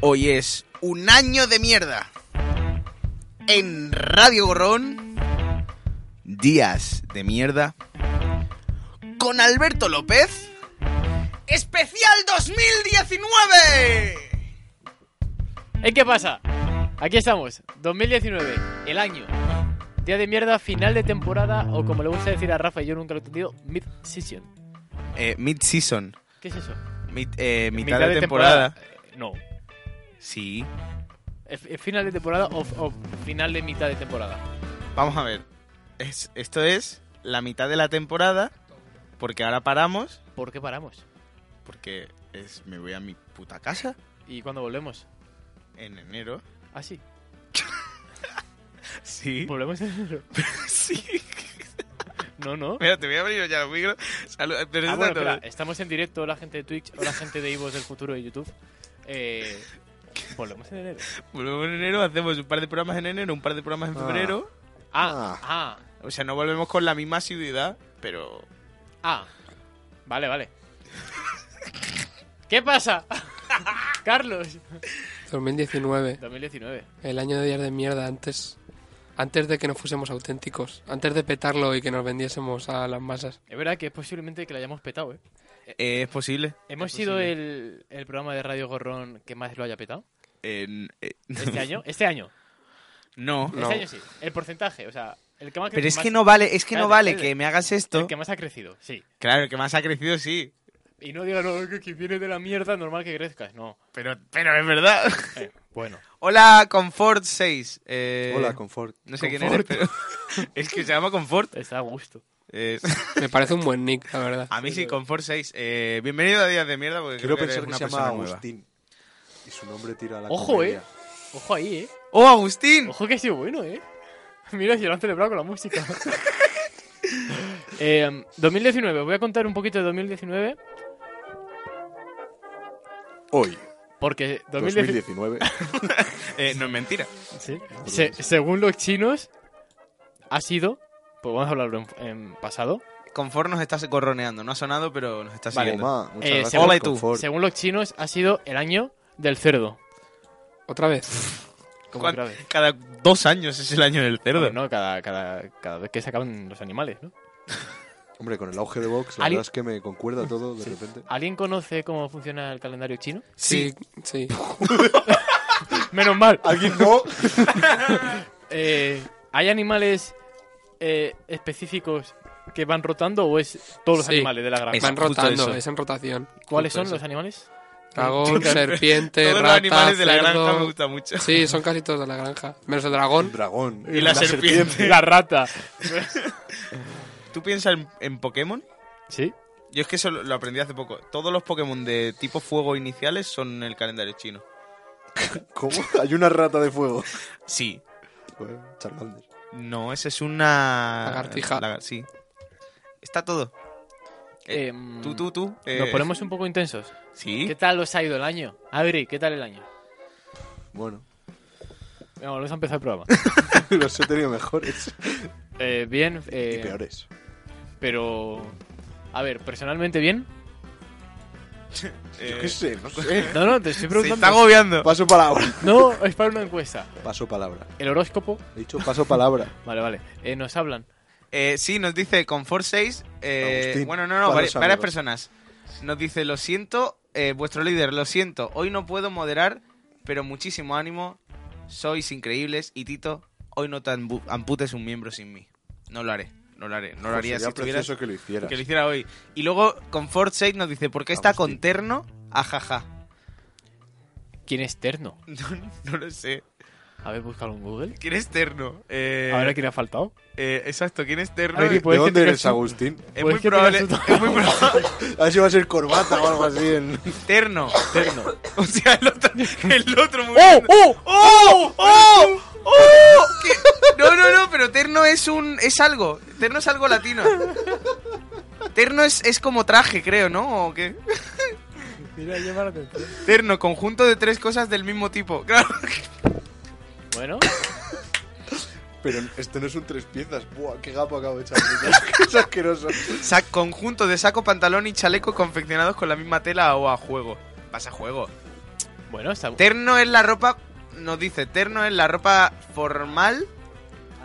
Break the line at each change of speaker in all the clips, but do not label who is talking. Hoy es un año de mierda. En Radio Gorrón, días de mierda. Con Alberto López, especial 2019.
¿Eh, ¿Qué pasa? Aquí estamos, 2019, el año. Día de mierda, final de temporada, o como le gusta decir a Rafa, y yo nunca lo he entendido, mid-season.
Eh, Mid-season.
¿Qué es eso?
Mid- eh, mitad, de, temporada.
temporada. No.
Sí.
Es- es final de temporada o, o final de mitad de temporada.
Vamos a ver. Es- esto es la mitad de la temporada. Porque ahora paramos.
¿Por qué paramos?
Porque es, me voy a mi puta casa
¿Y cuándo volvemos?
en enero.
Ah, sí.
Sí.
¿Volvemos en enero?
sí.
No, no.
Mira, te voy a abrir ya los micros. Saluda- pero
Ah,
eso
bueno,
tanto-
espera, estamos en directo, la gente de Twitch, o la gente de Ivos del futuro de YouTube. Eh, volvemos en enero.
Volvemos en enero, hacemos un par de programas en enero, un par de programas en
Ah.
febrero.
Ah, ah,
O sea, no volvemos con la misma asiduidad, pero.
Ah, vale, vale. ¿Qué pasa? Carlos.
2019,
2019.
el año de días de mierda antes, antes de que nos fuésemos auténticos, antes de petarlo y que nos vendiésemos a las masas.
Es verdad que es posiblemente que la hayamos petado, ¿eh?
eh, ¿Es posible?
¿Hemos
Es
sido
posible.
el, el programa de Radio Gorrón que más lo haya petado?
En- eh,
¿Este año? Este año.
no.
Este año sí. El porcentaje, o sea, el que más
Pero es
más-
que no vale, es que no
Espérate,
vale
espérate.
que me hagas esto.
El que más ha crecido, sí.
Claro, el que más ha crecido, sí.
Y no diga, no, que, que viene de la mierda, normal que crezcas. No.
Pero, pero es verdad.
Eh, bueno.
Hola, Confort 6. Eh,
Hola, confort.
No sé
Confort.
quién eres, pero. es que se llama Confort.
Está a gusto.
Eh,
Me parece un buen nick, la verdad.
a mí sí, Confort 6. Eh, bienvenido a Días de Mierda, porque
Quiero
creo que eres
pensar que
una
se llama
persona nueva.
Agustín. Y su nombre tira a la
Ojo,
comedia.
eh. Ojo ahí, ¿eh?
¡Oh, Agustín!
Ojo que ha sido bueno, ¿eh? Mira, yo lo han celebrado con la música. Eh, 2019, voy a contar un poquito de 2019
Hoy,
porque 2019,
2019. Oh.
Eh, no es mentira.
sí, se- según los chinos ha sido, pues vamos a hablarlo en, en pasado,
Confort nos está gorroneando. No ha sonado, pero nos está
Vale.
siguiendo.
Toma, muchas
Eh,
gracias,
según-
Hola, ¿y tú?
confort.
según los chinos ha sido el año del cerdo.
Otra vez.
Como
¿Cuán-
otra vez.
Cada dos años es el año del cerdo.
Hombre, ¿no? cada, cada, cada vez que se acaban los animales, ¿no?
Hombre, con el auge de Vox, la
Ali-
verdad es que me concuerda todo de repente.
¿Alguien conoce cómo funciona el calendario chino?
Sí.
sí.
Menos mal.
¿Alguien no?
Eh, ¿Hay animales eh, específicos que van rotando o es todos los
Sí.
animales de la granja?
Es-
Van
justo
rotando,
eso.
es en rotación.
¿Cuáles son
justo
los animales?
Dragón, serpiente,
Todos
rata,
los animales de la
Este cerdo.
granja me gustan mucho.
Sí, son casi todos de la granja. Menos el
Un
dragón.
dragón.
Y la, serpiente.
La rata.
¿Tú piensas en, en Pokémon?
¿Sí?
Yo es que eso lo lo aprendí hace poco. Todos los Pokémon de tipo fuego iniciales son el calendario chino.
¿Cómo? Hay una rata de fuego.
Sí.
Bueno, Charmander.
No, esa es una...
Lagartija.
Lagar- sí. Está todo. Eh,
Em,
Tú, tú, tú. eh,
Nos ponemos un poco intensos.
Sí.
¿Qué tal os ha ido el año? Adri, ¿qué tal el año?
Bueno,
Venga, Vamos a empezar el programa.
los he tenido mejores
Eh, bien,
y
eh,
peores.
pero... A ver, personalmente bien.
Eh,
Yo qué sé, no sé.
No, no, te estoy
se está
preguntando.
agobiando.
Paso palabra.
No, es para una encuesta.
Paso palabra.
El horóscopo.
He dicho paso palabra.
Vale, vale. Eh, nos hablan.
Eh, sí, nos dice Confort 6. eh,
Agustín,
bueno, no, no,
para
vari-
los
varias
amigos.
personas. Nos dice, lo siento, eh, vuestro líder, lo siento. Hoy no puedo moderar, pero muchísimo ánimo. Sois increíbles. Y Tito, hoy no te ambu- amputes un miembro sin mí. No lo haré, no lo haré. No lo
Pues
haría si
sería
estuvieras...
precioso que lo hicieras.
Que lo hiciera hoy. Y luego Confort 6 nos dice, ¿por qué está
Agustín.
con terno? Ajaja.
¿Quién es Terno?
No, no lo sé.
A ver, búscalo en Google.
¿Quién es Terno? Eh,
Ahora, ¿quién ha faltado?
eh, exacto, ¿quién es Terno?
A ver,
Es-
Puede
¿De
que
dónde
tenga
eres,
su-
Agustín?
es,
pues
muy
es que
probable,
tengas
es muy probable.
A ver si va a ser corbata o algo así. en-
Terno.
Terno.
O sea, el otro. El otro
¡Oh!
muriendo.
¡Oh!
¡Oh! ¡Oh! ¡Oh! ¿Qué? No, no, no, pero terno es un. es algo. Terno es algo latino. Terno es, es como traje, creo, ¿no? ¿O qué?
Mira, llama la atención.
Terno, conjunto de tres cosas del mismo tipo. Claro.
Bueno,
Pero esto no son tres piezas. Buah, qué gapo acabo de echar. es asqueroso.
Sa- conjunto de saco, pantalón y chaleco confeccionados con la misma tela o a juego. Vas a juego.
bueno, está
Terno es la ropa. Nos dice, terno es la ropa formal.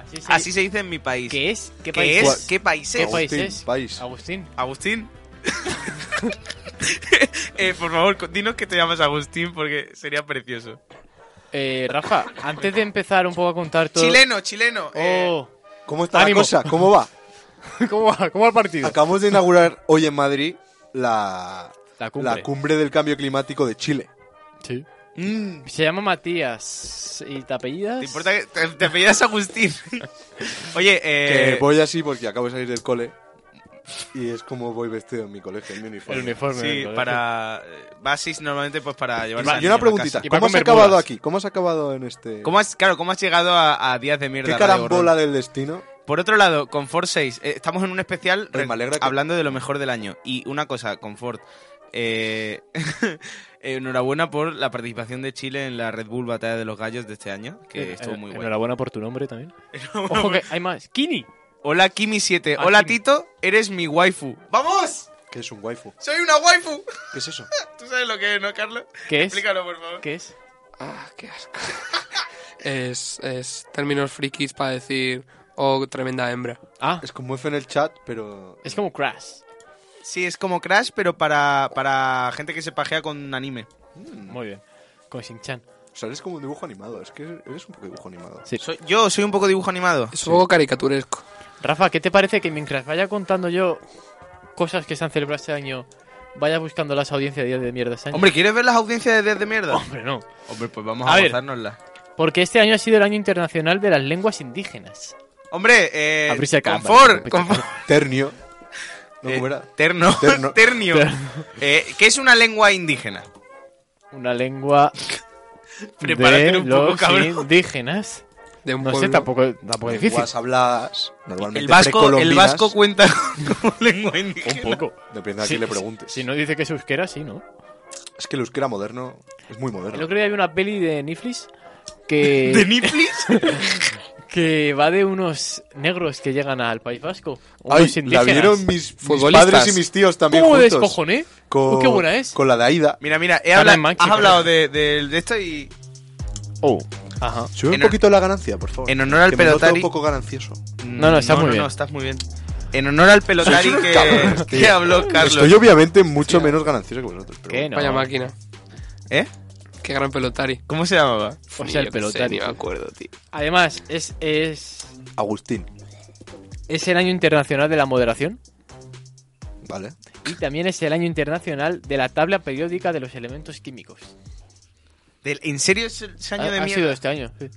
Así se,
Así se dice en mi país.
Ah, ¿Qué es? ¿Qué
Ah, ¿Qué
país
es?
¿Cuál?
¿Qué país
¿Qué
es?
país
Agustín,
es?
país.
Agustín.
Agustín. Eh, por favor, co- dinos que te llamas Agustín porque sería precioso.
Eh, Rafa, antes de empezar un poco a contar todo.
Chileno, chileno. eh,
Oh,
¿Cómo está
Ánimo.
la cosa? ¿Cómo va?
Eh. ¿cómo va? ¿Cómo va el partido?
Acabamos de inaugurar hoy en Madrid la,
La cumbre.
la cumbre del cambio climático de Chile.
Sí.
mm,
Se llama Matías. ¿Y te apellidas?
¿Te importa que te, te apellidas Agustín? Oye, eh,
Que voy así porque acabo de salir del cole y es como voy vestido en mi colegio, en mi uniforme.
El uniforme.
sí,
¿no?
para basis normalmente pues para llevarse
va-
al
eh, Y
niño a
una
casa.
preguntita,
Y va a
¿cómo has
comer
acabado
bolas.
aquí? ¿Cómo has acabado en este...?
¿Cómo has, claro, ¿cómo has llegado a, a días de mierda?
¿Qué
Radio
carambola
Gorrón?
del destino?
Por otro lado, Confort 6, eh, estamos en un especial
Pues
re-
me alegra que-
hablando de lo mejor del año. Y una cosa, Confort, eh, enhorabuena por la participación de Chile en la Red Bull Batalla de los Gallos de este año, que
Eh,
estuvo
eh,
muy guay.
Enhorabuena por tu nombre también. Ojo que hay más. Kini.
Hola Kimi7,
Ah,
hola
Kimi.
Tito, eres mi waifu. ¡Vamos!
¿Qué es un waifu?
¡Soy una waifu!
¿Qué es eso?
¿Tú sabes lo que es, no, Carlos?
¿Qué es?
Explícalo, por favor.
¿Qué es?
Ah, qué asco. es, es términos frikis para decir, oh, tremenda hembra.
Ah,
Es como F en el chat, pero...
es como Crash.
Sí, es como Crash, pero para, para gente que se pajea con anime. Mm.
Muy bien. Con Shin-chan.
O sea, eres como un dibujo animado. Es que eres un poco dibujo animado.
Sí.
Soy- yo soy un poco dibujo animado.
Es un poco caricaturesco.
Rafa, ¿qué te parece que mientras vaya contando yo cosas que se han celebrado este año, vaya buscando las audiencias de días de mierda este año?
Hombre, ¿quieres ver las audiencias de días de mierda?
Hombre, no.
Hombre, pues vamos
Oh. A
a,
ver.
gozárnosla.
Porque este año ha sido el año internacional de las lenguas indígenas.
Hombre, eh.
Abrirse acá,
confort,
vale.
confort.
Ternio. No,
Eh,
¿cómo era?
Terno.
Terno.
Ternio. Eh, ¿Qué es una lengua indígena?
Una lengua
Prepárate
de
un poco,
los
cabrón.
indígenas.
De un
No sé,
pueblo.
tampoco, tampoco es difícil.
Lenguas habladas, normalmente
El vasco, el
precolombinas.
vasco cuenta como lengua
Un
indígena.
poco.
Depende a
Si-
quién le preguntes.
Si no dice que es euskera, sí, ¿no?
Es que el euskera moderno es muy moderno.
El otro día había una peli de Netflix que...
¿De Netflix?
Que va de unos negros que llegan al País Vasco.
Ay,
Unos
la
indígenas.
vieron mis, mis
Futbolistas.
padres y mis tíos también
¿Cómo
juntos.
descojoné?
Con,
Oh, qué buena es.
Con la de Aida.
Mira, mira, he
Ana
hablado-
Manchi,
has
correcto.
hablado de, de- de esto y.
Oh, ajá.
Sube
En
un
hon-
poquito la ganancia, por favor.
En honor al
que me noto
pelotari.
un poco ganancioso.
No, no, está muy bien.
No, estás muy bien. En honor al pelotari
Sois unos
que,
cabrones,
que
tío.
habló Carlos.
Estoy obviamente mucho menos ganancioso que vosotros. Pero
¿Qué
bueno.
no?
Vaya máquina.
¿Eh?
Qué gran pelotari.
¿Cómo se llamaba?
O sea, el
Yo qué sé,
pelotari.
ni me acuerdo, tío.
Además, es, es,
Agustín,
es el año internacional de la moderación
¿vale?
y también es el año internacional de la tabla periódica de los elementos químicos.
Del- ¿En serio es ese año
Ha,
de
ha
mierda?
sido este año. sí.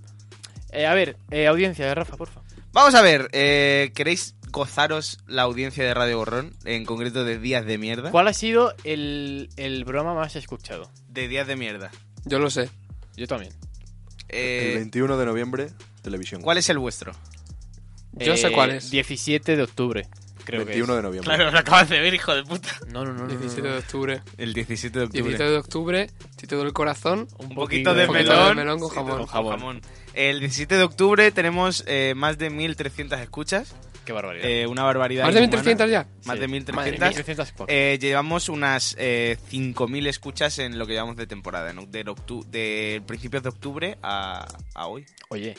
Eh, a ver, eh, audiencia de Rafa, porfa.
Vamos a ver, eh, ¿queréis gozaros la audiencia de Radio Gorrón? En concreto de Días de Mierda.
¿Cuál ha sido el, el programa más escuchado?
De Días de Mierda.
Yo lo sé.
Yo también.
Eh,
el 21 de noviembre, televisión.
¿Cuál es el vuestro?
Yo sé cuál es.
17 Eh, de octubre, creo
21
que
de noviembre.
lo acabas de ver, hijo de puta.
es. No, no, no. no, no, no.
17 de octubre.
El 17 de octubre.
17 de octubre, título del corazón.
Un
poquito
poquito de
un poquito de
melón.
melón con
Sí,
jamón.
con El 17 de octubre tenemos eh, más de 1.300 escuchas.
Qué barbaridad.
eh, una barbaridad.
Más de
inhumana.
1300 ya.
Más
Sí.
de
Madre
1.300.
mía.
1304.
Eh, llevamos unas eh, 5.000 escuchas en lo que llevamos de temporada, ¿no? de, octu- de principios de octubre a, a hoy.
Oye,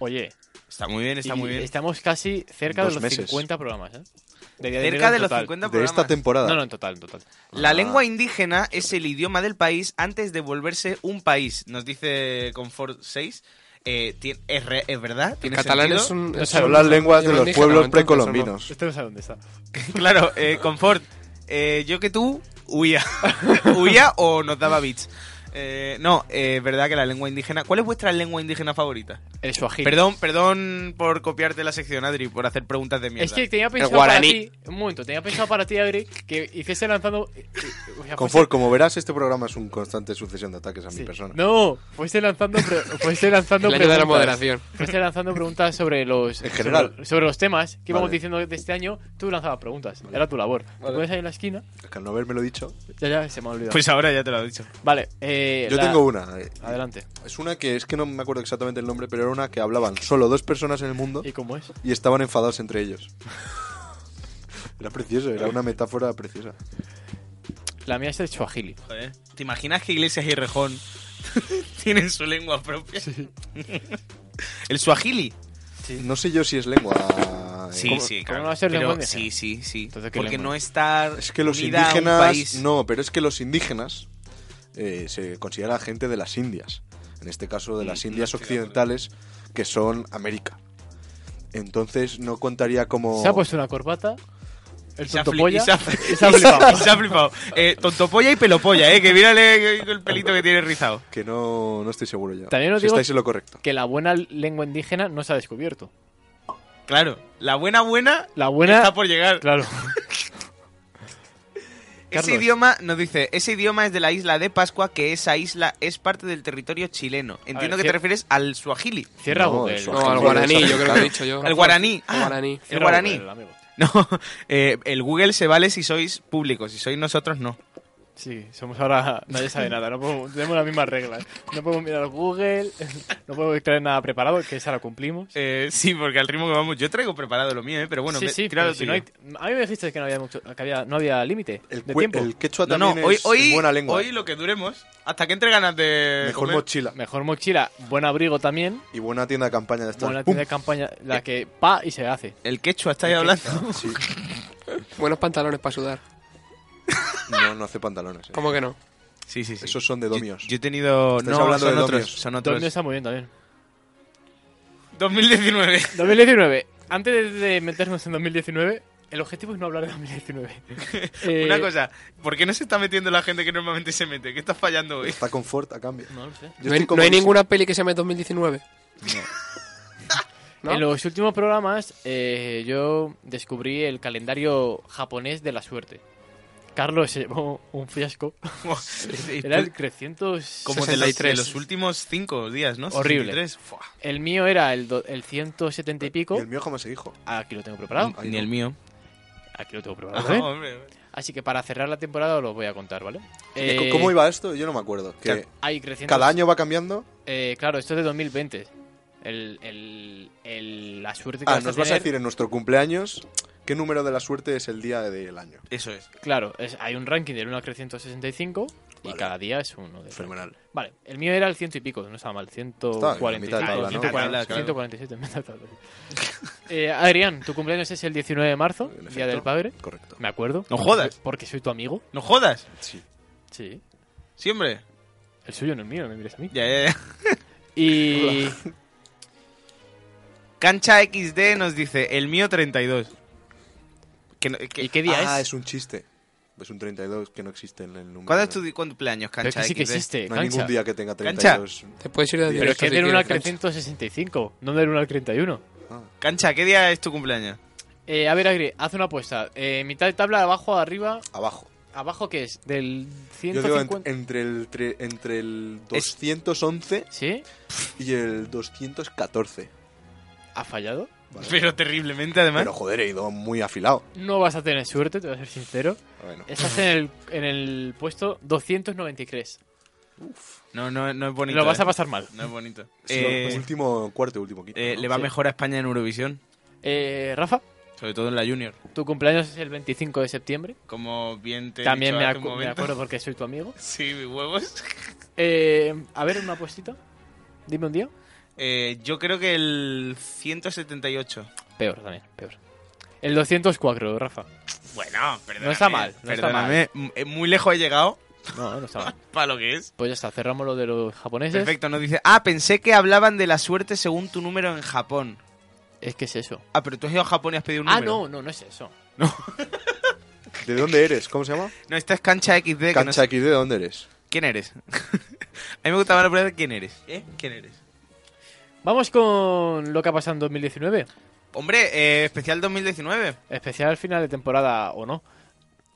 oye.
Está muy bien, está
y
muy bien.
Estamos casi cerca de
Dos
los
meses.
50 programas, ¿eh? De día
Cerca
en
de los
total.
50
De
programas.
esta temporada.
No, no, en total, en total.
La
Ah.
lengua indígena es el idioma del país antes de volverse un país, nos dice Confort 6. Eh, ti- es, re- es verdad?
El
¿Tiene
catalán
sentido?
es un.
No
es
sabe
Son
un-
las lenguas de
idioma
los
indígena,
pueblos
entonces, ¿o no?
precolombinos.
Este no sabe dónde está.
Claro, eh, Confort, eh, yo que tú, huía. huía o nos daba bits. Eh, no, es verdad que la lengua indígena. ¿Cuál es vuestra lengua indígena favorita?
El suajili.
Perdón, perdón por copiarte la sección, Adri, por hacer preguntas de mierda.
Es que tenía pensado para
guaraní.
ti, un momento, tenía pensado para ti, Adri, que hiciese lanzando... eh, o sea,
Confort, como verás, este programa es un constante sucesión de ataques a
fuese-
mi
sí.
persona.
No, fuese lanzando, pre- fuese lanzando
El año de la
preguntas.
moderación.
Fuese lanzando preguntas sobre los...
En general.
Sobre, sobre los temas que íbamos
Vale.
diciendo de este año, tú lanzabas preguntas, era tu labor. Te
Vale.
pones ahí en la esquina,
Es que al no haberme lo dicho.
ya, ya, se me ha olvidado.
Pues ahora ya te lo he dicho.
vale, eh,
Yo
la-
tengo una. eh,
Adelante.
Es una que es que no me acuerdo exactamente el nombre, pero era una que hablaban solo dos personas en el mundo
¿Y cómo es?
y estaban enfadados entre ellos. Era precioso, era una metáfora preciosa.
La mía es el suajili.
Joder. ¿eh? ¿Te imaginas que Iglesias y Rejón tienen su lengua propia? El suajili.
No sé yo si es lengua. eh,
Sí,
¿cómo?
sí,
cómo
claro.
no va a ser
Pero
lengua indígena?
sí, sí, sí.
Entonces, ¿qué
Porque
lengua?
no estar
Es que los
unida a un
indígenas.
país.
No, pero es que los indígenas eh, se considera gente de las Indias. En este caso, de las
Mm,
Indias
no estoy de
occidentales, que son América. Entonces, no contaría como.
Se ha
pues
puesto una corbata, el
Y se ha
tonto
fli-
polla,
y se ha-
y se ha flipado.
Y se ha flipado. Eh, tontopolla y pelopolla, eh. Que mírale el pelito que tiene rizado.
Que no, no estoy seguro ya.
También os
si
digo-
estáis en lo correcto.
que la buena lengua indígena no se ha descubierto.
Claro. La buena buena
La buena...
está por llegar.
Claro.
Ese
Carlos.
idioma, nos dice, ese idioma es de la isla de Pascua, que esa isla es parte del territorio chileno. Entiendo
ver,
que te
sí.
refieres al suajili,
Cierra
No,
Google.
eso-
No, al guaraní, yo creo que lo he
Claro.
dicho yo.
al guaraní.
Al
Ah,
guaraní.
el
Cierra
guaraní.
Google, amigo.
No, eh, el Google se vale si sois públicos, si sois nosotros no.
Sí, somos ahora. Nadie sabe nada. No podemos- tenemos las mismas reglas. No podemos mirar Google. No podemos traer nada preparado, que esa la cumplimos.
Eh, sí, porque al ritmo que vamos, yo traigo preparado lo mío, eh, pero bueno,
sí,
ve-
sí,
tira
pero
lo
si no
tuyo.
hay- A mí me dijiste que no había, mucho, que había, no había límite
El,
de
cue-
tiempo.
el quechua
No, no,
también
hoy,
es
hoy,
buena lengua. eh.
hoy lo que duremos, hasta que entre ganas de
Mejor
comer.
mochila.
Mejor mochila, buen abrigo también.
Y buena tienda de campaña de estas.
Buena
¡Pum!
tienda de campaña, la que pa y se hace.
El quechua, estáis hablando.
Sí.
Buenos pantalones para sudar.
No, no hace pantalones. eh.
¿Cómo que no?
Sí, sí, sí.
Esos son de domios.
Yo, yo he tenido...
Estáis
No,
hablando
son
de
otros,
domios.
son
Dormio
otros.
está muy bien también.
2019.
2019. Antes de- de meternos en 2019, el objetivo es no hablar de 2019. Eh,
Una cosa, ¿por qué no se está metiendo la gente que normalmente se mete? ¿Qué estás fallando hoy?
Está confort a cambio.
No lo sé.
Yo
No hay,
estoy como
no hay
Luis.
ninguna peli que se llame 2019. ¿No?
En los últimos programas eh, yo descubrí el calendario japonés de la suerte. Carlos se llevó un fiasco. Era el 300...
pues, Como de los,
63.
de los últimos cinco días, ¿no?
Horrible.
63. Fua.
El mío era el, do- el 170 y
Y
pico.
el Mm. mío jamás se dijo.
Aquí lo tengo preparado.
Ay,
Ni
no.
el mío.
Aquí lo tengo
No,
preparado. ¿eh?
hombre.
Así que para cerrar la temporada os lo voy a contar, ¿vale?
¿Cómo-
Eh,
¿Cómo iba esto? Yo no me acuerdo. Que
Claro.
Hay 300,
cada año va cambiando.
eh, claro, esto es de 2020. El, el- el- la suerte que
Ah,
vas a
nos vas a
tener-
decir en nuestro cumpleaños qué número de la suerte es el día del año.
Eso es.
Claro, es- hay un ranking del 1 al 365 y
Vale.
cada día es uno de
Fenomenal.
Vale, el mío era el ciento y pico, no estaba mal,
Está en la mitad
145,
de tabla, ¿no?
140,
Claro,
147, me da tabla. Eh, Adrián, tu cumpleaños es el 19 de marzo,
En
Día
efecto.
del Padre,
Correcto.
me acuerdo.
No jodas.
Porque soy tu amigo.
No jodas.
Sí.
Sí.
Siempre.
El suyo no es mío, no me mires a mí.
Ya, ya, ya.
Y
Cancha XD nos dice, el mío 32. Que no- que-
¿Y qué día
ah,
es?
es un chiste. Es un 32 que no existe en el número.
ah, ¿Cuándo es tu di- cumpleaños,
Pero es
Cancha
que sí que
XD?
existe,
No hay ningún
cancha.
día que tenga
Cancha.
32.
Te puedes ir de
Pero
Pero es
directo
que es
si
del 1 al
quieres,
365, no del 1 al 31.
Ah,
Cancha, ¿qué día es tu cumpleaños?
Eh, a ver, Agri, haz una apuesta. Eh, mitad de tabla, abajo, arriba,
abajo.
abajo, ¿qué es? Del
Yo digo
150...
ent- entre el, tre- entre el
Es-
211
¿Sí?
y el
¿Eh?
214.
¿Ha fallado?
Vale.
Pero terriblemente, además.
Pero joder, he ido muy afilado.
No vas a tener suerte, te voy a ser sincero.
Bueno,
Estás en el, en el puesto 293.
No, no, no es bonito.
Lo vas
eh.
a pasar mal.
No es bonito.
es lo-
Eh,
último cuarto, último quinto.
eh,
¿no?
le va
Sí.
mejor a España en Eurovisión.
Eh, Rafa,
Sobre todo en la Junior.
tu cumpleaños es el 25 de septiembre.
Como bien te he
También
dicho
me,
hace
acu-
un
me
momento.
acuerdo porque soy tu amigo.
Sí, mis huevos.
Eh, a ver, una postita. Dime un día.
Eh, yo creo que el 178.
Peor también, peor. El 204, Rafa.
Bueno, perdóname.
No está mal, no está
perdóname, m- eh, muy lejos he llegado
No, no está mal.
para lo que es.
Pues ya está, cerramos lo de los japoneses.
Perfecto, nos dice. Ah, pensé que hablaban de la suerte según tu número en Japón.
Es que es eso.
Ah, pero tú has ido a Japón y has pedido un
Ah,
número.
no, no, no es eso.
¿De dónde eres? ¿Cómo se llama?
No, esta es Cancha XD. que no
Cancha
sé-
aquí, ¿de dónde eres?
¿Quién eres? A mí me gustaba la pregunta quién eres. ¿Eh? ¿Quién eres?
Vamos con lo que ha pasado en 2019.
Hombre, eh, especial 2019.
Especial final de temporada o no.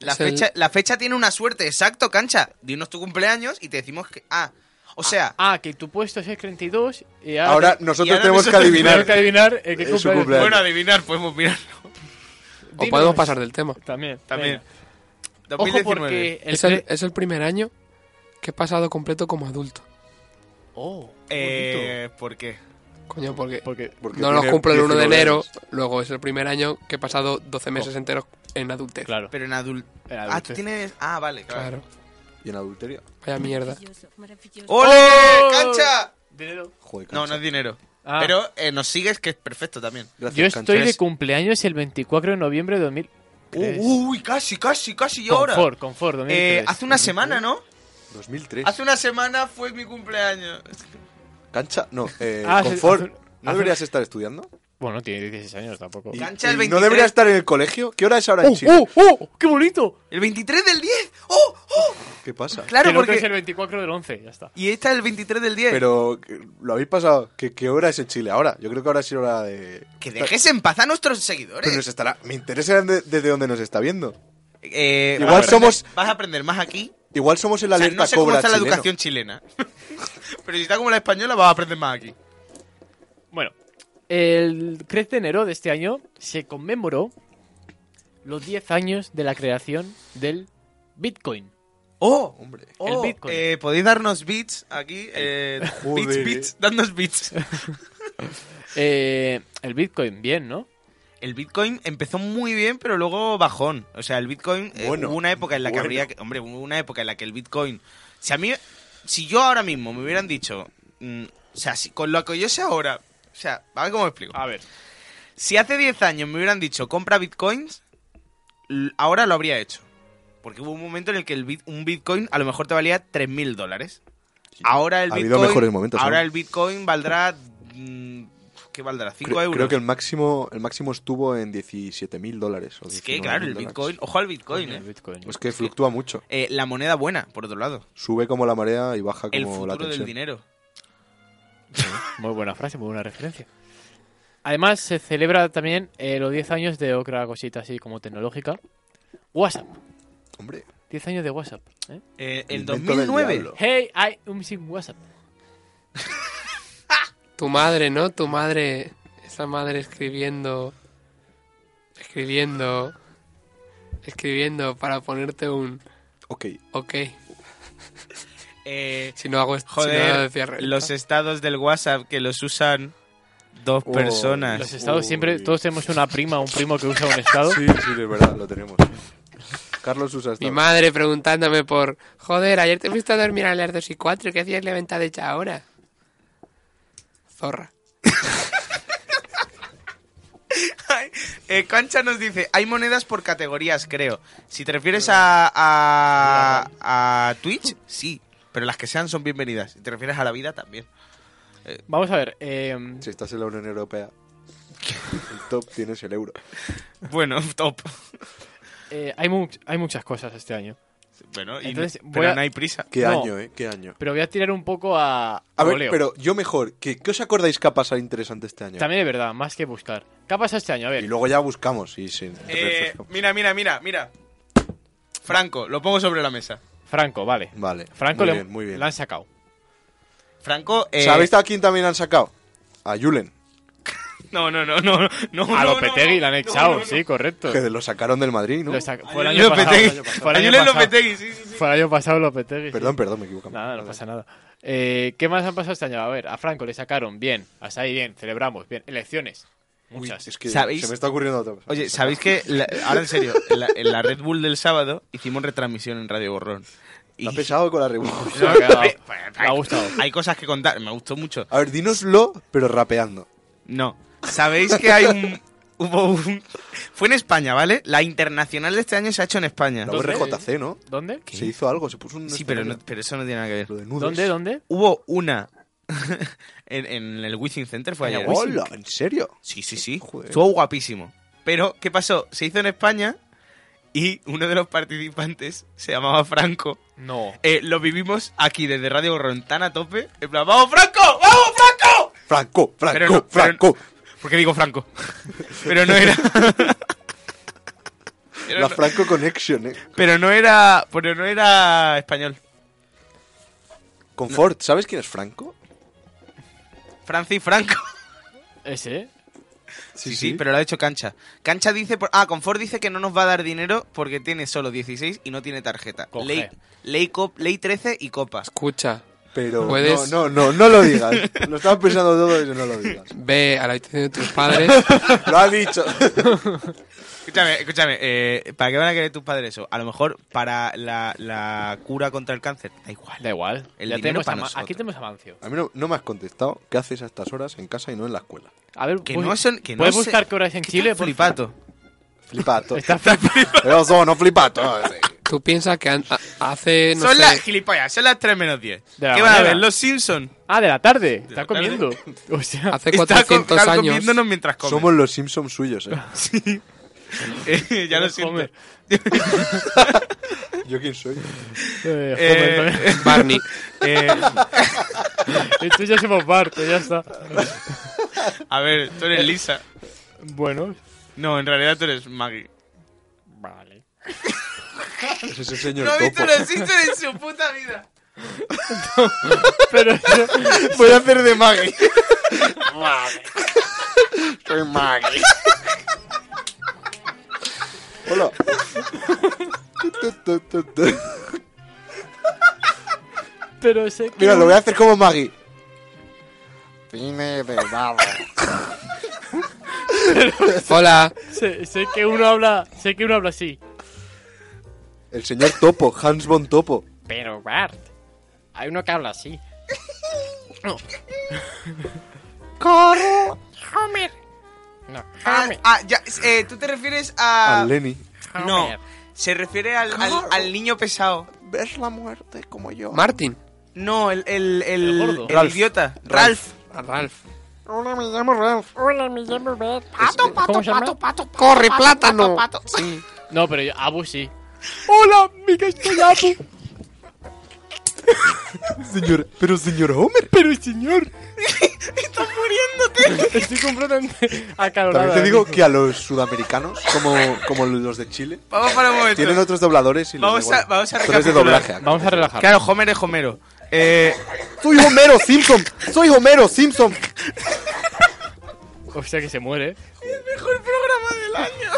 La
Es el-
fecha, la fecha tiene una suerte, exacto, cancha. Dinos tu cumpleaños y te decimos que. Ah, o sea,
Ah, que tu puesto es el 32 y ahora,
Ahora
te-
y
nosotros
ahora
tenemos que
nosotros
tenemos
adivinar.
que adivinar eh, qué
Es su
cumpleaños.
cumpleaños.
bueno, adivinar podemos mirar.
O
Dinos.
podemos pasar del tema.
También,
También.
venga. Ojo
2019.
porque el
Es el,
pre-
es el primer año que he pasado completo como adulto.
Oh, qué bonito.
Eh, ¿Por qué?
Coño, porque
Porque
Porque
no los
tiene
cumplo el 1 de
19
enero,
años. Oh.
luego es el primer año que he pasado 12 meses enteros en adultez.
claro,
Pero en adulto.
En
Ah, tú
adultez.
tienes. Ah, vale, claro.
Claro.
Y en adulterio.
Vaya mierda.
Maravilloso, maravilloso.
¡Ole!
¡Oh!
¡Cancha!
Dinero.
Joder,
No,
cancha.
no es dinero.
Ah,
Pero eh, nos sigues, que es perfecto también.
Gracias,
yo
cancha.
estoy de
Es-
cumpleaños el 24 de noviembre de 2000. ¿Crees?
Uh, uy, casi, casi, casi. Y ahora.
Confort, confort,
Eh,
2003.
hace una semana, ¿no?
2003.
Hace una semana fue mi cumpleaños.
Cancha, no. Eh,
Ah, se-
confort.
hace-
¿No
hace-
deberías estar estudiando?
Bueno, tiene 16 años tampoco. Uh,
¿Y-
Cancha el
y
23.
¿No deberías estar en el colegio? ¿Qué hora es ahora en
Uh,
¡Oh,
Chile?
oh, oh! ¡Qué bonito!
El 23 del 10. ¡Oh! ¡Oh!
¿Qué pasa?
Claro,
Que el otro es el
porque.
24 del 11, ya está.
Y esta es el 23 del 10.
Pero lo habéis pasado. ¿Qué, qué hora es en Chile ahora? Yo creo que ahora es hora de.
Que dejes en paz a nuestros seguidores.
Pero nos estará. Me interesa de- desde dónde nos está viendo.
Eh,
Igual
vas a aprender-
somos-
Vas a aprender más aquí.
Igual somos el
O sea,
alerta
no sé cómo
cobra
está la
chileno.
educación chilena. Pero si está como la española, vas a aprender más aquí.
Bueno, el 3 de enero de este año se conmemoró los 10 años de la creación del Bitcoin.
¡Oh!
Hombre.
oh,
El Bitcoin.
eh, Podéis darnos beats aquí. Eh,
Joder,
beats,
eh.
beats, dadnos beats.
Eh, el Bitcoin, bien, ¿no?
El Bitcoin empezó muy bien, pero luego bajón. O sea, el Bitcoin eh,
Bueno,
hubo una época en la que
bueno.
habría, que- hombre, hubo una época en la que el Bitcoin, si a mí, si yo ahora mismo me hubieran dicho, mm, o sea, si, con lo que yo sé ahora, o sea, a ver cómo me explico.
A ver.
Si hace 10 años me hubieran dicho compra Bitcoins, l- ahora lo habría hecho. Porque hubo un momento en el que el bit- un Bitcoin a lo mejor te valía 3.000 dólares. Ahora el
Ha habido
Bitcoin.
mejores momentos,
ahora
¿no?
el Bitcoin valdrá. mm, ¿Qué valdrá? 5
Creo,
euros.
creo que el máximo, el máximo estuvo en 17.000 dólares. o
Pues Es que, claro, el
19.000 dólares.
Bitcoin. Ojo al Bitcoin,
el
eh.
Bitcoin.
Es que fluctúa mucho.
Eh, La moneda buena, por otro lado.
Sube como la marea y baja
El
como la
futuro del
tensión.
dinero.
Muy buena frase, muy buena referencia. Además, se celebra también eh, los 10 años de otra cosita así como tecnológica. WhatsApp.
Hombre,
10 años de WhatsApp. ¿eh?
Eh,
El
en
invento del
2009.
diablo.
Hey, I am using WhatsApp.
Tu madre, ¿no? Tu madre. Esa madre escribiendo. Escribiendo. Escribiendo para ponerte un.
ok.
Ok.
Eh,
Si no hago esto. si no
joder,
decía recta.
los estados del WhatsApp que los usan dos
Oh,
personas.
Los estados siempre,
Uy.
todos tenemos una prima, un primo que usa un estado.
Sí, sí, es verdad, lo tenemos. Carlos usa
Mi
esta.
madre preguntándome por. Joder, ayer te fuiste a dormir a las 2 y 4. ¿Qué hacías levantada hecha ahora? Zorra.
Eh, Cancha nos dice, hay monedas por categorías, creo. Si te refieres a, a, a Twitch, sí. Pero las que sean son bienvenidas. Si te refieres a la vida, también.
Vamos a ver. eh,
Si estás en la Unión Europea, el top tienes el euro.
Bueno, top.
eh, hay, much- hay muchas cosas este año.
Bueno, y
Entonces,
no-
voy
pero
a-
no hay prisa.
Qué
No.
año, ¿eh? Qué año.
Pero voy a tirar un poco a.
A ver,
voleo.
pero yo mejor. ¿qué, qué os acordáis que ha pasado interesante este año?
También es verdad, más que buscar. ¿Qué ha pasado este año? A
Y
ver.
luego ya buscamos. Y sí,
Eh,
refresco.
mira, mira, mira, mira. Franco, lo pongo sobre la mesa.
Franco, vale.
Vale.
Franco
muy
le,
bien, muy bien.
le han sacado.
Franco, eh,
¿Sabéis a quién también han sacado? A Julen.
No, no, no, no, no.
a
no,
Lopetegui
no,
le han
no,
echado,
no, no.
sí, correcto.
Que lo sacaron del Madrid, ¿no?
Lo sac- Fue el
A
año
Julen
pasado.
Lopetegui.
Fue el
A
año
Julen
pasado.
Lopetegui, sí, sí, sí.
Fue el año pasado Lopetegui. sí.
Perdón, perdón, me equivoco.
Nada, no pasa nada. Eh, ¿Qué más han pasado este año? A ver, a Franco le sacaron bien, hasta ahí bien, celebramos bien. Elecciones,
Uy,
muchas.
es que
¿Sabéis?
se me está ocurriendo otra cosa.
Oye, ¿sabéis que la- ahora en serio, en la, en la Red Bull del sábado hicimos retransmisión en Radio Borrón? Y-
Está pesado con la reunión.
Se me ha quedado-
Eh,
me ha gustado.
Hay cosas que contar, me gustó mucho.
A ver, dínoslo, pero rapeando.
No, ¿sabéis que hay un... Hubo un... Fue en España, ¿vale? La internacional de este año se ha hecho en España.
La
¿Dónde?
URJC, ¿no?
¿Dónde?
Se hizo algo, se puso un.
Sí, pero, no-
escenario.
pero eso no tiene nada que ver.
Lo de nudos.
¿Dónde? ¿Dónde?
Hubo una en, en el Wishing Center, fue
En el
ayer.
Wishing.
Hola, ¿en serio?
Sí, sí, sí.
Joder.
Estuvo guapísimo. Pero, ¿qué pasó? Se hizo en España y uno de los participantes se llamaba Franco
No.
Eh, lo vivimos aquí desde Radio Gorrontana a tope. En plan, ¡vamos, Franco! ¡Vamos, Franco!
Franco, Franco,
Pero no, pero
Franco.
Porque digo Franco. Pero no era. Pero
La
no-
Franco Connection, eh.
Pero no era. Pero no era español.
Confort, ¿sabes quién es Franco?
Francis Franco.
Ese.
Sí, sí, pero lo ha hecho Cancha. Cancha dice. por- Ah, Confort dice que no nos va a dar dinero porque tiene solo 16 y no tiene tarjeta.
Coge.
Ley, ley, cop- ley 13 y copas.
Escucha,
Pero
Puedes-
no, no, no, no lo digas. Lo estaba pensando todo y no lo digas.
ve a la habitación de tus padres.
Lo ha dicho.
Escúchame, escúchame. eh, ¿Para qué van a querer tus padres eso? A lo mejor para la, la cura contra el cáncer. Da igual.
Da igual.
El
Ya
dinero
tenemos
para
a Ma-
nosotros.
Aquí tenemos a Mancio.
A mí no, no me has contestado qué haces a estas horas en casa y no en la escuela.
A ver,
Que
pues-
no son- que no
¿puedes
se-
buscar qué horas en
¿Qué
Chile?
tal
por-
Flipato.
Flipato. Ah,
Está flipando.
Pero son, eh. no flipato.
Tú piensas que han- a- hace, no
son
sé,
las gilipollas, son las 3 menos 10.
De la
¿Qué van a
mañana.
ver? Los Simpsons.
Ah, de la tarde.
la
Está
tarde.
comiendo. O sea,
hace 400 años.
comiéndonos mientras comen.
Somos los Simpsons suyos, eh.
Eh, ya lo
Homer.
siento.
Homer,
¿Yo quién soy?
Eh,
Homer.
Barney.
eh,
Esto ya somos parte, ya está.
a ver, tú eres Lisa.
Bueno.
No, en realidad tú eres Maggie.
Vale.
Es ese señor
No he visto
topo.
los Simpsons en su puta vida.
Pero
Voy a hacer de Maggie. Hola. Tu, tu, tu, tu.
Pero sé que.
Mira, lo voy a hacer como Maggie.
Hola.
sé, sé que uno habla. Sé que uno habla así.
El señor Topo, Hans von Topo.
Pero Bart. Hay uno que habla así.
Homer.
No.
Ah, ah, ya, eh, tú te refieres a.
Al Lenny.
No, se refiere al, al, al niño pesado.
¿Ves la muerte como yo?
Martin.
No, el, el, el,
El gordo.
el
Ralph.
idiota. Ralph.
A Ralph.
Hola, me llamo Ralph.
Hola, me llamo Bert.
¿Cómo
Pato, pato,
se llama?
pato, pato, pato.
¡Corre,
pato,
plátano!
pato, pato.
Sí.
No, pero yo, Abu sí.
¡Hola, mi castellazo!
Señor, pero señor Homer.
Pero señor. ¡Estás muriéndote! Estoy completamente acalorado.
También te digo
ahora mismo.
que a los sudamericanos, como, como los de Chile,
Vamos para un momento.
tienen otros dobladores y los
Vamos
de-
a- vamos a
actores de
recapitular.
doblaje. actores
Vamos a
de doblaje.
relajar.
Claro, Homer es Homero. Eh,
Soy Homero Simpson. Soy Homero Simpson.
O sea que se muere.
mejor programa del año.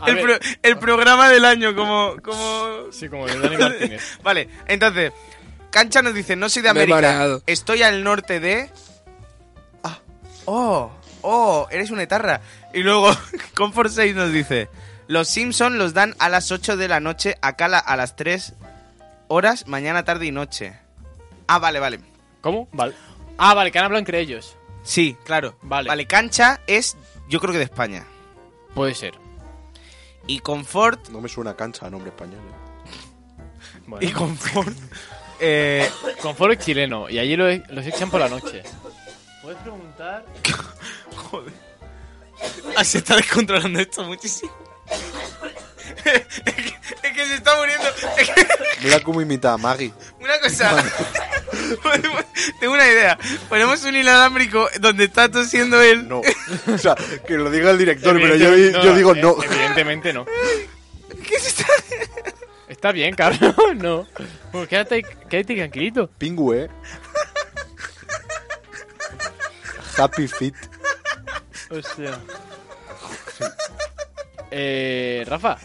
A
El,
ver,
pro- el programa del año, como. como...
Sí, como de Dani Martínez.
vale, entonces, Cancha nos dice: No soy de
Me he
América.
mareado.
Estoy al norte de. Ah, oh, oh, eres una etarra. Y luego, Comfort 6 nos dice: Los Simpsons los dan a las 8 de la noche, acá la- a las 3 horas, mañana, tarde y noche. Ah, vale, vale.
¿Cómo? Vale. Ah, vale, que han hablado entre ellos.
Sí, claro.
Vale.
Vale, Cancha es, yo creo que de España.
Puede ser.
Y Confort
No me suena cancha a nombre español. eh.
Bueno.
y confort. Eh,
Con foro chileno y allí lo- e- los echan por la noche. ¿Puedes preguntar?
joder. Ah, se está descontrolando esto muchísimo. es, que, es que se está muriendo. Es que-
Mira cómo imita a Maggie.
una cosa. Podemos- Tengo una idea. Ponemos un inalámbrico donde está tosiendo él.
No. O sea, que lo diga el director, pero yo, yo digo no.
eh, Evidentemente no.
¿Qué se está-
Está bien, cabrón, no. Pues quédate, quédate tranquilito.
Pingüe. eh. Happy Fit.
Hostia. Eh, Rafa,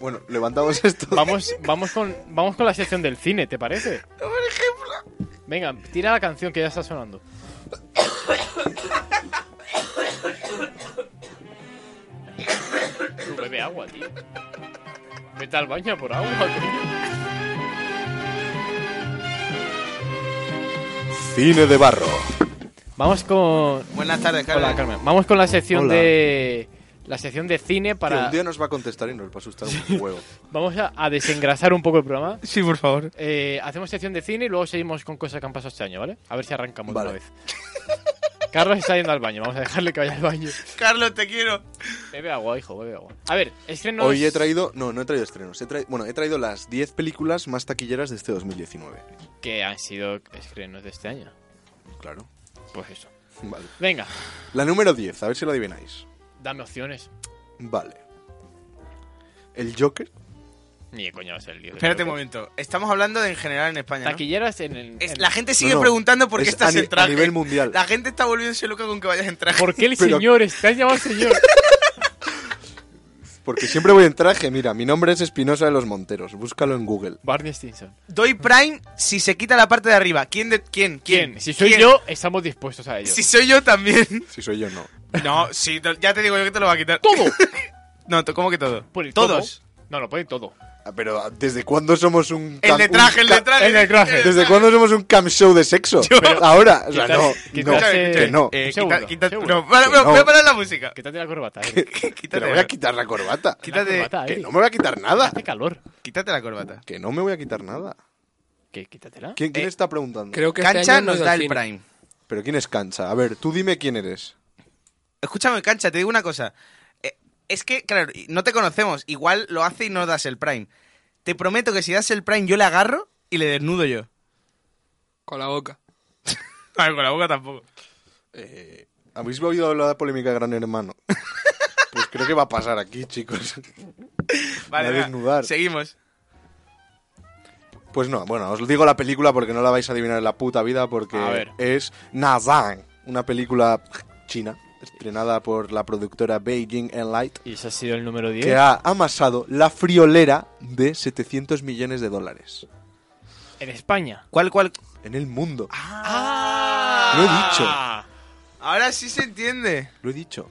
Bueno, levantamos esto.
vamos, vamos, con, vamos con la sección del cine, ¿te parece? Venga, tira la canción que ya está sonando. Tú bebe agua, tío. Vete al baño por agua, coño.
Cine de barro.
Vamos con.
Buenas tardes, Carmen.
Hola, Carmen. Vamos con la sección
Hola.
de. La sección de cine
Tío,
para.
un día nos va a contestar y nos va a asustar un huevo.
Vamos a, a desengrasar un poco el programa.
Sí, por favor.
Eh, hacemos sección de cine y luego seguimos con cosas que han pasado este año, ¿vale? A ver si arrancamos de
Vale.
una vez. Carlos está yendo al baño, vamos a dejarle que vaya al baño.
Carlos, te quiero.
Bebe agua, hijo, bebe agua. A ver, estrenos.
Hoy he traído. No, no he traído estrenos. He traído- bueno, he traído las 10 películas más taquilleras de este 2019.
Que han sido estrenos de este año.
Claro.
Pues eso.
Vale.
Venga,
La número 10, a ver si la adivináis.
dame opciones.
Vale. El Joker.
Ni de coña va a ser el lío.
Espérate un momento. Estamos hablando de en general en España. ¿no?
Taquilleras en el.
Es-
en-
la gente sigue
no.
preguntando por qué
Es a
estás
ni-
en traje.
a nivel mundial.
La gente está volviéndose loca con que vayas en traje.
¿Por qué el
Pero-
señor? Estás llamado señor.
Porque siempre voy en traje. Mira, mi nombre es Espinosa de los Monteros. Búscalo en Google.
Barney Stinson.
Doy Prime si se quita la parte de arriba. ¿Quién? De, ¿Quién? ¿Quién?
Si soy
¿Quién?
yo, estamos dispuestos a ello.
Si soy yo también.
Si soy yo, no.
No, sí, no, ya te digo yo que te lo va a quitar.
¡Todo!
No, to- ¿cómo que todo?
Por el
Todos.
todo. No, no, puede todo.
Ah, Pero, ¿desde cuándo somos un.
El
cam-
de
un
traje, el de
ca-
traje.
el de traje.
¿Desde cuándo somos un cam show de sexo?
Pero-
Ahora, o sea,
Quitar-
no,
quitar-
no.
Escúchame,
Que
escúchame.
no.
Eh,
Un segundo,
quita- quita-
un segundo.
no, para-
Que no.
voy a parar la música.
Quítate la corbata. Eric.
Te
Quítate,
le voy a quitar la corbata.
quítate-
la corbata,
Que
Eric.
no me voy a quitar nada.
Hace calor.
quítate la corbata.
Que no me voy a quitar nada.
¿Qué? Quítatela.
¿Quién, quién
Eh,
está preguntando?
Creo que este
Cancha
año no
nos
es
da el Prime.
Pero ¿quién es Cancha? A ver, tú dime quién eres.
Escúchame, Cancha, te digo una cosa. Eh, es que, claro, y- no te conocemos. Igual lo hace y no das el Prime. Te prometo que si das el Prime, yo le agarro y le desnudo yo.
Con la boca.
Ay, con la boca tampoco.
Eh, ¿Habéis oído hablar de la polémica Gran Hermano? pues creo que va a pasar aquí, chicos.
Vale,
Me va a
venga,
desnudar.
Seguimos.
Pues no, bueno, os digo la película porque no la vais a adivinar en la puta vida porque
A ver.
es Nazan, una película china estrenada por la productora Beijing Enlight
Y ese ha sido el número 10.
que ha amasado la friolera de 700 millones de dólares
En España.
¿Cuál, cuál?
en el mundo. Lo he
¡Ah!
dicho.
Ahora sí se entiende.
Lo he dicho.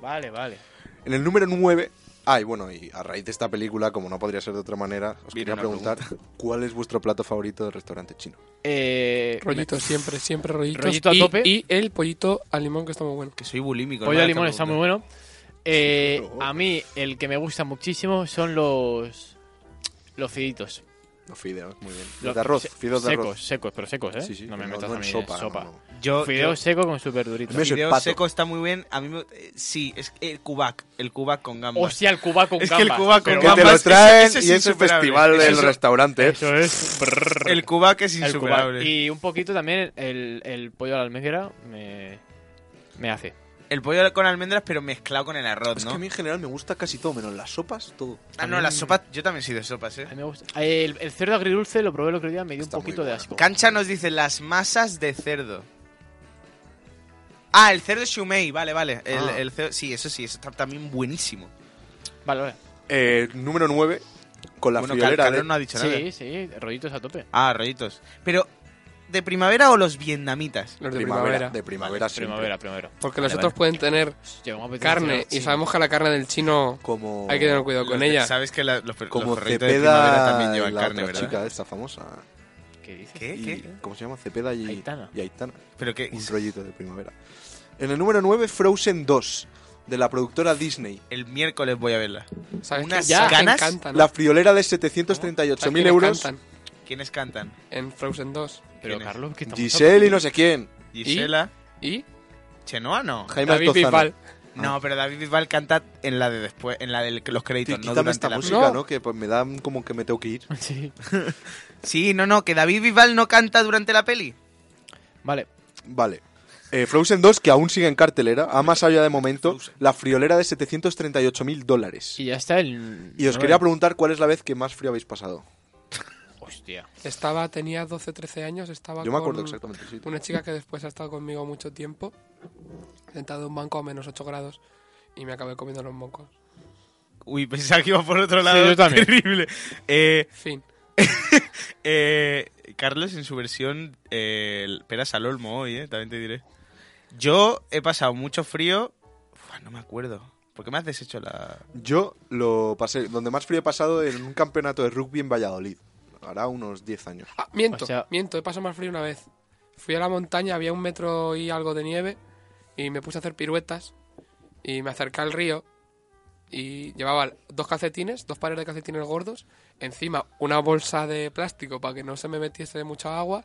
Vale, vale.
En el número 9. Ay, bueno, y a raíz de esta película, como no podría ser de otra manera, os
Viene
quería
una
preguntar cuál es vuestro plato favorito del restaurante chino.
Eh,
Rollitos, siempre, siempre rollitos.
Rollito a
y,
tope.
Y el pollito al limón, que está muy bueno.
Que soy bulímico.
Pollo
no
de
me
limón
hagas
está
esta
muy
pregunta.
bueno. Eh,
Sí, pero-
a mí, el que me gusta muchísimo son los. Los fiditos.
Los fideos, muy bien. Los
Los
de arroz,
se-
fideos de
secos,
arroz.
secos, pero secos, ¿eh?
Sí, sí,
no me
pero
metas
no
a
en
mí en
sopa,
sopa.
no, no.
Yo,
Fideo seco con super
A mí
durito.
me- es el
Fideo
pato.
seco está muy bien. A mí me, eh, sí, es el cubac, el cubac con gambas.
Hostia, el cuba con
Es que
gambas.
el cuba con
pero
Que te
gambas-
gambas-
lo
ese-
traen
ese es
y es el
insuperable.
festival
Eso
del
es-
restaurante. ¿eh?
Eso es. brrr.
El cubac es
El cuba.
insuperable. El,
Y un poquito también el, el pollo a la almendra me, me hace.
pollo con almendras, pero mezclado con el arroz,
Es
¿no?
que a mí en general me gusta casi todo, menos las sopas, todo.
Ah, no, las sopas. Yo también soy de sopas,
A
eh.
mí me gusta. El, el cerdo agridulce lo probé el otro día, me dio
Está
un
muy
poquito de
bueno.
asco.
Cancha nos dice las masas de cerdo. Ah, el cerdo shumei, vale, vale. El,
Ah.
el cerdo- sí, eso sí, eso está también buenísimo.
Vale, vale.
Eh, número 9, con la
bueno, Cal-
friolera de...
Calderón no ha dicho nada.
Sí, sí, rollitos a tope.
Ah, rollitos. Pero, ¿de primavera o los vietnamitas?
Los de primavera.
De primavera, siempre.
Primavera, primavera.
Porque los otros pueden tener
Hostia, cómo apetece
carne.
cenar.
Y sabemos que la carne del chino
Como...
hay que tener cuidado con
Los de-
ella.
Sabes que la- los, per-
Como
los perritos de primavera
Cepeda,
también llevan
la
carne,
otra
¿verdad?
chica esta famosa.
¿Qué dices?
¿Qué?
Y-
¿Qué?
¿Cómo se llama? Cepeda y
Aitana.
Y Aitana.
Pero que
un rollito de primavera. En el número 9, Frozen 2, de la productora Disney.
el miércoles voy a verla.
¿Sabes
unas
que- que
ganas,
encantan,
La
Ah, ¿no?
friolera de
¿Sabes
738.000
quiénes
euros.
cantan?
¿Quiénes cantan?
En Frozen 2.
Pero
¿Quién es?
Carlos, ¿qué estamos
Giselle y no sé quién.
Gisela.
Y
¿Chenoa no?
Jaime
David
Altozano.
Bisbal.
No, pero David Bisbal canta en la de después, en la de los
Tí,
créditos, no
quítame
durante
esta
la
música,
No.
¿no? Que pues me da como que me tengo que ir.
hablando? Sí.
Sí, no, no, que David Bisbal no canta durante la peli.
Vale.
Vale. Eh, Frozen 2, que aún sigue en cartelera, ha más allá de momento, la friolera de 738.000 dólares.
Y ya está el.
Y os
nueve.
quería preguntar cuál es la vez que más frío habéis pasado.
Hostia.
Estaba, tenía 12, 13 años, estaba
Yo me
con
acuerdo exactamente. sí.
una chica que después ha estado conmigo mucho tiempo, sentada en un banco a menos 8 grados, y me acabé comiendo los mocos.
Uy, pensaba que iba por otro
Sí,
lado.
yo también.
Terrible. Eh,
Fin.
eh, Carlos, en su versión, eh, el- peras al olmo hoy, eh, también te diré. Yo he pasado mucho frío. Uf, no me acuerdo. ¿Por qué me has deshecho la...?
Yo lo pasé, donde más frío he pasado, en un campeonato de rugby en Valladolid. Hará unos 10 años.
Ah, miento,
O sea-
miento, he pasado más frío una vez. Fui a la montaña, había un metro y algo de nieve, y me puse a hacer piruetas, y me acerqué al río, y llevaba dos calcetines, dos pares de calcetines gordos, encima una bolsa de plástico para que no se me metiese mucha agua,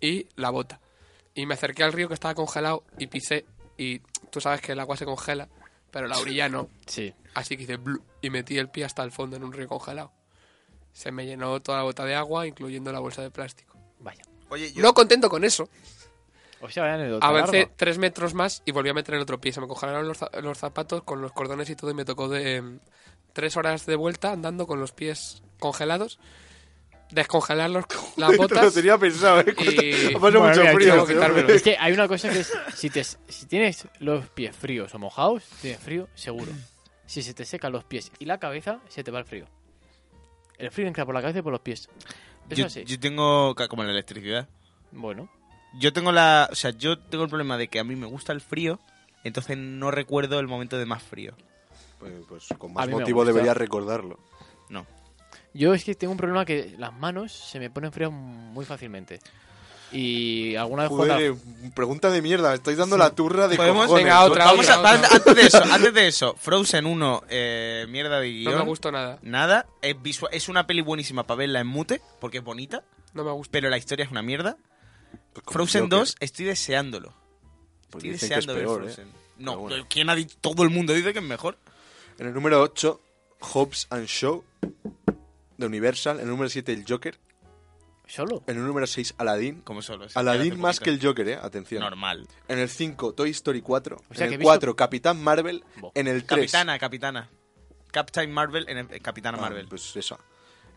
y la bota. Y me acerqué al río que estaba congelado y pisé. Y tú sabes que el agua se congela, pero la orilla no.
Sí.
Así que hice blu y metí el pie hasta el fondo en un río congelado. Se me llenó toda la bota de agua, incluyendo la bolsa de plástico.
Vaya.
Oye, yo,
No contento con eso,
O sea, anécdota
avancé
larga.
tres metros más y volví a meter el otro pie. Se me congelaron los, za- los zapatos con los cordones y todo y me tocó de em, tres horas de vuelta andando con los pies congelados, descongelar los, las
Te lo
botas
tenía pensado, ¿eh?
y...
Ha
Madre
pasado mucho
mía,
frío.
tengo que
tío,
quitármelo.
pero-
Es que hay una cosa que es, si, te, si tienes los pies fríos o mojados, tienes frío, seguro. Si se te secan los pies y la cabeza, se te va el frío. El frío entra por la cabeza y por los pies. Eso
Yo,
así.
yo tengo ca- como la electricidad.
Bueno,
Yo tengo la, o sea, yo tengo el problema de que a mí me gusta el frío, entonces no recuerdo el momento de más frío.
Pues, pues con
A
más
mí me
motivo
gusta.
deberías recordarlo.
No.
yo es que tengo un problema que las manos se me ponen frías muy fácilmente. Y alguna vez
Joder,
juega...
eh, pregunta de mierda. Estáis dando la turra de
¿Podemos?
cojones.
Venga, otra,
Vamos a,
otra,
antes,
otra.
antes de eso, antes de eso, Frozen 1, eh, mierda de
No
guión.
me gustó nada,
Nada, es, visua- es una peli buenísima para verla en mute, porque es bonita,
no me gustó.
pero la historia es una mierda.
Pues como
Frozen
Joker.
2, estoy deseándolo.
Pues
estoy
dicen que es
deseando ver
peor, ¿eh?
Frozen. No,
Pero bueno.
¿quién ha dicho? Todo el mundo dice que es mejor.
En el número 8, Hobbs and Show de Universal. En el número 7, el Joker.
¿Solo?
En el número 6, Aladdin.
Como solo. es-
Aladdin
hace
más que
poquito.
el Joker, ¿eh? Atención.
Normal.
En el 5, Toy Story 4.
O sea,
en
que he
el
visto-
4, Capitán Marvel.
Bo.
En el 3...
Capitana, capitana. Captain Marvel en el- eh, Capitana Marvel.
Pues esa.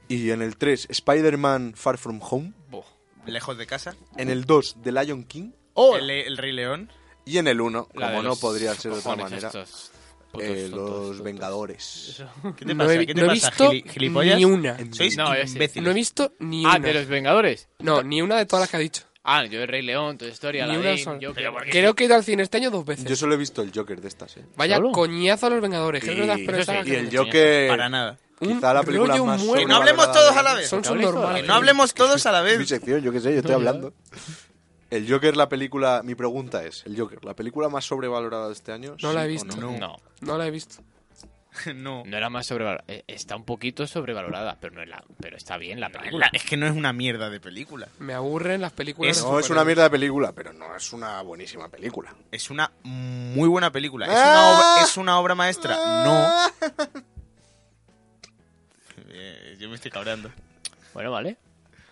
Y en el 3, Spider-Man Far From Home.
Boh.
Lejos de casa.
En el 2, The Lion King.
Oh.
El, el Rey León.
Y en el 1,
La de
como no
los
podría ser de otra
cojones
manera,
estos putos
eh,
tontos,
Los
tontos.
Vengadores.
¿Qué te
No
pasa?
he,
¿Qué te
no he
pasa,
visto
gili- gilipollas?
ni una.
Sois
No, ese-
imbéciles.
No he visto ni
Ah,
una.
¿de los Vengadores?
No, ni una de todas las que ha dicho.
Ah, yo de Rey León, tu historia,
Ni
la
una
de...
sola.
Yo
Pero
creo que...
Creo que he ido al cine este año dos veces.
Yo solo he visto el Joker de estas, ¿eh?
Vaya
¿Solo?
coñazo a los Vengadores. Creo que es de las
Y-
peores
eso sí,
sagas
Y
que
el
tengo.
Joker...
Para nada.
Quizá la
Un
película
rollo
más...
muerto.
Que no hablemos todos a la vez.
Son
¿Que hablé sola?
subnormales.
Que no
eh,
hablemos todos a la
Es mi
vez.
sección, yo qué sé, yo
No,
estoy
yo-
hablando. El Joker, la película... Mi pregunta es, el Joker, ¿la película más sobrevalorada de este año?
No la he
¿Sí o
visto.
no?
No,
No la he visto.
no.
no era más sobrevalorada. Eh, Está un poquito sobrevalorada, pero no es la... Pero está bien la película.
Es que no es una mierda de película.
Me aburren las películas. de
No, es una
superhéroes.
mierda de película, pero no es una buenísima película.
Es una muy buena película. Es una
Ah.
obra, es una obra maestra. No. Eh, Yo me estoy cabrando.
Bueno, vale.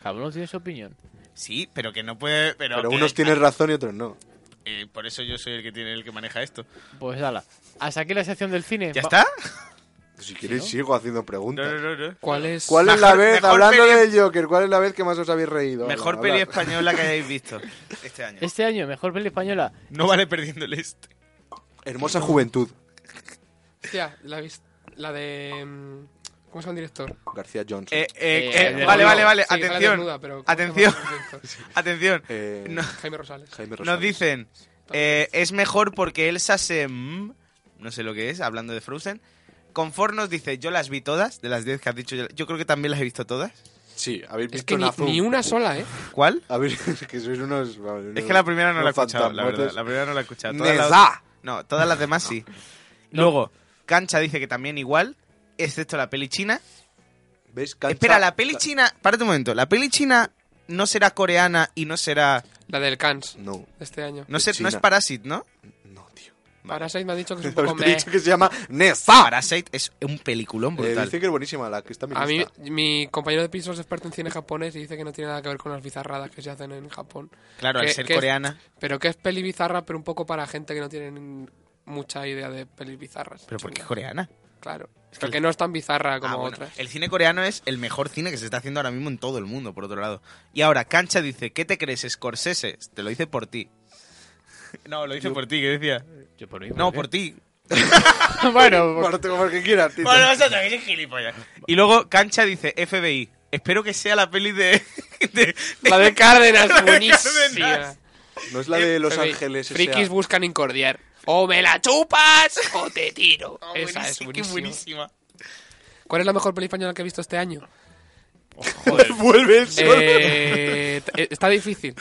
Cada uno tiene su opinión.
Sí, pero que no puede. Pero,
Pero
que-
unos tienen razón y otros no.
eh, por eso yo soy el que tiene el que maneja esto.
Eh,
Pues dala. Hasta aquí la sección del cine.
¿Ya
Va-
está?
Si queréis sigo haciendo preguntas.
no, no.
¿Cuál es?
¿Cuál es
Mejor-
la vez,
mejor
hablando
peli-
del Joker, cuál es la vez que más os habéis reído? Habla,
Mejor
habla.
peli española que hayáis visto este año.
Este año, mejor peli española.
No vale perdiendo el este.
Hermosa juventud.
Hostia, la, vis- la de. mm, ¿Cómo se llama el director?
García Johnson.
Eh, eh,
Eh,
eh,
desnudo.
vale, vale, vale.
Sí, sale
atención.
desnuda, pero ¿cómo se llama
atención.
el director?
Atención.
Eh,
no.
Jaime Rosales.
Jaime
Nos
Rosales.
dicen, eh, es mejor porque Elsa se... mm, no sé lo que es, hablando de Frozen. Confort nos dice, yo las vi todas, de las 10 que has dicho, yo, yo creo que también las he visto todas.
Sí, habéis visto
Es que ni,
en azul.
ni una sola, ¿eh?
¿Cuál?
A ver, es que sois unos... vale,
Es
unos-
que la primera no la he
unos
escuchado, la verdad.
fantasmotes.
La primera no la he escuchado. Todas las-
¡Nesa!
no, todas las demás sí. Luego, Cancha dice que también igual, excepto la peli china.
¿Veis? Cancha-
Espera, la peli china... Párate un momento, la peli china no será coreana y no será...
La del Cans
No,
de este año.
No,
Es
sé, no
china.
es Parasit, ¿no?
no, tío.
Para seis me ha dicho que es un
Habéis
poco meh.
dicho que se llama Nesa.
Parasite es un peliculón
Eh,
brutal.
dicen que es buenísima la que está en mi
A mí,
lista.
mi compañero de piso es experto en cine japonés y dice que no tiene nada que ver con las bizarradas que se hacen en Japón.
claro, al
que-
ser
que es-
coreana...
Pero que es peli bizarra, pero un poco para gente que no tiene mucha idea de pelis bizarras.
¿Pero por qué
Chunga,
coreana?
Claro. Pero que no es tan bizarra como
Ah, bueno.
otras.
El cine coreano es el mejor cine que se está haciendo ahora mismo en todo el mundo, por otro lado. Y ahora, Cancha dice, ¿qué te crees, Scorsese? Te lo dice por ti. No, lo dice por ti, ¿qué decía?
Yo por mí.
No,
qué?
por ti.
bueno, por-
Bueno, tengo más que quieras, tío.
Bueno, vosotros, que sois gilipollas. Y luego Cancha dice, FBI, espero que sea la peli de... de-
La de Cárdenas,
de
buenísima.
Cárdenas.
No es la de Los
Pepe,
Ángeles.
eh, Frikis
S.A..
buscan incordiar. O me la chupas o te tiro.
Oh,
Esa es
buenísima, qué
buenísima.
buenísima.
¿Cuál es la mejor peli española que he visto este año?
Vuelve el sol.
Eh, t- eh, está difícil.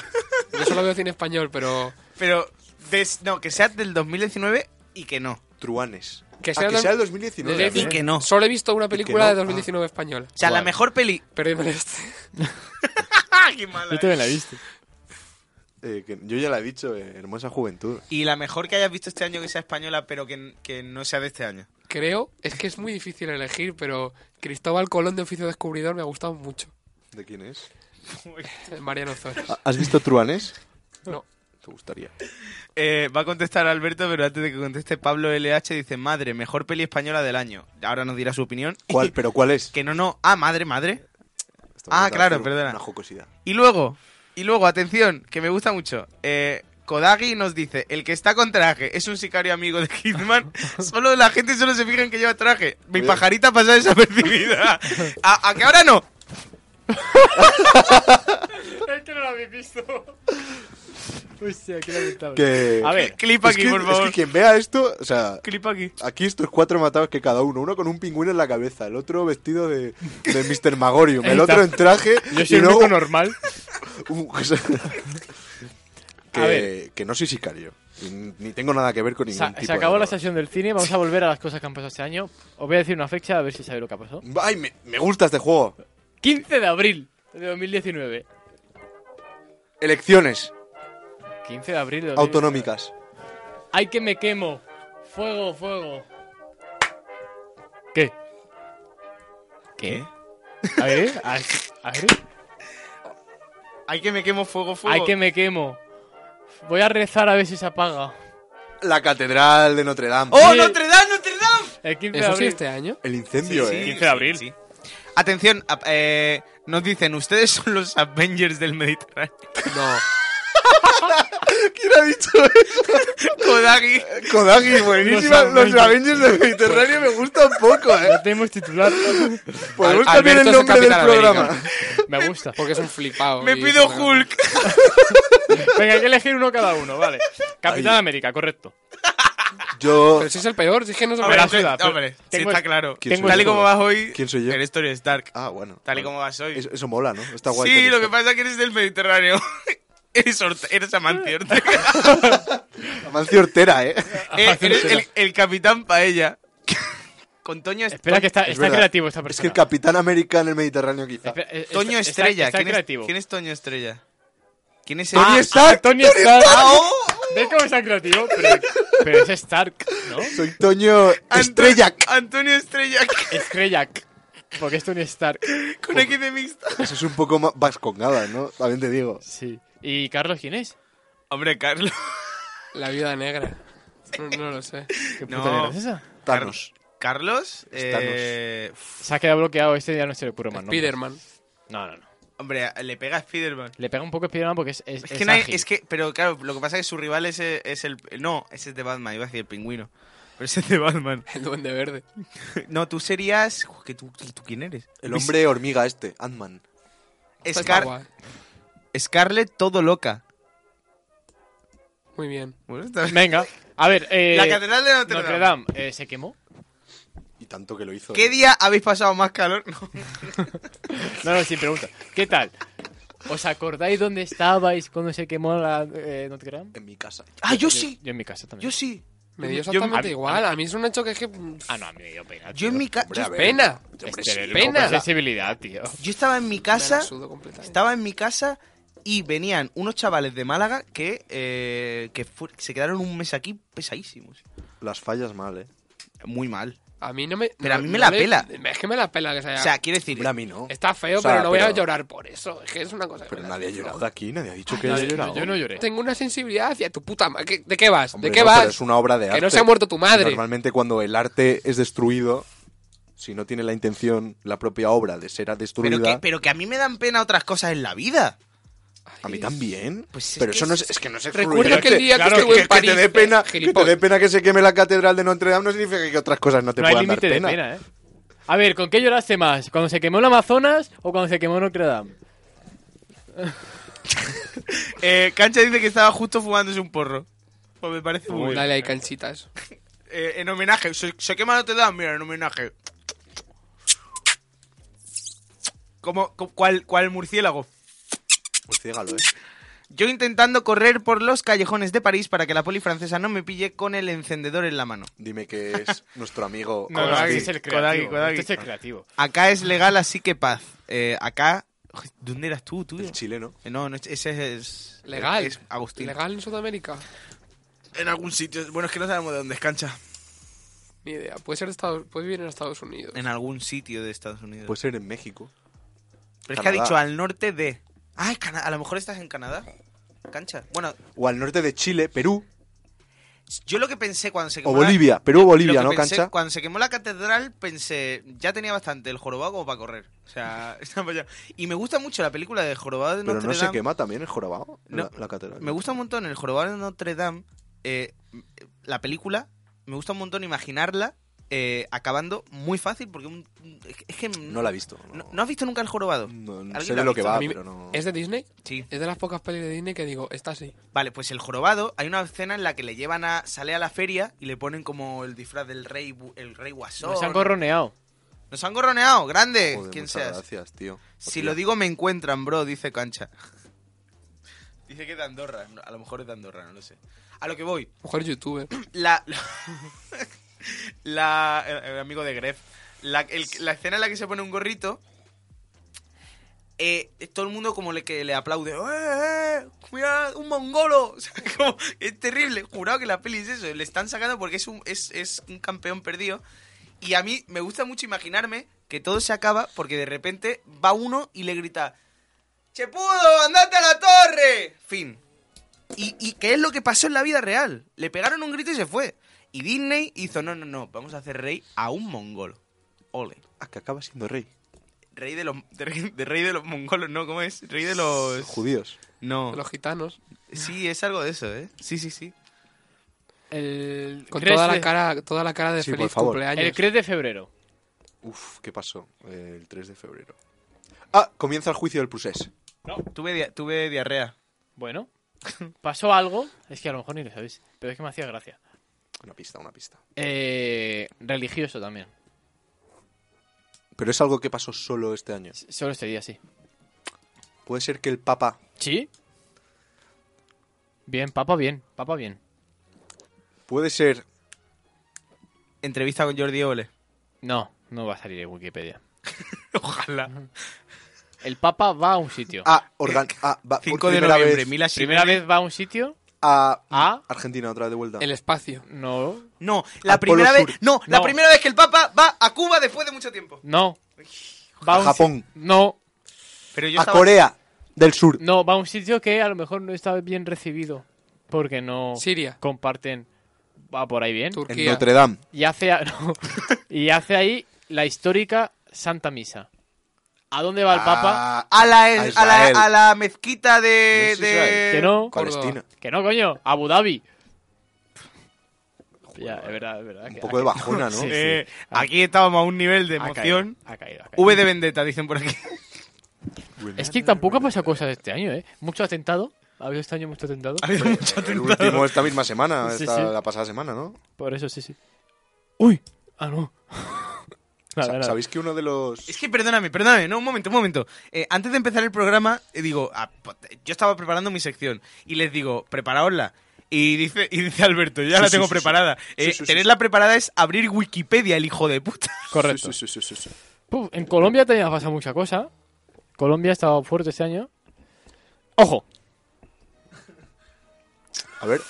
Yo solo veo cine español, pero
Pero, des- no, que sea del 2019 y que no.
Truanes.
Que
Ah,
sea
que
del-
sea el 2019.
del-
Y que no. Ah. O
solo he visto una película
no,
de 2019 española.
sea, la
Guau.
mejor peli...
Perdíme el este.
¡Ah, qué mala!
yo también la he visto.
eh, que yo ya la he dicho, eh, hermosa juventud.
Y la mejor que hayas visto este año que sea española, pero que, que no sea de este año.
Creo, es que es muy difícil elegir, pero Cristóbal Colón de Oficio Descubridor me ha gustado mucho.
¿De quién es?
Mariano Zores.
¿Ha- Ah, ¿Has visto Truanes?
No.
Te gustaría.
Eh, va a contestar Alberto, pero antes de que conteste, Pablo LH dice: Madre, mejor peli española del año. Ahora nos dirá su opinión.
¿Cuál? ¿Pero cuál es?
Que no, no. Ah, madre, madre.
Esto
Ah,
me va a
claro,
hacer
perdona.
Una jocosidad.
Y luego, y luego, atención, que me gusta mucho. Eh, Kodagi nos dice, el que está con traje es un sicario amigo de Hitman. Solo la gente solo se fija en que lleva traje. Mi
Cuidado.
pajarita pasa desapercibida. ¿A, a que ahora no?
Este no lo habéis visto. Hostia, qué lamentable.
Que...
A ver,
Clip
es
aquí,
que,
por
es
favor.
que quien vea esto, o sea,
Clip aquí.
aquí estos cuatro matados que cada uno, uno con un pingüino en la cabeza, el otro vestido de, de Mr. Magorium, el otro en traje
Yo
y
soy el
luego
único normal.
Uh, o sea, que,
A ver.
que no soy sicario. y Ni tengo nada que ver con ningún
Se,
tipo
se acabó
de
la
droga.
sesión del cine, vamos a volver a las cosas que han pasado este año. Os voy a decir una fecha a ver si sabéis lo que ha pasado.
Ay, me, me gusta este juego.
15 de abril de 2019.
Elecciones
15 de abril de 2019.
autonómicas.
¡Ay, que me quemo! ¡Fuego, fuego! ¿Qué? ¿Qué? A ver, a ver, a ver.
Hay que me quemo fuego, fuego.
¡Ay, que me quemo! Voy a rezar a ver si se apaga.
La catedral de Notre Dame.
¡Oh, Notre Dame, Notre Dame!
El 15 de
¿Eso sí
abril.
este año?
El incendio,
Sí, sí.
eh.
15 de abril.
Sí. Atención, ap- eh, nos dicen, ustedes son los Avengers del Mediterráneo.
No.
¿Quién ha dicho eso?
Kodagi.
Kodagi, buenísima.
Los Avengers.
Los Avengers del Mediterráneo me gustan poco, eh. Pues
No tenemos titular.
Podemos
Al-
cambiar el
Alberto es
nombre del
Capitán
programa.
América.
Me gusta.
Porque es un flipado.
Me
y-
pido Hulk.
Venga, hay que elegir uno cada uno, vale. Capitán
Ahí.
América, correcto.
Yo.
Pero si es el peor, si es que no se
A ver,
me
la suda, pero
Hombre, sí,
tengo-
está claro.
¿Quién
tengo
soy
Tal y
yo?
como vas hoy,
¿Quién soy yo?
eres Tony Stark.
Ah, bueno.
Tal y como vas hoy.
Eso, eso mola, ¿no? Está guay.
Sí,
tener
lo que
esto.
pasa es que eres del Mediterráneo. eres, Orte- eres Amancio Ortega.
Amancio Ortera, eh.
Eh, eres el, el capitán Paella. Con Toño, Est-
Espera, que está,
Es
está
verdad.
creativo esta
Es
persona.
que el Capitán América en el Mediterráneo, quizá.
Espera, eh,
Toño
está- está-
Estrella.
Está,
¿Quién,
creativo. Ah,
es, quién es Toño Estrella? ¿Quién es
Tony
el- Ah,
Stark.
Tony Stark. Ah,
¡Oh!
¿Ves cómo está creativo? Pero, pero es Stark, ¿no?
Soy Toño
Anto-
Estrella.
Antonio Estrella.
Estrella. Porque es Tony Stark.
Con X de mixta.
Eso es un poco más vascongada, ¿no? También te digo.
Sí. ¿Y Carlos quién es?
Hombre, Carlos.
La viuda negra. No, no lo sé.
¿Qué
No.
puta mierda es esa?
Thanos.
¿Carlos?
Es
Eh,
Se ha quedado bloqueado este, ya no se le ocurre más. ¿no?
Spiderman.
No, no, no.
hombre, le pega a Spider-Man.
Le pega un poco Spiderman porque es. Es,
Es
es
que, no hay-
ágil.
es que, pero claro, lo que pasa es que su rival es, eh, es el. No, ese es de Batman, iba a decir el pingüino. Pero ese es de Batman.
El duende verde.
No, tú serías. Uf, que tú, ¿Tú quién eres?
El hombre hormiga este, Ant-Man.
Está
Scar-
guay.
Scarlett todo loca.
Muy bien.
Bueno, está bien.
Venga. A ver, eh.
la catedral de Notre,
Notre
Dame.
Dame. eh, ¿Se quemó?
Y tanto que lo hizo.
¿Qué
¿eh?
día habéis pasado más calor? No.
No, no, sin pregunta. ¿Qué tal? ¿Os acordáis dónde estabais cuando se quemó la eh, Notre Dame?
En mi casa.
Ah, yo sí.
Yo en mi casa también.
Yo sí.
Me dio
Yo-
exactamente
a-
igual. A mí es un hecho que es que.
Ah, no, a mí me dio pena.
Yo
tío.
en mi casa.
Hombre,
Yo,
a ver.
Pena.
Hombre,
Este,
sí.
el-
pena.
con sensibilidad, tío.
yo estaba en mi
Me
casa.
la sudo completamente.
Estaba en mi casa y venían unos chavales de Málaga que, eh, que fu- se quedaron un mes aquí pesadísimos.
Las fallas mal, ¿eh?
Muy mal.
A mí no me.
Pero a mí
no-
me
no
la
le-
pela.
Es que me la pela que se haya.
O sea, quiero decir.
Hombre, a mí no.
está feo,
o sea,
pero no voy a
pero-
llorar por eso. Es que es una cosa. que
Pero
me la-
nadie ha llorado de aquí, nadie ha dicho que
No,
haya
yo-
llorado.
yo no lloré.
Tengo una sensibilidad hacia tu puta madre. ¿Qué- ¿De qué vas?
Hombre,
¿De qué
no,
vas?
pero es una obra de arte.
Que no se ha muerto tu madre.
Normalmente cuando el arte es destruido, si no tiene la intención, la propia obra de ser destruida,
Pero que, pero que a mí me dan pena otras cosas en la vida.
a mí también.
Pues es
pero
que
eso no
es-
es, es que no es
Recuerdo que el día
Claro,
que estuve
que,
en
que
París.
te dé pena, que te
gilipollas.
dé pena que se queme la catedral de Notre Dame no significa que otras cosas no te
No hay
puedan dar
límite de
pena.
pena, ¿eh? A ver, ¿con qué lloraste más? ¿Cuando se quemó el Amazonas o cuando se quemó Notre Dame?
Eh, Cancha dice que estaba justo fumándose un porro. Pues me parece muy bien.
Dale ahí canchitas.
Eh, en homenaje. Se, se quema Notre Dame, mira, en homenaje. Como, co- cual, cual murciélago.
Pues ciégalo, ¿eh?
Yo intentando correr por los callejones de París para que la poli francesa no me pille con el encendedor en la mano.
Dime que es nuestro amigo.
No, no,
Konsti.
aquí es el- Kodagi, Kodagi.
Este es el creativo.
Acá es legal, así que paz. Eh, acá ¿Dónde eras tú, tú?
El chileno.
No, no, ese es.
Legal.
Es Agustín.
¿Legal en Sudamérica?
En algún sitio. Bueno, es que no sabemos de dónde escancha.
Ni idea. Puede ser de Estados, puede vivir en Estados Unidos.
En algún sitio de Estados Unidos.
Puede ser en México.
Pero es que ha
Pues, Canadá.
dicho al norte de. Ah, es Cana- a lo mejor estás en Canadá. Cancha. Bueno,
O al norte de Chile, Perú
yo lo que pensé cuando se
o
quemó. la-
Bolivia. Perú o Bolivia,
lo
¿no,
que pensé-
cancha?
Cuando se quemó la catedral, pensé. Ya tenía bastante el jorobado como para correr. O sea, está para allá. Y me gusta mucho la película de Jorobado de
Pero
Notre
no se
Dame.
quema también el jorobado.
No.
La, la catedral.
Me gusta un montón el Jorobado de Notre Dame. eh, la película. Me gusta un montón imaginarla. eh, acabando muy fácil porque un- es que
No la Mm. he visto. No,
¿No, no has visto nunca el jorobado?
No- no
¿Alguien
sé
la
de
ha
lo que
visto?
va,
A mí me-
pero no.
¿Es de Disney?
Sí.
Es de las pocas pelis de Disney que digo, esta sí.
Vale, pues el jorobado, hay una escena en la que le llevan a. sale a la feria y le ponen como el disfraz del rey bu- el rey guasón.
Nos han corroneado.
Nos han gorroneado, grande,
Joder,
quien
muchas
seas.
gracias, tío.
Si
Hostia.
lo digo me encuentran, bro, dice Cancha. Dice que es de Andorra, no, a lo mejor es de Andorra, no lo sé. A lo que voy,
Mejor youtuber.
la. la. El, el amigo de Gref. La, el- la escena en la que se pone un gorrito. eh, todo el mundo como le que le aplaude. ¡Eh, eh! ¡Mira, un mongolo! O sea, como, es terrible. Jurado que la peli es eso. Le están sacando porque es un, es, es un campeón perdido. Y a mí me gusta mucho imaginarme que todo se acaba porque de repente va uno y le grita. ¡Chepudo, andate a la torre! Fin. Y, y qué es lo que pasó en la vida real. Le pegaron un grito y se fue. Y Disney hizo, no, no, no, vamos a hacer rey a un mongol. Ole.
Ah, que acaba siendo rey.
Rey de los, de rey, de rey de los mongolos, ¿no? ¿Cómo es? Rey de los...
Judíos.
No.
Los gitanos.
Sí, es algo de eso, ¿eh? Sí, sí, sí.
El
Con
3
toda la
de-
cara, toda la cara de
Sí, por
feliz
favor.
El
cumpleaños.
3 de febrero.
Uf, ¿qué pasó? Eh, El 3 de febrero. Ah, comienza el juicio del Prusés.
Tuve, dia- tuve diarrea.
Bueno, pasó algo. Es que a lo mejor ni lo sabéis, pero es que me hacía gracia.
Una pista, una pista.
Eh, religioso también.
Pero es algo que pasó solo este año.
S- Solo este día, sí.
Puede ser que el Papa.
¿Sí? Bien, papa bien, papa bien.
Puede ser.
Entrevista con Jordi Ole.
No, no va a salir en Wikipedia.
Ojalá.
El papa va a un sitio.
Ah, organ... ah, va, por
5 de
primera
noviembre,
vez
Mila
Primera
Shimer-
vez va a un sitio,
a
a...
Argentina otra vez de vuelta.
El espacio.
No,
No, la
Al Polo
primera vez...
Sur.
No, la
No.
primera vez que el Papa va a Cuba después de mucho tiempo.
no. Va
A
un
Japón.
si- No,
Pero yo
A
estaba-
Corea del Sur.
no, va a un sitio que a lo mejor no está bien recibido. Porque no
Siria.
comparten... Va por ahí bien.
En
Turquía.
Notre Dame.
Y hace, a- no. y hace ahí la histórica Santa Misa. ¿A dónde va el Papa?
Ah,
A la,
A
a la,
Israel.
a la mezquita de...
¿No es
de...
Israel?
Que no,
Palestina.
que no, coño, Abu Dhabi. Ya, es verdad, es verdad.
Un
que-
poco de bajona, ¿no?
Sí,
Eh,
sí.
aquí estábamos a un nivel de
Ha
emoción.
caído, ha caído, ha caído.
V de Vendetta, dicen por aquí.
Es que tampoco ha pasado cosas este año, ¿eh? Mucho atentado. Ha habido este año mucho atentado.
Ha habido mucho
El
atentado.
último esta misma semana,
Sí,
esta-
sí.
la pasada semana, ¿no?
Por eso, sí, sí. ¡Uy! Ah, no. Nada,
Sa-
nada.
¿Sabéis que uno de los...
Es que perdóname, perdóname, no, un momento, un momento. Eh, antes de empezar el programa, eh, digo, ah, po- yo estaba preparando mi sección y les digo, preparaosla. Y dice, y dice Alberto, ya
Sí,
la
sí,
tengo
sí, sí.
preparada.
Sí,
Eh,
sí, sí,
tenerla preparada es abrir Wikipedia, el hijo de puta.
Correcto.
Sí, sí, sí, sí, sí.
Puf, en Colombia también ha pasado mucha cosa. Colombia ha estado fuerte este año. ¡Ojo!
A ver,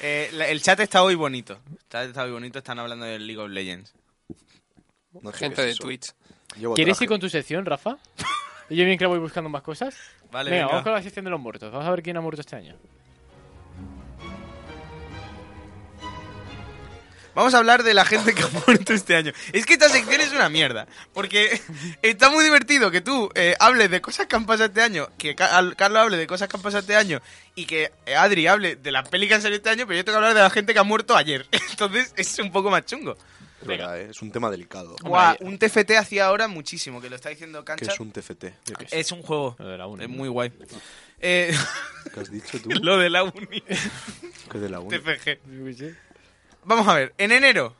Eh, la- el chat está hoy bonito. El chat está hoy bonito, están hablando del League of Legends.
no sé
Gente
qué es
de
eso.
Twitch.
Llevo
¿Quieres
traje.
ir con tu sección, Rafa? Y yo bien que voy buscando más cosas.
Vale,
venga,
venga.
vamos con la sección de los muertos. Vamos a ver quién ha muerto este año.
Vamos a hablar de la gente que ha muerto este año. Es que esta sección es una mierda. Porque está muy divertido que tú eh, hables de cosas que han pasado este año, que Ca- al- Carlos hable de cosas que han pasado este año y que eh, Adri hable de las peli que han salido este año, pero yo tengo que hablar de la gente que ha muerto ayer. Entonces es un poco más chungo.
Es verdad, ¿eh? es un tema delicado.
Hombre,
Buah,
ayer-
un TFT hacía ahora muchísimo, que lo está diciendo
¿Qué
Cancha.
es un TFT? Yo qué sé.
Es un juego.
Lo de la uni,
Es
¿no?
muy guay. Eh,
¿Qué has dicho tú?
lo de la uni.
Que es de la uni.
TFG. Vamos a ver, en enero.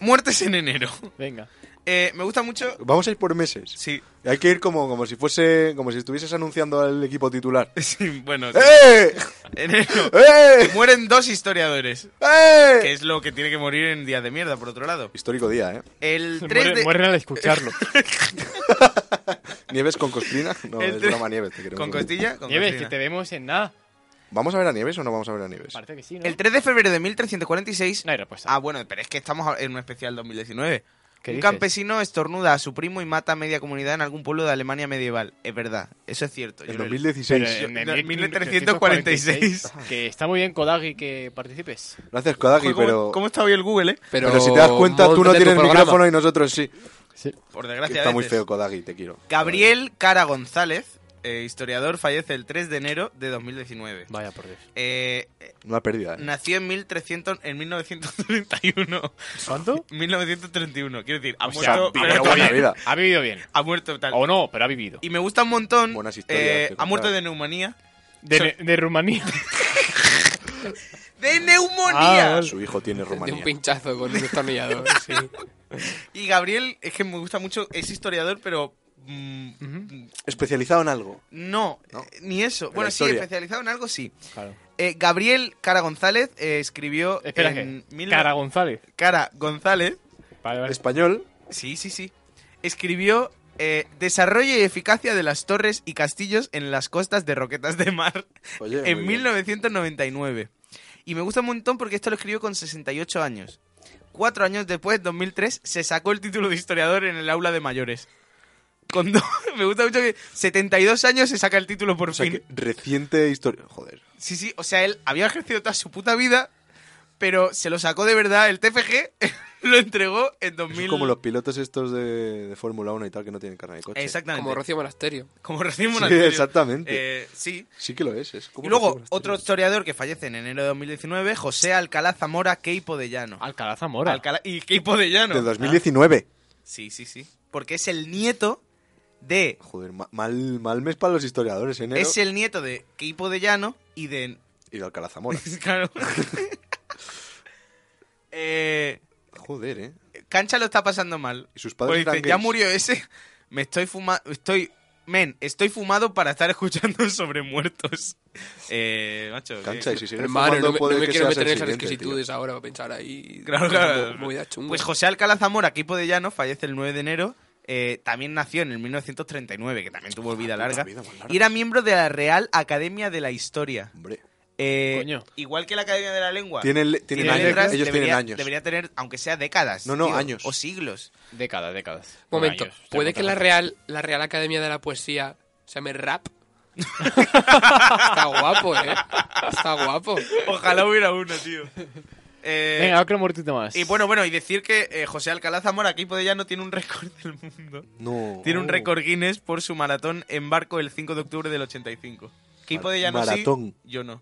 Muertes en enero.
Venga.
Eh, me gusta mucho.
Vamos a ir por meses.
Sí,
Hay que ir como, como si fuese, como si estuvieses anunciando al equipo titular.
sí, bueno. sí.
¡Eh!
Enero.
¡Eh!
Mueren dos historiadores,
¡Eh!
que es lo que tiene que morir en días de mierda, por otro lado.
Histórico día, ¿eh?
El 3
Mueren,
de...
mueren al escucharlo.
Nieves con costrina. No,
El
es
tre-
broma, Nieves. Te queremos
¿Con
mucho.
costilla? Con
Nieves, que
costilla.
te vemos en nada.
¿Vamos a ver a Nieves o no vamos a ver a Nieves?
Parece que sí, ¿no?
El 3 de febrero de 1346.
No hay respuesta.
Ah, bueno, pero es que estamos en un especial 2019.
¿Qué
un
dices?
campesino estornuda a su primo y mata a media comunidad en algún pueblo de Alemania medieval. Es verdad, eso es cierto.
En
yo lo he
2016.
Pero
yo-
en el
no,
1346, Que está muy bien, Kodagi, que participes.
Gracias, Kodaki,
Joder, ¿cómo-
pero,
¿Cómo está hoy el Google, eh?
pero, si te das cuenta, tú no
móntate tu
tienes
programa.
micrófono y nosotros sí.
Por
Que
desgracia.
Está
a
muy
veces.
feo, Kodaki, te quiero.
Gabriel Cara González, eh, historiador, fallece el 3 de enero de 2019.
Vaya por Dios.
Eh, eh,
Una pérdida. ¿eh?
nació en 1300, en 1931.
¿Cuánto?
1931, quiero decir, ha
O sea,
muerto,
vivió
pero-
toda la vida.
Ha vivido bien.
ha muerto tal.
O no, pero ha vivido.
Y me gusta un montón.
Buenas historias
eh,
que
ha
contar.
muerto de neumonía.
De, de Rumanía.
¡De neumonía!
Ah,
Su hijo tiene
De un
romanía.
pinchazo con un destornillador, sí.
y Gabriel, es que me gusta mucho, es historiador, pero. mm,
Especializado en algo.
no,
No.
eh, ni eso. Bueno, sí,
historia.
especializado en algo, sí.
Claro.
Eh, Gabriel Cara González eh, escribió.
Espera,
en
que.
mil-
Cara González.
Cara González.
Vale, vale.
Español,
Sí, sí, sí. Escribió eh, Desarrollo y eficacia de las torres y castillos en las costas de Roquetas de Mar
Oye, muy
en
bien.
1999. Y me gusta un montón porque esto lo escribió con 68 años. Cuatro años después, 2003, se sacó el título de historiador en el aula de mayores. Con do- me gusta mucho que 72 años se saca el título por
O sea,
fin.
que reciente historia. Joder.
Sí, sí, o sea, él había ejercido toda su puta vida, pero se lo sacó de verdad el TFG, lo entregó en
Eso
2000.
Es como los pilotos estos de, de Fórmula 1 y tal que no tienen carne de coche.
Exactamente.
Como Rocío Monasterio.
Como recién
Sí,
monasterio.
exactamente.
Eh, sí.
sí que lo es. es como
Y luego,
Rocío
otro
Monasterio.
historiador que fallece en enero de 2019, José Alcalá Zamora Queipo de Llano.
Alcalá Zamora.
Alcalá- y Queipo de Llano. Ah,
De 2019.
Sí, sí, sí. Porque es el nieto de.
Joder, ma- mal, mal mes para los historiadores, enero.
Es el nieto de Queipo de Llano y de.
Y de Alcalá Zamora.
claro. Eh,
Joder, eh.
Cancha lo está pasando mal.
Y sus
Porque
padres
Pues dice,
eran
ya
gays.
murió ese. Me estoy fumando. Estoy. Men, estoy fumado para estar escuchando sobre muertos. Eh, macho.
Cancha,
que-
y si sigues
Hermano,
fumando,
no me,
puede
no me
que
quiero
seas
meter en
el
esas
siguiente,
exquisitudes ahora para pensar ahí.
Claro, claro.
Mo- Movida chunga.
Pues José Alcalá Zamora, equipo de Llano, fallece el 9 de enero. Eh, también nació en el 1939, que también tuvo vida
Ah, puta
larga.
vida más larga.
Y era miembro de la Real Academia de la Historia.
tío. Hombre.
Eh,
Coño.
Igual que la Academia de la Lengua.
Tienen, le- tienen
tiene
años,
letras,
ellos
debería,
tienen años.
Debería tener, aunque sea décadas.
No, no,
tío,
años.
O siglos.
Décadas, décadas.
Momento,
Años,
¿puede
te
que la
contarás.
Real, la Real Academia de la Poesía se llame rap? Está guapo, ¿eh? Está guapo.
Ojalá hubiera uno, tío. Eh,
Venga, otro muertito más.
y bueno, bueno, y decir que eh, José Alcalá Zamora, equipo de Llano, tiene un récord del mundo.
No.
Tiene un récord Guinness por su maratón en barco el 5 de octubre del 85. ¿Qué hipo de llano sí,
maratón.
yo no.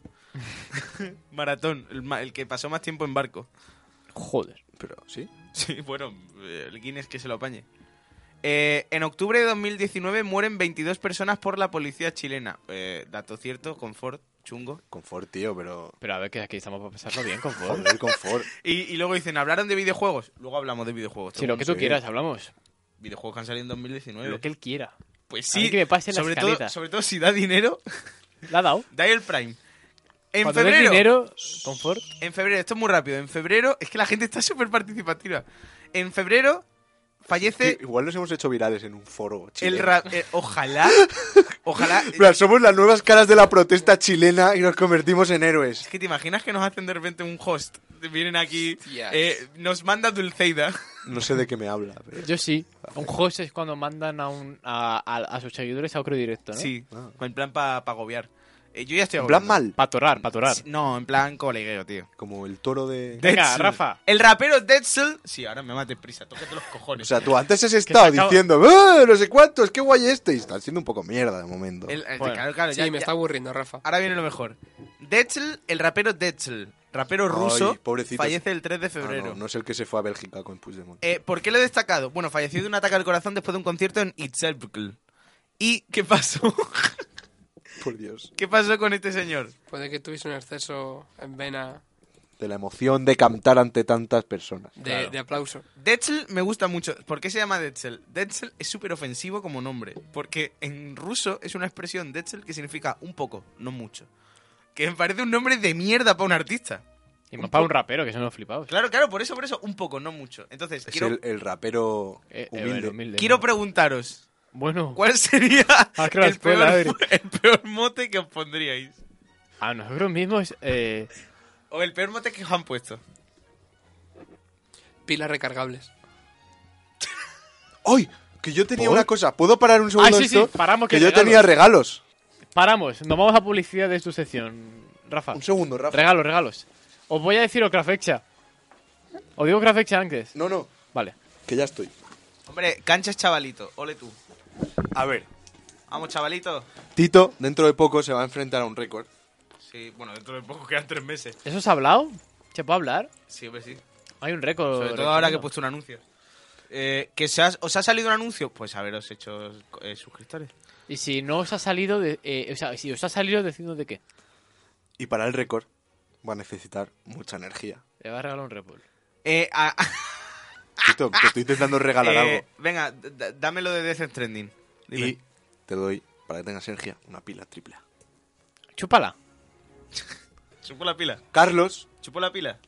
maratón, el, ma- el que pasó más tiempo en barco.
Joder.
Pero, ¿sí?
Sí, bueno, eh, el Guinness que se lo apañe. Eh, en octubre de 2019 mueren 22 personas por la policía chilena. Eh, dato cierto, confort, chungo.
Confort, tío, pero...
Pero a ver, que aquí estamos para pasarlo bien, con favor.
Joder, confort.
Y, y luego dicen, ¿hablaron de videojuegos? Luego hablamos de videojuegos.
Si lo que tú
Sí.
quieras, hablamos.
Videojuegos que han salido en 2019.
Lo que él quiera.
Pues
A mí
sí,
que me pase la
sobre,
escaleta.
todo, sobre todo si da dinero,
La ha dado.
da el Prime. En
Cuando des
febrero,
dinero, confort.
En febrero, esto es muy rápido. En febrero, es que la gente está súper participativa. En febrero fallece
Igual nos hemos hecho virales en un foro chileno.
el ra- eh, ojalá, ojalá.
En plan, somos las nuevas caras de la protesta chilena y nos convertimos en héroes.
Es que te imaginas que nos hacen de repente un host. Vienen aquí,
Hostias.
eh, nos manda Dulceida.
No sé de qué me habla, pero...
Yo sí. Un host es cuando mandan a, un, a, a, a sus seguidores a otro directo, ¿no?
Sí,
Ah.
en plan para agobiar. Eh, yo ya estoy
En plan
agobiando.
mal.
Para torar, para torar.
Sí, No, en plan colegueo, tío.
Como el toro de...
Venga,
Dedsel.
Rafa.
El rapero Dedsel. Sí, ahora me mates prisa, tócate los
O
cojones.
sea, tú antes has
se
estado
acaba-
diciendo, "Ah, no sé cuántos, qué guay este. Y está siendo un poco mierda de momento. Ah,
El- el-
Bueno,
claro, claro,
Sí,
ya-
me
ya-
está aburriendo, Rafa.
Ahora viene lo mejor. Dedsel, el rapero Dedsel, rapero
Ay,
ruso,
pobrecito.
fallece el 3 de
Ah,
febrero.
no, no es el que se fue a Bélgica con Puigdemont.
Eh, ¿Por qué lo he destacado? Bueno, falleció de un ataque al corazón después de un concierto en Itzelbkl. ¿Y qué pasó?
Por Dios.
¿Qué pasó con este señor?
Puede que tuviese un exceso en vena
De la emoción de cantar ante tantas personas.
de,
Claro.
de aplauso.
Detzel me gusta mucho. ¿Por qué se llama Detzel? Detzel es súper ofensivo como nombre. Porque en ruso es una expresión Detzel que significa un poco, no mucho. Que me parece un nombre de mierda para un artista.
Y más para un rapero, que son los flipados.
Claro, claro, por eso, por eso, un poco, no mucho. Entonces,
Es
quiero,
el, el rapero
Eh, eh,
humilde.
humilde.
quiero preguntaros:
Bueno,
¿Cuál sería
Ah, claro,
el
escuela,
peor,
Adri.
el peor mote que os pondríais?
a nosotros mismos. eh,
O el peor mote que os han puesto.
Pilas recargables.
¡Ay! Que yo tenía
¿Por?
una cosa. ¿Puedo parar un segundo
Ah, sí, sí,
esto?
paramos, que
que yo
regalos.
tenía regalos.
paramos, nos vamos a publicidad de tu sección, Rafa.
Un segundo, Rafa.
Regalos, regalos. Os voy a decir otra fecha. Os digo otra fecha antes.
no, no,
Vale.
que ya estoy.
Hombre, canchas chavalito, ole tú.
A ver.
Vamos, chavalito.
Tito, dentro de poco se va a enfrentar a un récord.
Sí, bueno, dentro de poco quedan tres meses.
¿Eso se ha hablado? ¿Se puede hablar?
Sí, hombre, sí.
Hay un récord.
Sobre todo ahora que he
retorno.
puesto un anuncio. Eh, ¿que se has- ¿Os ha salido un anuncio? Pues haberos hecho eh, suscriptores.
Y si no os ha salido, de, eh, o sea, si os ha salido, decidnos de qué.
Y para el récord va a necesitar mucha energía.
Le va a regalar un repol.
Eh, a-
Tito, te estoy intentando regalar
eh,
algo.
Venga, d- d- dámelo de Death Trending.
Y te doy, para que tengas energía, una pila triple. A.
Chúpala.
Chupo la pila,
Carlos,
chupo la pila.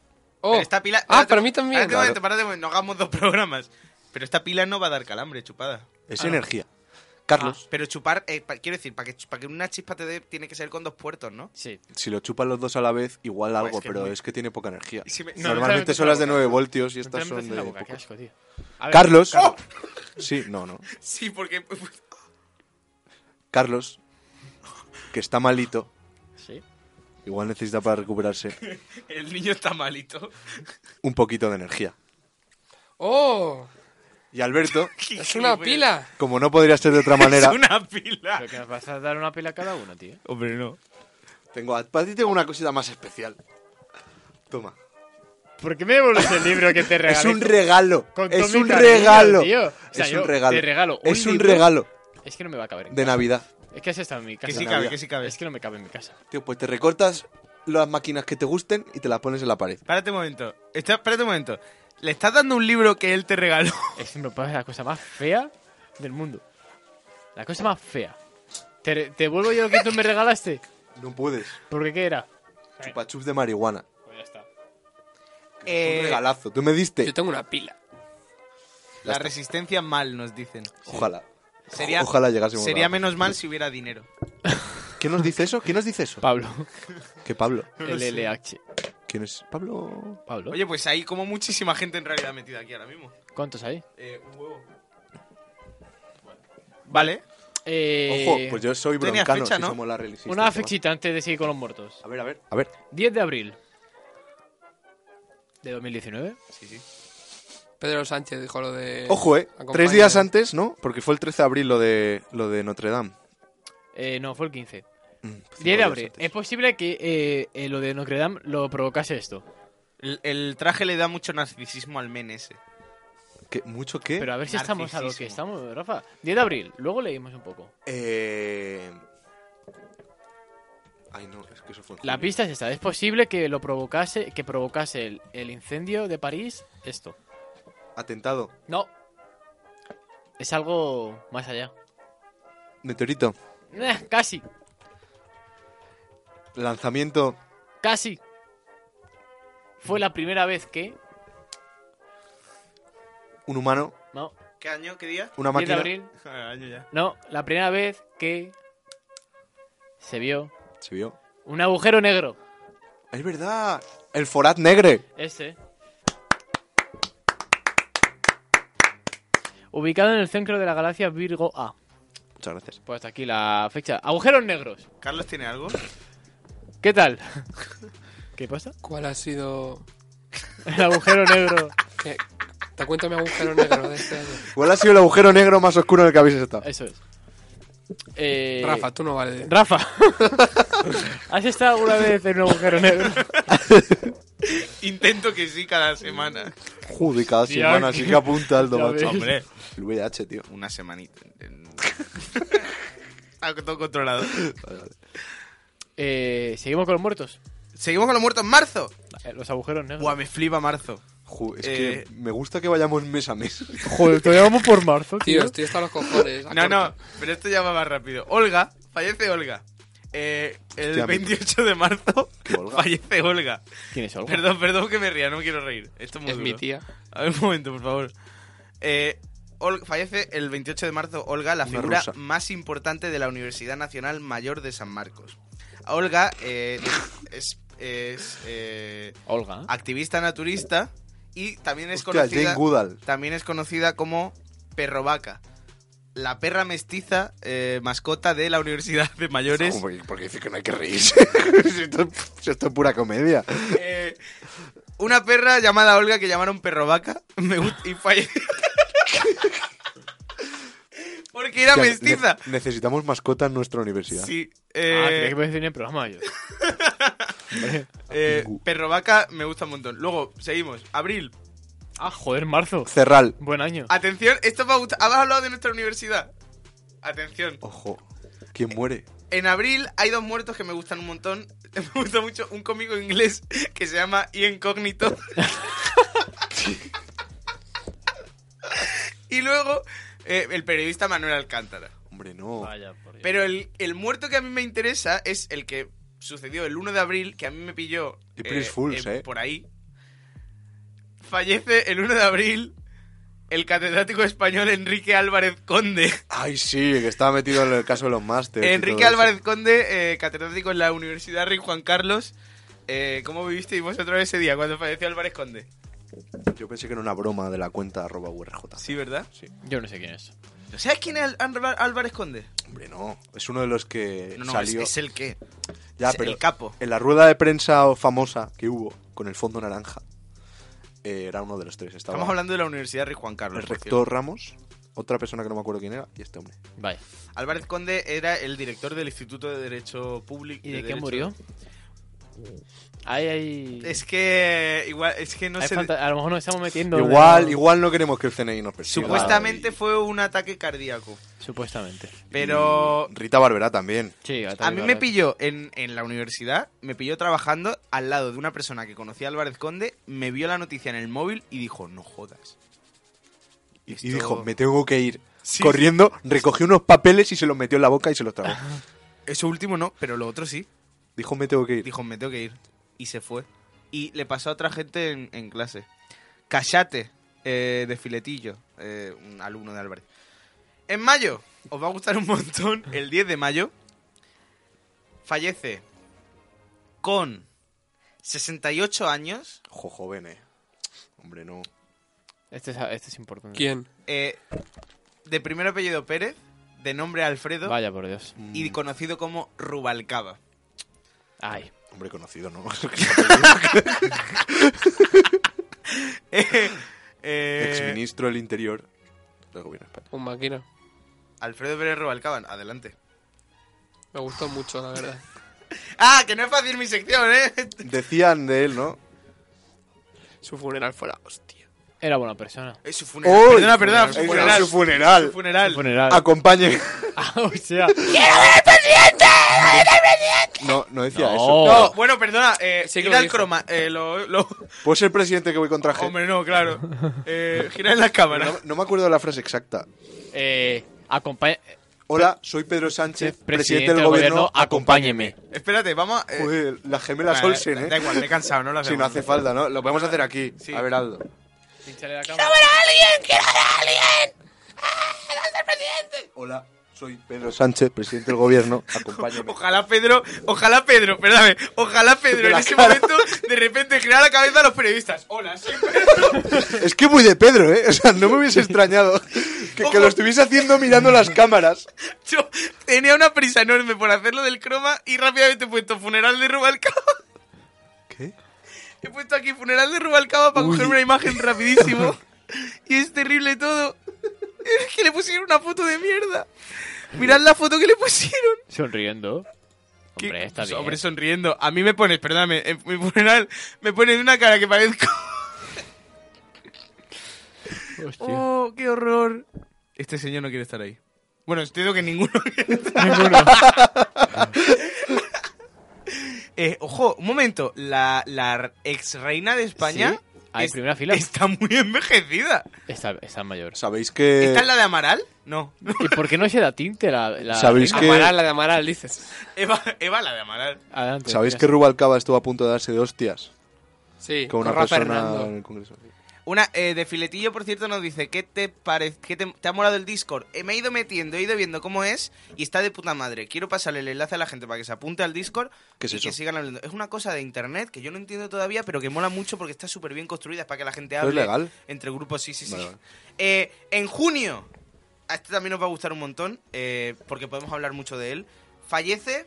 Oh,
Pero esta pila.
ah,
espérate,
para mí también.
espérate un momento, espérate un momento, no hagamos dos programas. Pero esta pila no va a dar calambre, chupada.
es
Ah.
energía. Carlos,
Pero chupar, eh, pa- quiero decir, para que, para que una chispa te dé, tiene que ser con dos puertos, ¿no?
Sí.
si lo chupan los dos a la vez, igual algo,
es que es
pero
muy-
es que tiene poca energía.
Y si me- no,
Normalmente
literalmente
son las de
en la
9 voltios y
Me
estas
está
son
metiendo
de...
en la boca, qué
poco.
asco, tío. A ver,
Carlos. Sí, no, no.
Sí, porque. pues,
Carlos, que está malito,
Sí.
igual necesita para recuperarse
El niño está malito.
un poquito de energía.
Oh,
Y Alberto,
es una pila.
como no podría ser de otra manera,
Es una pila.
Pero que nos vas a dar una pila a cada uno, tío.
Hombre, no.
tengo a- para ti tengo una cosita más especial. Toma.
¿Por qué me devuelves el libro que te regalé?
Es un regalo.
Con todo
Es
mi
un
cariño,
regalo.
tío. O sea,
Es
yo
un regalo.
te regalo un
Es un
libro.
regalo
Es que no me va a caber. en
de
casa.
Navidad.
Es que así está en mi casa.
Que sí
Navidad.
cabe, que sí cabe.
Es que no me cabe en mi casa.
Tío, pues te recortas las máquinas que te gusten y te las pones en la pared.
Espérate un momento. Está- espérate un momento. Le estás dando un libro que él te regaló.
Es que me parece la cosa más fea del mundo. La cosa más fea. Te, re- te vuelvo yo lo que tú me regalaste.
No puedes.
¿Por qué qué era?
Chupachups de marihuana.
Pues ya está.
Eh,
Un regalazo. Tú me diste.
Yo tengo una pila.
la resistencia mal, nos dicen.
Ojalá.
Sería,
Ojalá llegásemos.
sería
a-
menos mal si hubiera dinero.
¿Quién nos dice eso? ¿Quién nos dice eso?
Pablo.
que Pablo.
LLH.
¿Quién es? Pablo.
Pablo.
Oye, pues hay como muchísima gente en realidad metida aquí ahora mismo.
¿Cuántos hay?
Eh, un huevo. Vale.
Eh,
Ojo, pues yo soy
tenía
broncano.
fecha,
si
¿no?
somos la religión.
Una fechita antes de seguir con los muertos.
A ver, a ver. A ver.
10 de abril de 2019.
Sí, sí.
Pedro Sánchez dijo lo de.
Ojo, eh.
acompaña-
Tres días antes, ¿no? Porque fue el 13 de abril lo de, lo de Notre Dame.
Eh, no, fue el 15.
Mm, cinco
10 de
días
abril.
antes.
Es posible que eh, eh, lo de Notre Dame lo provocase esto.
El, el traje le da mucho narcisismo al men ese.
¿Qué? ¿Mucho qué?
Pero a ver si estamos a lo que
Narcisismo.
estamos, Rafa. 10 de abril. Luego leímos un poco.
Eh... Ay, no, es que eso fue. en
La
junio.
pista es esta. Es posible que lo provocase, que provocase el, el incendio de París esto.
Atentado.
No. Es algo más allá.
Meteorito.
Eh, casi,
Lanzamiento.
casi. Fue la primera vez que...
Un humano.
No,
¿Qué año? ¿Qué día?
Una
10 de
máquina.
abril.
Ah, año ya.
No, la primera vez que se vio
Se vio.
un agujero negro.
Es verdad. El forat negre.
Este. Ubicado en el centro de la galaxia Virgo A.
Muchas gracias.
Pues hasta aquí la fecha. Agujeros negros.
¿Carlos tiene algo?
¿Qué tal? ¿Qué pasa?
¿Cuál ha sido.?
El agujero negro.
¿Qué? Eh, Te cuento mi agujero negro de este año.
¿Cuál ha sido el agujero negro más oscuro en el que habéis estado?
Eso es. Eh,
Rafa, tú no vales.
Rafa. ¿Has estado alguna vez en un agujero negro?
Intento que sí cada semana.
Joder, cada
Hostia,
semana
que-
sí que apunta el
Ya
macho.
ves.
Hombre.
El VIH, tío.
Una semanita. Algo Ah, todo controlado.
Eh, Seguimos con los muertos.
Seguimos con los muertos en marzo.
Eh, Los agujeros negros.
Buah, me flipa marzo.
Ju- es
Eh.
que me gusta que vayamos mes a mes.
Joder, todavía vamos por marzo,
Tío, estoy hasta los cojones.
No, no, pero esto ya va más rápido. Olga, fallece Olga. Eh, el
Hostia,
28 de marzo
¿Qué Olga?
fallece Olga.
¿Quién es Olga?
Perdón, perdón que me ría, no me quiero reír. Esto es muy
Es
duro.
mi tía.
A ver, un momento, por favor. Eh, Ol- fallece el 28 de marzo Olga, la
Una
figura
rusa.
más importante de la Universidad Nacional Mayor de San Marcos. Olga eh, es, es, eh,
Olga.
activista naturista y también es
Hostia, Jane
conocida
Goodall.
también es conocida como perrovaca, la perra mestiza eh, mascota de la Universidad de Mayores.
Como que- Porque dice que no hay que reírse. Si esto, si esto es pura comedia.
Eh, una perra llamada Olga que llamaron perrovaca me gust- y falleció. Porque era
Hostia, ne-
mestiza.
necesitamos mascotas en nuestra universidad.
Sí.
Ah, creía
Eh,
que me decía en el programa yo. Hombre.
eh, perrovaca me gusta un montón. Luego, seguimos. Abril.
Ah, joder, marzo.
Cerral.
Buen año.
Atención, esto me ha gustado. Habéis hablado de nuestra universidad. Atención.
Ojo. ¿Quién muere?
En abril hay dos muertos que me gustan un montón. Me gusta mucho un cómico inglés que se llama Ian Cognito. y luego eh, el periodista Manuel Alcántara.
Hombre, no.
Vaya, por Dios.
Pero el, el muerto que a mí me interesa es el que sucedió el 1 de abril, que a mí me pilló
April Fools, eh.
por ahí. Fallece el 1 de abril el catedrático español Enrique Álvarez Conde.
Ay, sí, que estaba metido en el caso de los másteres. y
Enrique
Este, todo eso.
Álvarez Conde, eh, catedrático en la Universidad Rey Juan Carlos. Eh, ¿Cómo vivisteis vosotros ese día cuando falleció Álvarez Conde?
Yo pensé que era una broma de la cuenta arroba URJ.
Sí, ¿verdad?
Yo no sé quién es.
¿Sabes quién es Al- Al- Álvarez Conde?
Hombre, no. Es uno de los que
No, no, es,
salió.
es el qué.
ya,
es
pero
el capo.
en la rueda de prensa famosa que hubo con el fondo naranja, eh, era uno de los tres. Estaba
Estamos hablando de la Universidad Rey Juan Carlos.
el
por cierto.
rector Ramos, otra persona que no me acuerdo quién era, y este hombre.
Vaya.
Álvarez Conde era el director del Instituto de Derecho Público.
¿Y de, qué
Derecho-
murió? Ahí, ahí.
Es que igual, es que no
hay
sé.
fanta- A lo mejor nos estamos metiendo. en
Igual,
la-
igual no queremos que el CNI nos persiga.
Supuestamente
Y-
fue un ataque cardíaco,
Supuestamente.
pero
Rita Barberá también.
Sí,
A mí me pilló en, en la universidad, me pilló trabajando al lado de una persona que conocía a Álvarez Conde, me vio la noticia en el móvil y dijo, no jodas.
Y, y
Esto-
dijo, me tengo que ir.
Sí.
Corriendo, recogió unos papeles y se los metió en la boca y se los tragó.
Eso último no, pero lo otro sí.
Dijo, me tengo que ir.
Dijo, me tengo que ir. Y se fue. Y le pasó a otra gente en, en clase. Cachate, eh, de filetillo, eh, un alumno de Álvarez. En mayo, os va a gustar un montón, el 10 de mayo, fallece con 68 años.
Ojo, joven, eh. Hombre, no.
Este es, este es importante.
¿Quién?
Eh, de primer apellido Pérez, de nombre Alfredo
Vaya, por Dios.
y conocido como Rubalcaba.
Ay.
Hombre conocido, ¿no?
Eh, eh,
Exministro del Interior del Gobierno de España.
Un máquina.
Alfredo Pérez Rubalcaba, adelante.
Me gustó mucho, la verdad.
Ah, que no es fácil mi sección, ¿eh?
Decían de él, ¿no?
Su funeral fuera, hostia.
Era buena persona.
Es su funeral.
¡Oh!
perdona, perdona,
Es
su funeral.
su funeral.
Su funeral.
Un Funeral.
Acompañe.
Ah, o sea.
No, no decía
No.
eso.
No, bueno, perdona. Eh,
Sí que
gira
lo
el
dijo.
croma. eh, lo, lo-
¿Puedo ser pues presidente que voy con traje?
Hombre, no, claro. Eh, gira en la
No,
cámara.
no me acuerdo de la frase exacta.
Eh, acompaña.
Hola, soy Pedro Sánchez,
Presidente,
presidente, del Gobierno. Pues,
acompáñeme.
Espérate, vamos a. Ah, eh,
Joder, la gemela
bueno,
Solsen,
Da
¿eh?
igual, me he cansado, no lo
Si no hace falta, ¿no? Lo podemos hacer aquí.
Sí.
A ver, Aldo.
Pínchale la cámara.
Hola, soy Pedro Sánchez, presidente del Gobierno. Acompáñeme.
Ojalá Pedro, ojalá Pedro, perdóname, ojalá Pedro
De
en
la
ese
cara.
momento de repente girar la cabeza a los periodistas. Hola, soy Pedro.
Es que muy de Pedro, ¿eh? O sea, no me hubiese extrañado que, que lo estuviese haciendo mirando las cámaras.
Yo tenía una prisa enorme por hacerlo del croma y rápidamente he puesto funeral de Rubalcaba.
¿Qué?
He puesto aquí funeral de Rubalcaba para coger una imagen rapidísimo. y es terrible todo. Es que le pusieron una foto de mierda. Mirad la foto que le pusieron.
Sonriendo.
Que-
Hombre, está bien.
Hombre, sonriendo. A mí me pones, perdóname, en mi funeral me ponen una cara que parezco...
Hostia.
Oh, qué horror. Este señor no quiere estar ahí. Bueno, entiendo que ninguno quiere estar. Eh, ojo, un momento. La, la ex reina de España
Sí, ahí, Ah, primera fila.
está muy envejecida.
Está, está mayor.
¿Sabéis que...?
¿Esta es la de Amaral? No.
¿Y por qué no se da tinte la. la
¿Sabéis
la-
que-
Amaral, la de Amaral, dices.
Eva, Eva la de Amaral.
Adelante,
¿Sabéis que
tienes-
Rubalcaba estuvo a punto de darse de hostias
Sí,
con una
Rafa
persona en
Hernando.
el Congreso?
Una eh, de filetillo, por cierto, nos dice, ¿qué te parece? ¿Qué te, te ha molado el Discord? Eh, me he ido metiendo, he ido viendo cómo es y está de puta madre. Quiero pasarle el enlace a la gente para que se apunte al Discord
¿Qué es
y
eso?
que sigan hablando. Es una cosa de internet que yo no entiendo todavía, pero que mola mucho porque está súper bien construida, es para que la gente
¿Pero
hable.
es legal?
Entre grupos, sí, sí, sí.
Vale, vale.
Eh, en junio, a este también nos va a gustar un montón, eh, porque podemos hablar mucho de él. Fallece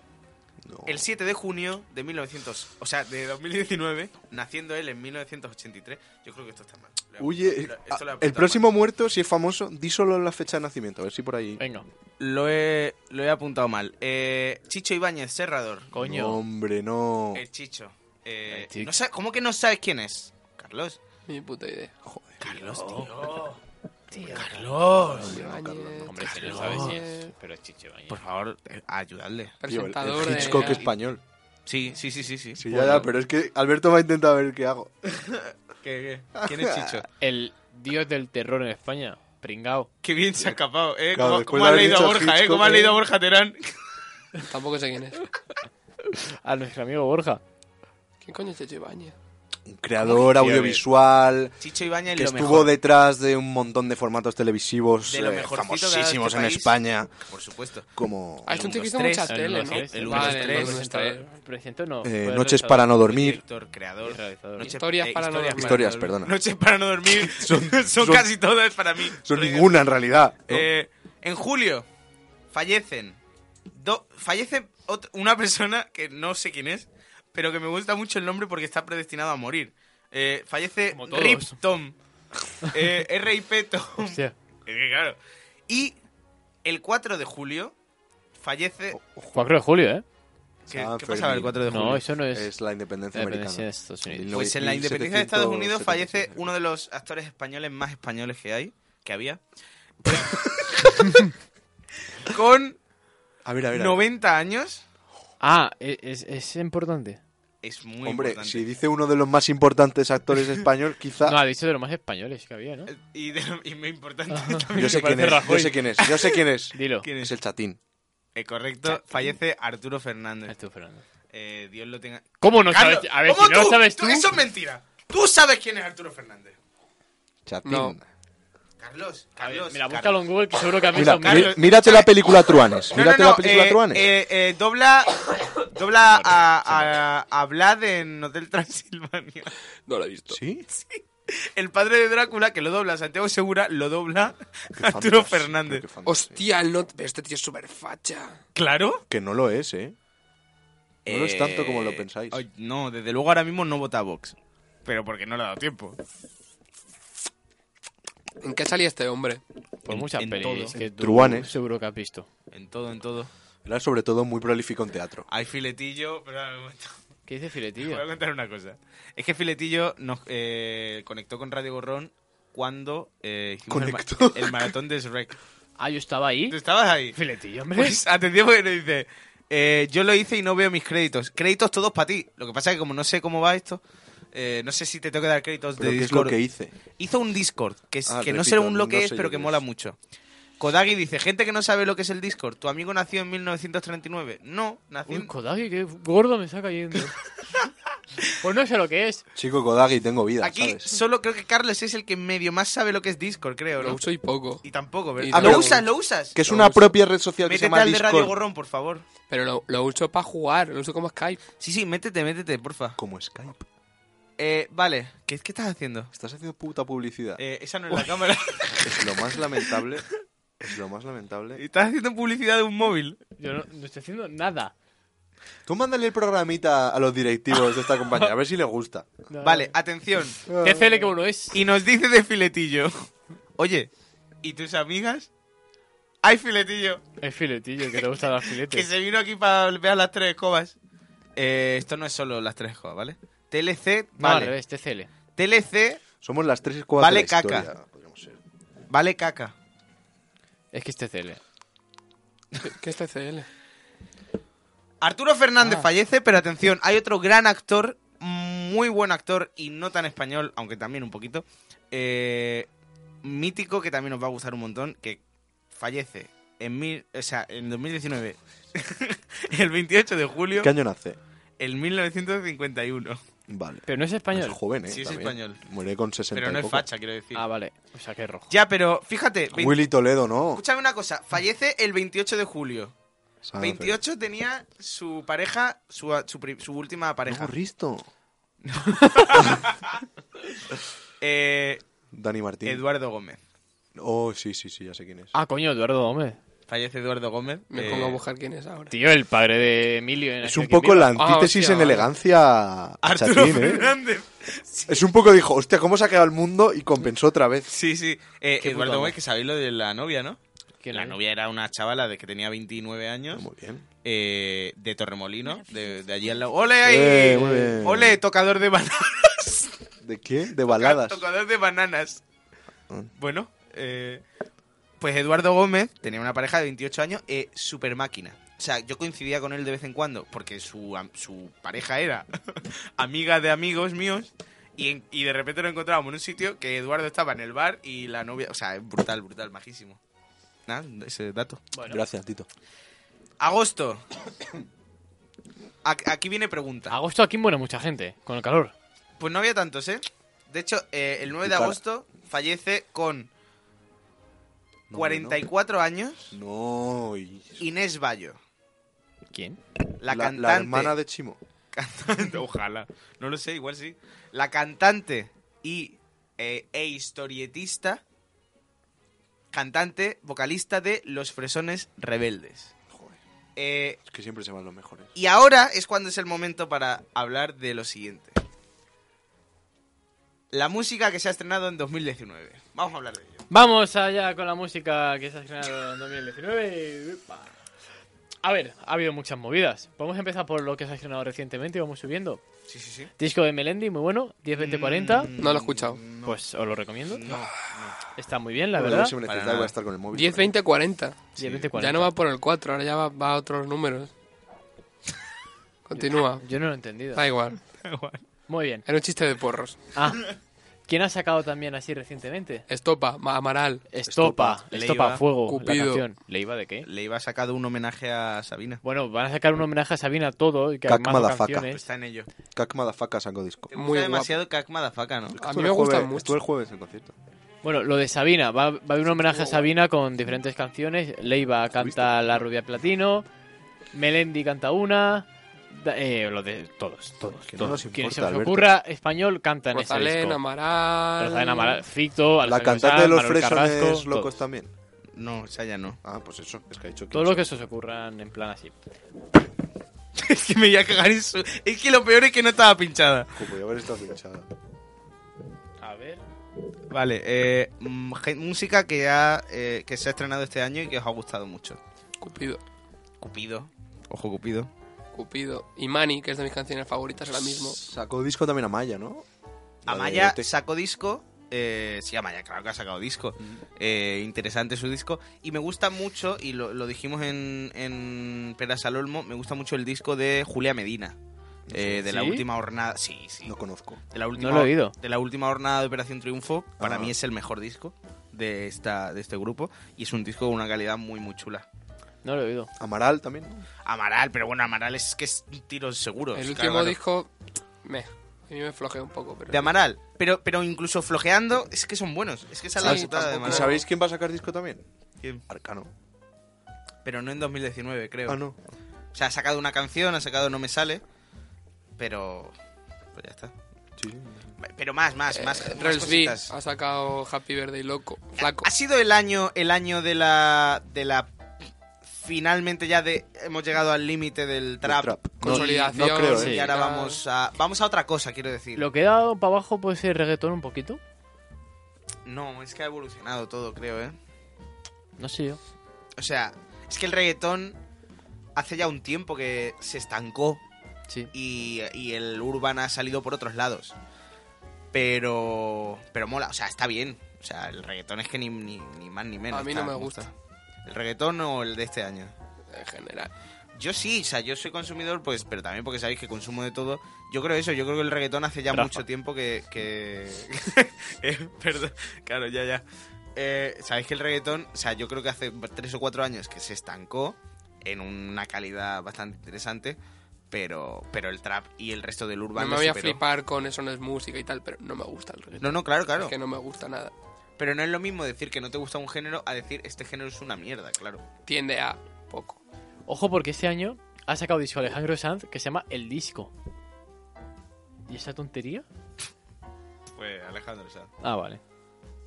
No.
el 7 de junio de 1900, o sea, de 2019, naciendo él en 1983. Yo creo que esto está mal. Lo-
Oye,
lo- esto lo he
eh, ah, el
apuntado
próximo
mal.
muerto, si es famoso, di solo la fecha de nacimiento, a ver si por ahí.
Venga,
Lo he, lo he apuntado mal. Eh, Chicho Ibáñez, Serrador.
coño.
No, hombre, no.
El Chicho. Eh,
El Chicho.
no sa- ¿Cómo que no sabes quién es? Carlos.
Ni puta idea.
Carlos, tío.
José Ibáñez,
Hombre, se lo
Carlos
sabes quién
Ibáñez,
es. Pero es Chicho Ibáñez.
Por favor, eh, ayudadle.
Tío, el,
presentador
el
de-
Hitchcock español.
Sí, sí, sí, sí. sí.
Sí, ya, ya, pero es que Alberto me ha intentado ver qué hago.
¿Qué, qué? ¿Quién es Chicho?
El dios del terror en España, pringao.
Qué bien se ha escapado, ¿eh?
Claro,
¿Cómo,
después
cómo
de
ha
haber
leído a
dicho
Borja, eh?
Hitchcock,
¿Cómo ha
eh.
leído a Borja Terán?
Tampoco sé quién es.
A nuestro amigo Borja.
¿Quién coño es Chicho Ibáñez?
Un creador audiovisual
Chicho Ibañez
que
lo
estuvo
mejor.
detrás de un montón de formatos televisivos
De lo
eh,
mejorcito que ha dado
famosísamos
este
en
país.
España,
Por supuesto.
como
Ah, es un
El
tío que hizo
1-2-3,
mucha
el
tele, ¿no?
1-2-3,
el
Vale,
1-2-3,
el este.
presentador.
1-2-3.
Presento no.
eh,
fue el
Noches
realizador.
para no dormir,
Director, creador.
Realizador.
Noches-
Historias para no dormir.
historias, perdona.
Noches para no dormir. son,
son-
casi todas para mí.
Son
Río.
ninguna en realidad. ¿no?
Eh, en julio fallecen. do- fallece ot- una persona que no sé quién es, pero que me gusta mucho el nombre porque está predestinado a morir. Eh, fallece
Como todos.
Rip Tom. Eh, RIP Tom.
Hostia.
Es que claro. Y el 4 de julio fallece.
Oh,
4 de julio, ¿eh?
¿Qué,
San
qué pasaba el
Fermín.
4 de julio?
No, eso no es.
Es la independencia
la independencia de
americana.
Estados Unidos.
Pues en la independencia de Estados Unidos
1776.
fallece uno de los actores españoles más españoles que hay, que había. Con
A ver, a ver. a ver.
90 años.
Ah, e- es, es importante.
Es muy
Hombre,
importante.
si dice uno de los más importantes actores español,
Ah.
quizá.
No, ha dicho de los más españoles que había, ¿no?
Y, de- y muy importante también.
yo sé quién
parece
es, yo
Rajoy.
sé quién es, yo sé quién es.
Dilo.
¿Quién
Es
es?
el chatín.
Eh, correcto, fallece Arturo Fernández.
Estoy esperando.
Eh, Dios lo tenga.
¿Cómo no
Carlos,
sabes? A ver, si
¿cómo
no lo sabes tú.
Eso es mentira. Tú sabes quién es Arturo Fernández.
Chatín.
No.
Carlos,
A ver,
Carlos.
mira,
Carlos.
búscalo en Google, que seguro que a mí
Mira,
son
mí-
Carlos-
mírate la película Truanes.
No, no,
Mírate
no,
la película
eh,
Truanes.
eh, eh, dobla dobla a, a, a Vlad en Hotel Transilvania.
No lo he visto.
¿Sí?
El padre de Drácula, que lo dobla Santiago Segura, lo dobla
Qué
Arturo
fantasía,
Fernández.
qué fantasía.
Hostia, el not... Pero este tío es súper facha.
¿Claro?
Que no lo es, ¿eh? No lo es tanto como lo pensáis.
Eh, ay, no, desde luego ahora mismo no vota a Vox. Pero porque no le ha dado tiempo.
¿En qué salía este hombre?
Por pues muchas
en
pelis
todo.
que tú
Truanes.
seguro que has visto.
En todo, en todo.
Era sobre todo muy prolífico en teatro.
Hay filetillo, pero ahora me momento.
¿Qué dice
Te
Filetillo?
voy a contar una cosa. Es que Filetillo nos eh, conectó con Radio Gorrón cuando eh, hicimos el ma-
Conectó.
El, maratón de Shrek.
Ah, yo estaba ahí.
¿Tú estabas ahí?
Filetillo, hombre.
Pues atendió porque nos dice, eh, yo lo hice y no veo mis créditos. Créditos todos para ti. Lo que pasa es que como no sé cómo va esto, eh, no sé si te tengo que dar créditos
Pero
de
¿qué es lo
Discord.
que hice?
Hizo un Discord, que, es-
Ah,
que no sé
repito,
aún lo que
no
es,
sé
pero
yo
que
qué
mola
es.
mucho. Kodagi dice, gente que no sabe lo que es el Discord, tu amigo nació en 1939. No, nació
Uy,
en...
Kodaki, qué gordo me está cayendo. pues no sé lo que es.
Chico Kodagi, tengo vida,
Aquí
¿sabes?
solo creo que Carlos es el que medio más sabe lo que es Discord, creo.
Lo
¿no?
uso y poco.
Y tampoco, ¿verdad?
Y
Ah,
tampoco.
lo usas, lo usas.
Que es
Lo
una
uso.
propia red social que
Métete
se llama
al de Radio
Discord.
Gorrón, por favor.
Pero lo, lo uso para jugar, lo uso como Skype.
Sí, sí, métete, métete, porfa.
Como Skype.
Eh, vale, ¿qué, qué estás haciendo?
Estás haciendo puta publicidad.
Eh, esa no es la cámara.
Es lo más lamentable. Es lo más lamentable.
Estás haciendo publicidad de un móvil.
Yo no, no estoy haciendo nada.
Tú mándale el programita a los directivos de esta compañía, a ver si les gusta.
No.
Vale, atención.
TCL que uno es.
Y nos dice de filetillo. Oye, ¿y tus amigas? Hay filetillo.
Es filetillo, que te gustan las
Que
filetes.
se vino aquí para ver las tres escobas. Eh, esto no es solo las tres escobas, ¿vale? TLC,
No, al
vale.
revés, TCL.
TLC,
Somos las tres escuadras
Vale
de la
caca.
historia, podríamos ser.
vale caca.
Es que es TCL.
¿Qué- ¿Qué es TCL?
Arturo Fernández
Ah.
fallece, pero atención, hay otro gran actor, muy buen actor y no tan español, aunque también un poquito, eh, mítico que también nos va a gustar un montón, que fallece en mil, o sea, en 2019, el 28 de julio,
¿Qué año nace?
en 1951.
Vale.
Pero no es
Es
español.
joven, ¿eh?
Sí, es
También.
español.
Muere con 60
Pero no
y
es
poco.
facha, quiero decir.
Ah, vale. O sea, que es rojo.
Ya, pero fíjate. vein-
Willy Toledo, ¿no?
Escúchame una cosa. Fallece el 28 de julio.
Santa.
28 tenía su pareja, su, su pri- su última pareja.
No, Risto.
Eh,
Dani Martín.
Eduardo Gómez.
Oh, sí, sí, sí, ya sé quién es.
Ah, coño, Eduardo, hombre.
Fallece Eduardo Gómez.
Me
eh,
pongo a buscar quién es ahora.
Tío, el padre de Emilio. En Ah,
es
Aquí
un
Quien
poco
Viva.
la antítesis
hostia,
en
vale.
elegancia a
Arturo
Chatín, ¿eh?
Fernández.
Es un poco dijo, hostia, ¿cómo se ha quedado el mundo? Y compensó otra vez.
Sí, sí. Eh,
Qué puto
Eduardo
amo.
Gómez, que sabéis lo de la novia, ¿no?
¿Quién
la
es?
novia era una chavala de que tenía 29 años,
Muy bien.
eh, de Torremolino, de, de allí al lado. ¡Ole ahí!
Eh, muy bien.
¡Ole, tocador de bananas!
¿De qué? De baladas.
Tocador de bananas.
Ah.
Bueno, eh, pues Eduardo Gómez tenía una pareja de 28 años, eh, super máquina. O sea, yo coincidía con él de vez en cuando, porque su, am- su pareja era amiga de amigos míos, y, en- y de repente nos encontrábamos en un sitio que Eduardo estaba en el bar y la novia... O sea, es brutal, brutal, majísimo. Nada, ese dato.
Bueno.
Gracias, Tito.
Agosto. A- Aquí viene pregunta.
Agosto aquí muere mucha gente, con el calor.
Pues no había tantos, ¿eh? De hecho, eh, el 9 de
Tu cara.
agosto fallece con
No,
44 años
No, y...
Inés Bayo,
¿Quién?
la,
la-
cantante.
la hermana de Chimo.
Ojalá. No lo sé, igual sí. La cantante y eh, e historietista, cantante, vocalista de Los Fresones Rebeldes.
Joder,
Eh,
es que siempre se van los mejores.
Y ahora es cuando es el momento para hablar de lo siguiente. La música que se ha estrenado en 2019. Vamos a hablar de ello.
Vamos allá con la música que se ha estrenado en 2019. Upa. A ver, ha habido muchas movidas. Podemos empezar por lo que se ha estrenado recientemente y vamos subiendo.
Sí, sí, sí.
Disco de Melendi, muy bueno, 10-20-40.
Mm, No lo he escuchado.
Pues os lo recomiendo.
No,
Está muy bien, la
Bueno,
verdad.
yo siempre
Para
necesitaba
nada.
estar con el móvil.
10, 20, 40.
10-20-40.
Ya no va por el 4, ahora ya va, va a otros números. Continúa.
Yo no lo he entendido.
Da igual.
Muy bien.
Era un chiste de porros.
Ah, ¿quién ha sacado también así recientemente?
Estopa, Ma- Amaral.
Estopa.
Estopa, Estopa
Leiva.
Fuego, la
Cupido.
canción. ¿Le iba de qué?
Le iba sacado un homenaje a Sabina.
Bueno, van a sacar un homenaje a Sabina todo y que
Cac
además
madafaca.
canciones.
Está en ello.
Cac Madafaka sacó disco.
Te
Muy
gusta
guapo.
demasiado Cac Madafaka, ¿no?
A mí
Estuve
me
el
gusta
jueves-
mucho.
Estuve el jueves en el concierto.
Bueno, lo de Sabina, va, va a haber un homenaje a
Oh.
Sabina con diferentes canciones. Leiva canta La Rubia Platino, Melendi canta una, da- eh, lo de todos, todos,
Que no
todos.
nos
Quien se
importa,
os
Alberto.
ocurra español canta en ese
Rosalén,
disco.
Amaral.
Rosalén Amaral, Ficto,
La
Alejandro
cantante de
Sanz,
los
Manuel
fresones
Carrasco,
locos
todos.
también.
No, esa ya no.
Ah, pues eso. Es que ha dicho
Todo lo que se os ocurran en plan así.
es que me iba a cagar en su... Es que lo peor es que no estaba pinchada.
que podía haber estado pinchada.
A ver.
Vale, eh, mm, gen- música que, ha, eh, que se ha estrenado este año y que os ha gustado mucho.
Cupido.
Cupido. Ojo, Cupido.
Cupido. Y Mani, que es de mis canciones favoritas ahora mismo.
Sacó disco también Amaya, ¿no? La de
Amaya
Te-
sacó disco. eh, sí, Amaya, claro que ha sacado disco. Eh, interesante su disco. Y me gusta mucho, y lo, lo dijimos en, en Peras al Olmo, me gusta mucho el disco de Julia Medina. eh, de la
¿Sí?
última jornada. Sí, sí.
No conozco.
de la última,
lo he oído.
De la última jornada de Operación Triunfo. Para
Ah.
mí es el mejor disco de, esta, de este grupo. Y es un disco con una calidad muy, muy chula.
No lo he oído.
Amaral también. ¿no?
Amaral, pero bueno, Amaral es que es un tiro seguro.
El
claro,
último
claro.
disco. Me. A mí me flojea un poco. Pero
De Amaral. Pero, pero incluso flojeando, es que son buenos. Es que esa es la
Sí,
putada de
tampoco-
¿Y
Amaral.
sabéis quién va a sacar disco también?
¿Quién?
Arcano.
Pero no en 2019, creo.
Ah, no.
O sea, ha sacado una canción, ha sacado No Me Sale, pero... Pues ya está.
Sí, sí.
Pero más, más, más,
Eh,
más
Rels B
cositas. Ah,
ha sacado Happy Birthday Loco. Flaco.
Ha sido el año, el año de la... De la finalmente ya de hemos llegado al límite del trap,
trap.
y-
Consolidación.
no creo,
¿eh?
y ahora vamos a vamos a otra cosa quiero decir
Lo que he dado para abajo puede ser reggaetón un poquito.
no es que ha evolucionado todo creo eh
No sé yo.
o sea es que el reggaetón hace ya un tiempo que se estancó
Sí.
y, y el urban ha salido por otros lados. Pero pero mola, o sea, está bien. O sea, el reggaetón es que ni, ni, ni más ni menos.
A mí no
está-
me gusta.
¿El reggaetón o el de este año?
En general.
Yo sí, o sea, yo soy consumidor, pues, pero también porque sabéis que consumo de todo. Yo creo eso, yo creo que el reggaetón hace ya
Rafa.
mucho tiempo que. que- Eh, perdón, claro, ya, ya. Eh, sabéis que el reggaetón, o sea, yo creo que hace tres o cuatro años que se estancó en una calidad bastante interesante, pero, pero el trap y el resto del
No
urban
me
lo
voy a
superó.
flipar con eso no es música y tal, pero no me gusta el reggaetón.
No, no, claro, claro.
Es que no me gusta nada.
Pero no es lo mismo decir que no te gusta un género a decir este género es una mierda, claro.
Tiende a poco.
Ojo porque este año ha sacado disco Alejandro Sanz que se llama El Disco. ¿Y esa tontería?
Pues Alejandro Sanz.
Ah, vale.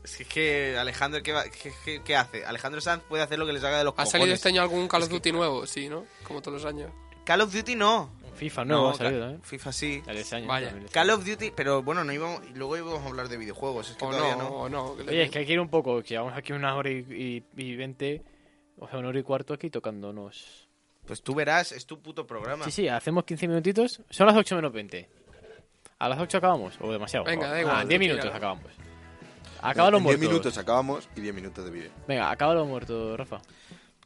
Es que Alejandro, ¿qué, va- qué- qué- qué hace? Alejandro Sanz puede hacer lo que le salga de los
¿Ha
cojones.
salido este año algún Call
Es
of
que-
Duty nuevo? Sí, ¿no? Como todos los años.
Call of Duty no.
FIFA nuevo ha
Ca-
salido, ¿eh?
FIFA sí.
Salió este año,
Vaya.
2018.
Call of Duty, pero bueno, no íbamos, y luego íbamos a hablar de videojuegos, es que
O
todavía
no,
no.
o no. que le-
Oye, es que hay que ir un poco, que llevamos aquí una hora y, y, y veinte, o sea, una hora y cuarto aquí tocándonos.
Pues tú verás, es tu puto programa.
Sí, sí, hacemos 15 minutitos. Son las 8 menos 20. ¿A las 8 acabamos? ¿O demasiado?
Venga, da
Ah,
igual,
10
tira.
minutos acabamos. Acaba los
En 10
muertos.
minutos acabamos y 10 minutos de vídeo.
Venga, acaba los muertos, Rafa.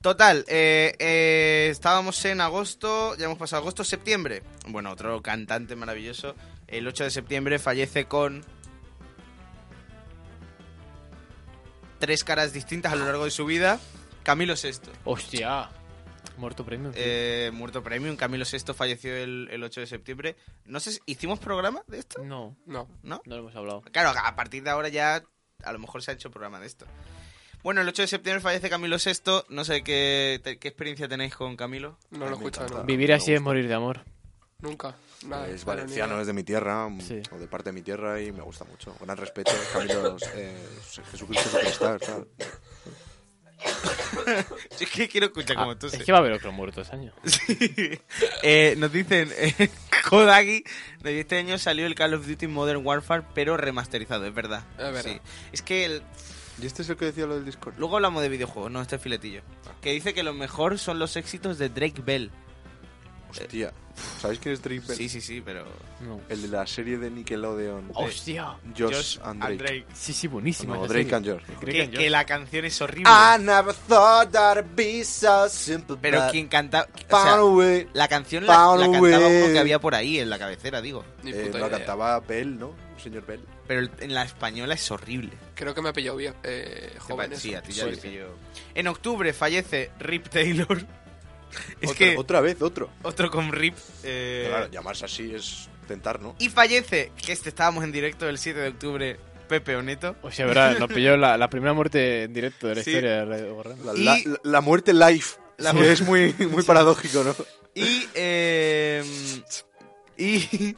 Total, eh, eh, estábamos en agosto, ya hemos pasado agosto, septiembre. Bueno, otro cantante maravilloso. El 8 de septiembre fallece con tres caras distintas a lo largo de su vida. Camilo VI.
¡Hostia! Muerto premium. tío.
Eh, muerto premium, Camilo VI falleció el, el 8 de septiembre. No sé, si- ¿hicimos programa de esto?
No,
No.
¿No?
no lo hemos hablado.
Claro, a partir de ahora ya a lo mejor se ha hecho programa de esto. Bueno, el 8 de septiembre fallece Camilo VI. No sé qué, te- qué experiencia tenéis con Camilo.
No
Ay,
lo he
me
escuchado
encanta.
nunca.
Vivir
me
así es
gusta.
morir de amor.
Nunca. Nada,
es
claro, ni
valenciano,
idea.
es de mi tierra, mm,
Sí.
o de parte de mi tierra, y me gusta mucho. Gran respeto, Camilo, eh, Jesucristo Superstar, tal.
Yo es que quiero escuchar como
Ah,
tú.
es
sé.
que va a haber otro muerto este año.
Sí. Eh, nos dicen, eh, Kodaki, nos dice, este año salió el Call of Duty Modern Warfare, pero remasterizado, es verdad.
Es verdad.
Sí. Es que el-
¿Y este es el que decía lo del Discord?
luego hablamos de videojuegos, no, este filetillo.
Ah.
Que dice que lo mejor son los éxitos de Drake Bell.
Hostia, ¿sabéis quién es Drake Bell?
Sí, sí, sí, pero...
No.
El de la serie de Nickelodeon.
¡Hostia!
Josh, and Drake.
Sí, sí, buenísimo.
No, Drake and Josh.
Que, que la canción es horrible.
I never thought that it'd be so simple.
pero
but
quien cantaba... O sea,
found a way.
la canción la, la
Found a
cantaba uno
way.
que había por ahí, en la cabecera, digo.
Ni
Eh,
puta
no,
idea.
cantaba Bell, ¿no? El señor Bell.
Pero el- en la española es horrible.
Creo que me ha pillado bien. Eh, joven.
Sí,
eso.
a ti ya
Sí,
te
sí.
pillo. En octubre fallece Rip Taylor. es
Otra-
que...
Otra vez, otro.
Otro con Rip. eh,
Claro, llamarse así es tentar, ¿no?
Y fallece, que este estábamos en directo el 7 de octubre, Pepe Oneto.
O sea, verdad, nos pilló la, la primera muerte en directo de la
Sí.
historia de Radio Gorrón.
La,
Y-
la- la muerte live.
La
que
mu-
es muy, muy paradójico, ¿no?
Y. eh, y.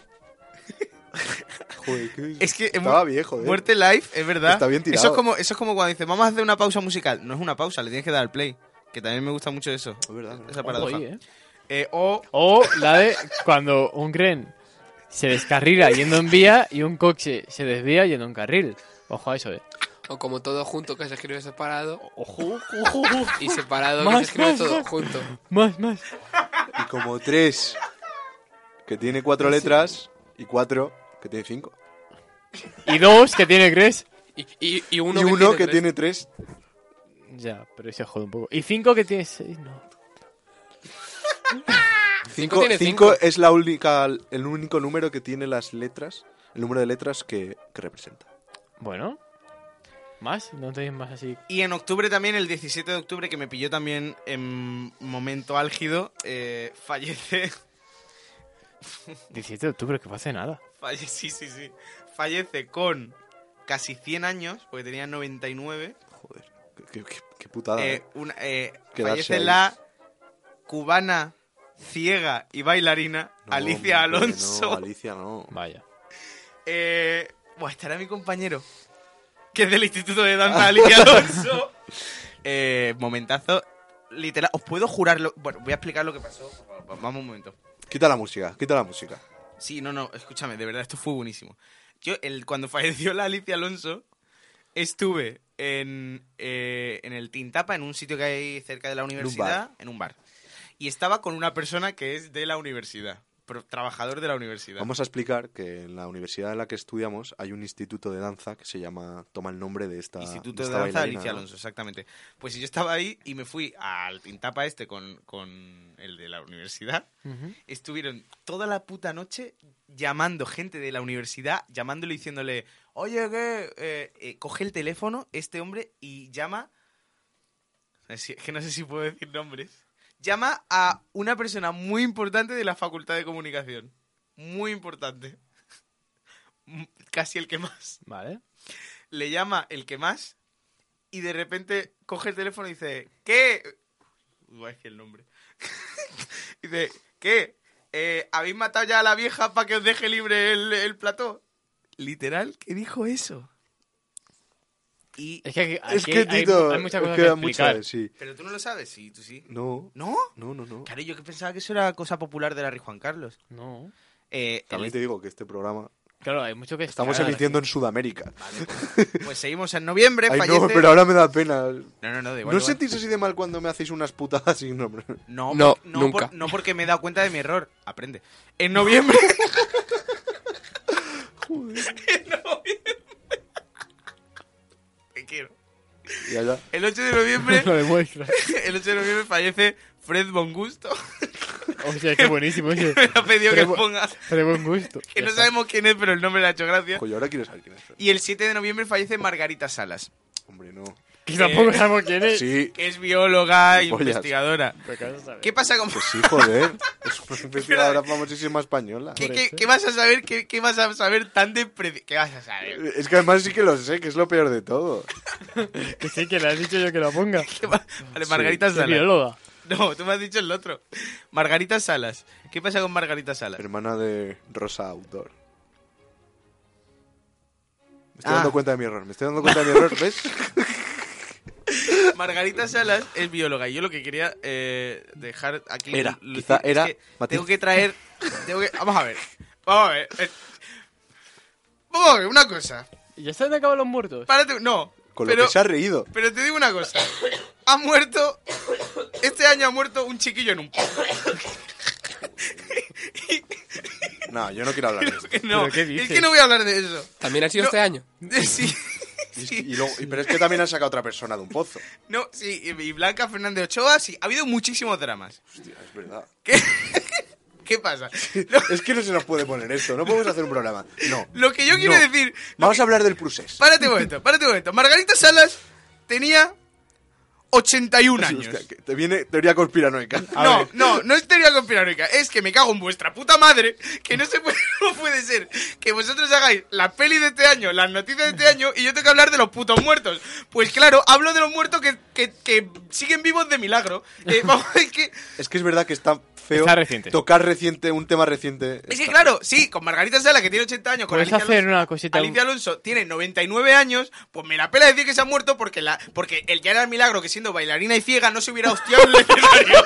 Joder, ¿qué?
Es que.
Estaba
mu-
viejo, ¿eh?
Muerte live, es verdad.
Está bien tirado.
Eso es, como, eso es como cuando dices, vamos a hacer una pausa musical. No es una pausa, le tienes que dar al play. Que también me gusta mucho eso.
Es verdad, es verdad.
Esa
Ojo
paradoja.
ahí, ¿eh?
Eh, o.
O la de cuando un tren se descarrila yendo en vía y un coche se desvía yendo en carril. Ojo a eso, eh.
O como todo junto que se escribe separado.
Ojo, ojo, ojo.
Y separado que
Más,
se escribe
más,
todo
más.
junto.
Más, más.
Y como tres, que tiene cuatro letras, y cuatro, que tiene cinco.
Y dos que tiene crees.
Y, y, y
Y
uno,
uno que
tres.
tiene tres.
Ya, pero se jode un poco. Y cinco que tiene seis, no.
Cinco,
tiene
cinco
eh.
cinco.
es la única, el único número que tiene las letras, el número de letras que, que representa.
Bueno. ¿Más? ¿No tenéis más así?
Y en octubre también, el 17 de octubre, que me pilló también en momento álgido, eh, fallece
17 de octubre, que fue hace nada.
Falle- sí, sí, sí. Fallece con casi 100 años, porque tenía 99.
Joder, qué, qué- qué- qué putada.
Eh,
¿eh?
una- eh,
Quedarse
fallece
ahí.
la cubana ciega y bailarina
No,
Alicia
hombre,
Alonso.
No, Alicia no.
Vaya.
Eh, buah, estará mi compañero, que es del Instituto de Danza Alicia Alonso. Eh, momentazo. Literal, os puedo jurarlo. Bueno, voy a explicar lo que pasó. Va- va- Vamos un momento.
Quita la música, quita la música.
Sí, no, no, escúchame, de verdad, esto fue buenísimo. Yo, el, cuando falleció la Alicia Alonso, estuve en, eh, en el Tintapa, en un sitio que hay cerca de la universidad, en un bar. Y estaba con una persona que es de la universidad, pro- trabajador de la universidad.
Vamos a explicar que en la universidad en la que estudiamos hay un instituto de danza que se llama, toma el nombre de esta.
Instituto de
esta
Danza
bailarina,
Alicia
¿no?
Alonso, exactamente. Pues yo estaba ahí y me fui al Tintapa este con, con el de la universidad. estuvieron toda la puta noche llamando gente de la universidad, llamándole y diciéndole, oye, que coge el teléfono este hombre y llama... Es que no sé si puedo decir nombres. Llama a una persona muy importante de la Facultad de Comunicación. Muy importante. M- Casi el que más.
Vale.
Le llama el que más y de repente coge el teléfono y dice, ¿qué? Uy, es que el nombre. dice, ¿qué? Eh, ¿Habéis matado ya a la vieja para que os deje libre el, el plató? Literal, ¿qué dijo eso? Y...
Es que, aquí-
Es
aquí
que,
hay-
Tito,
hay, muchas cosas que
queda
explicar.
muchas, sí.
Pero tú no lo sabes, sí, tú sí.
No,
¿No?
no, no, no.
Claro, yo que pensaba que eso era cosa popular de Larry Juan Carlos.
No.
Eh,
También
el-
te digo que este programa
Claro, hay mucho que
estamos
explicar.
emitiendo en Sudamérica.
Pues seguimos en noviembre,
Ay,
fallece...
no, pero ahora me da pena.
No, no, no, da igual,
¿No
da igual.
os sentís así de mal cuando me hacéis unas putadas sin nombre?
No,
No,
por- no, por-
nunca.
no porque me he dado cuenta de mi error. Aprende. En noviembre... en noviembre... Te quiero.
Ya, ya.
El 8 de noviembre...
Lo demuestra.
el 8 de noviembre fallece Fred Bongusto.
O sea, qué buenísimo ese.
me ha pedido que
Pero-
ponga...
Pero buen gusto.
Que no
Ya está.
sabemos quién es, pero el nombre le ha hecho gracia.
Coño, ahora quiero saber quién es.
Y el 7 de noviembre fallece Margarita Salas,
Hombre, no.
Que tampoco sabemos quién
Eh,
es.
Sí,
que es bióloga e
Pollas.
investigadora.
Pero claro, sabes.
¿Qué pasa con
pues sí, joder. Es una investigadora famosísima española.
¿Qué, qué- qué vas a saber? ¿Qué, qué vas a saber tan de pre- ¿Qué vas a saber?
Es que además sí que lo sé, que es lo peor de todo.
Que sí, que le has dicho yo que lo ponga.
¿Qué va- Vale,
Sí,
Margarita
Es
Salas.
bióloga.
No, tú me has dicho el otro. Margarita Salas. ¿Qué pasa con Margarita Salas?
Hermana de Rosa Autor. Me estoy
Ah.
dando cuenta de mi error, me estoy dando cuenta de mi error, ¿ves?
Margarita Salas es bióloga y yo lo que quería eh, dejar aquí...
Era,
lucir
quizá
es
era
que
matiz.
Tengo que traer... tengo que- vamos a ver. Vamos a ver. eh, Vamos a ver, una cosa.
¿Y ya se han acabado los muertos?
Párate, no.
Con
pero,
lo que se ha reído.
pero te digo una cosa. Ha muerto... Este año ha muerto un chiquillo en un...
No, yo no quiero hablar de eso.
No,
¿Pero qué
es que
dices?
no voy a hablar de eso.
También ha sido
No.
este año.
Sí,
Y es que-
sí.
y luego- y- pero es que también han sacado otra persona de un pozo.
No, sí, y- y Blanca Fernández Ochoa, sí. Ha habido muchísimos dramas.
Hostia, es verdad.
¿Qué pasa?
Es que no se nos puede poner esto, no podemos hacer un programa. No.
Lo que yo quiero
no.
decir...
Vamos a hablar del Prusés.
Párate un momento, párate un momento. Margarita Salas tenía 81 años.
Hostia, que te viene teoría conspiranoica. A
No,
ver,
no, no es teoría conspiranoica. Es que me cago en vuestra puta madre. Que no se puede, no puede ser que vosotros hagáis la peli de este año, las noticias de este año y yo tengo que hablar de los putos muertos. Pues claro, hablo de los muertos que, que- que siguen vivos de milagro. Eh, vamos, es que,
Es que es verdad que está feo
Está reciente.
tocar reciente un tema reciente.
es que
Está- Pues
claro, sí, con Margarita Sala que tiene 80 años, con
Puedes
Alicia
hacer
Alonso-
una cosita.
Alicia Alonso tiene 99 años, pues me la pela decir que se ha muerto porque la porque el ya era el milagro que siendo bailarina y ciega no se hubiera hostiado en el escenario.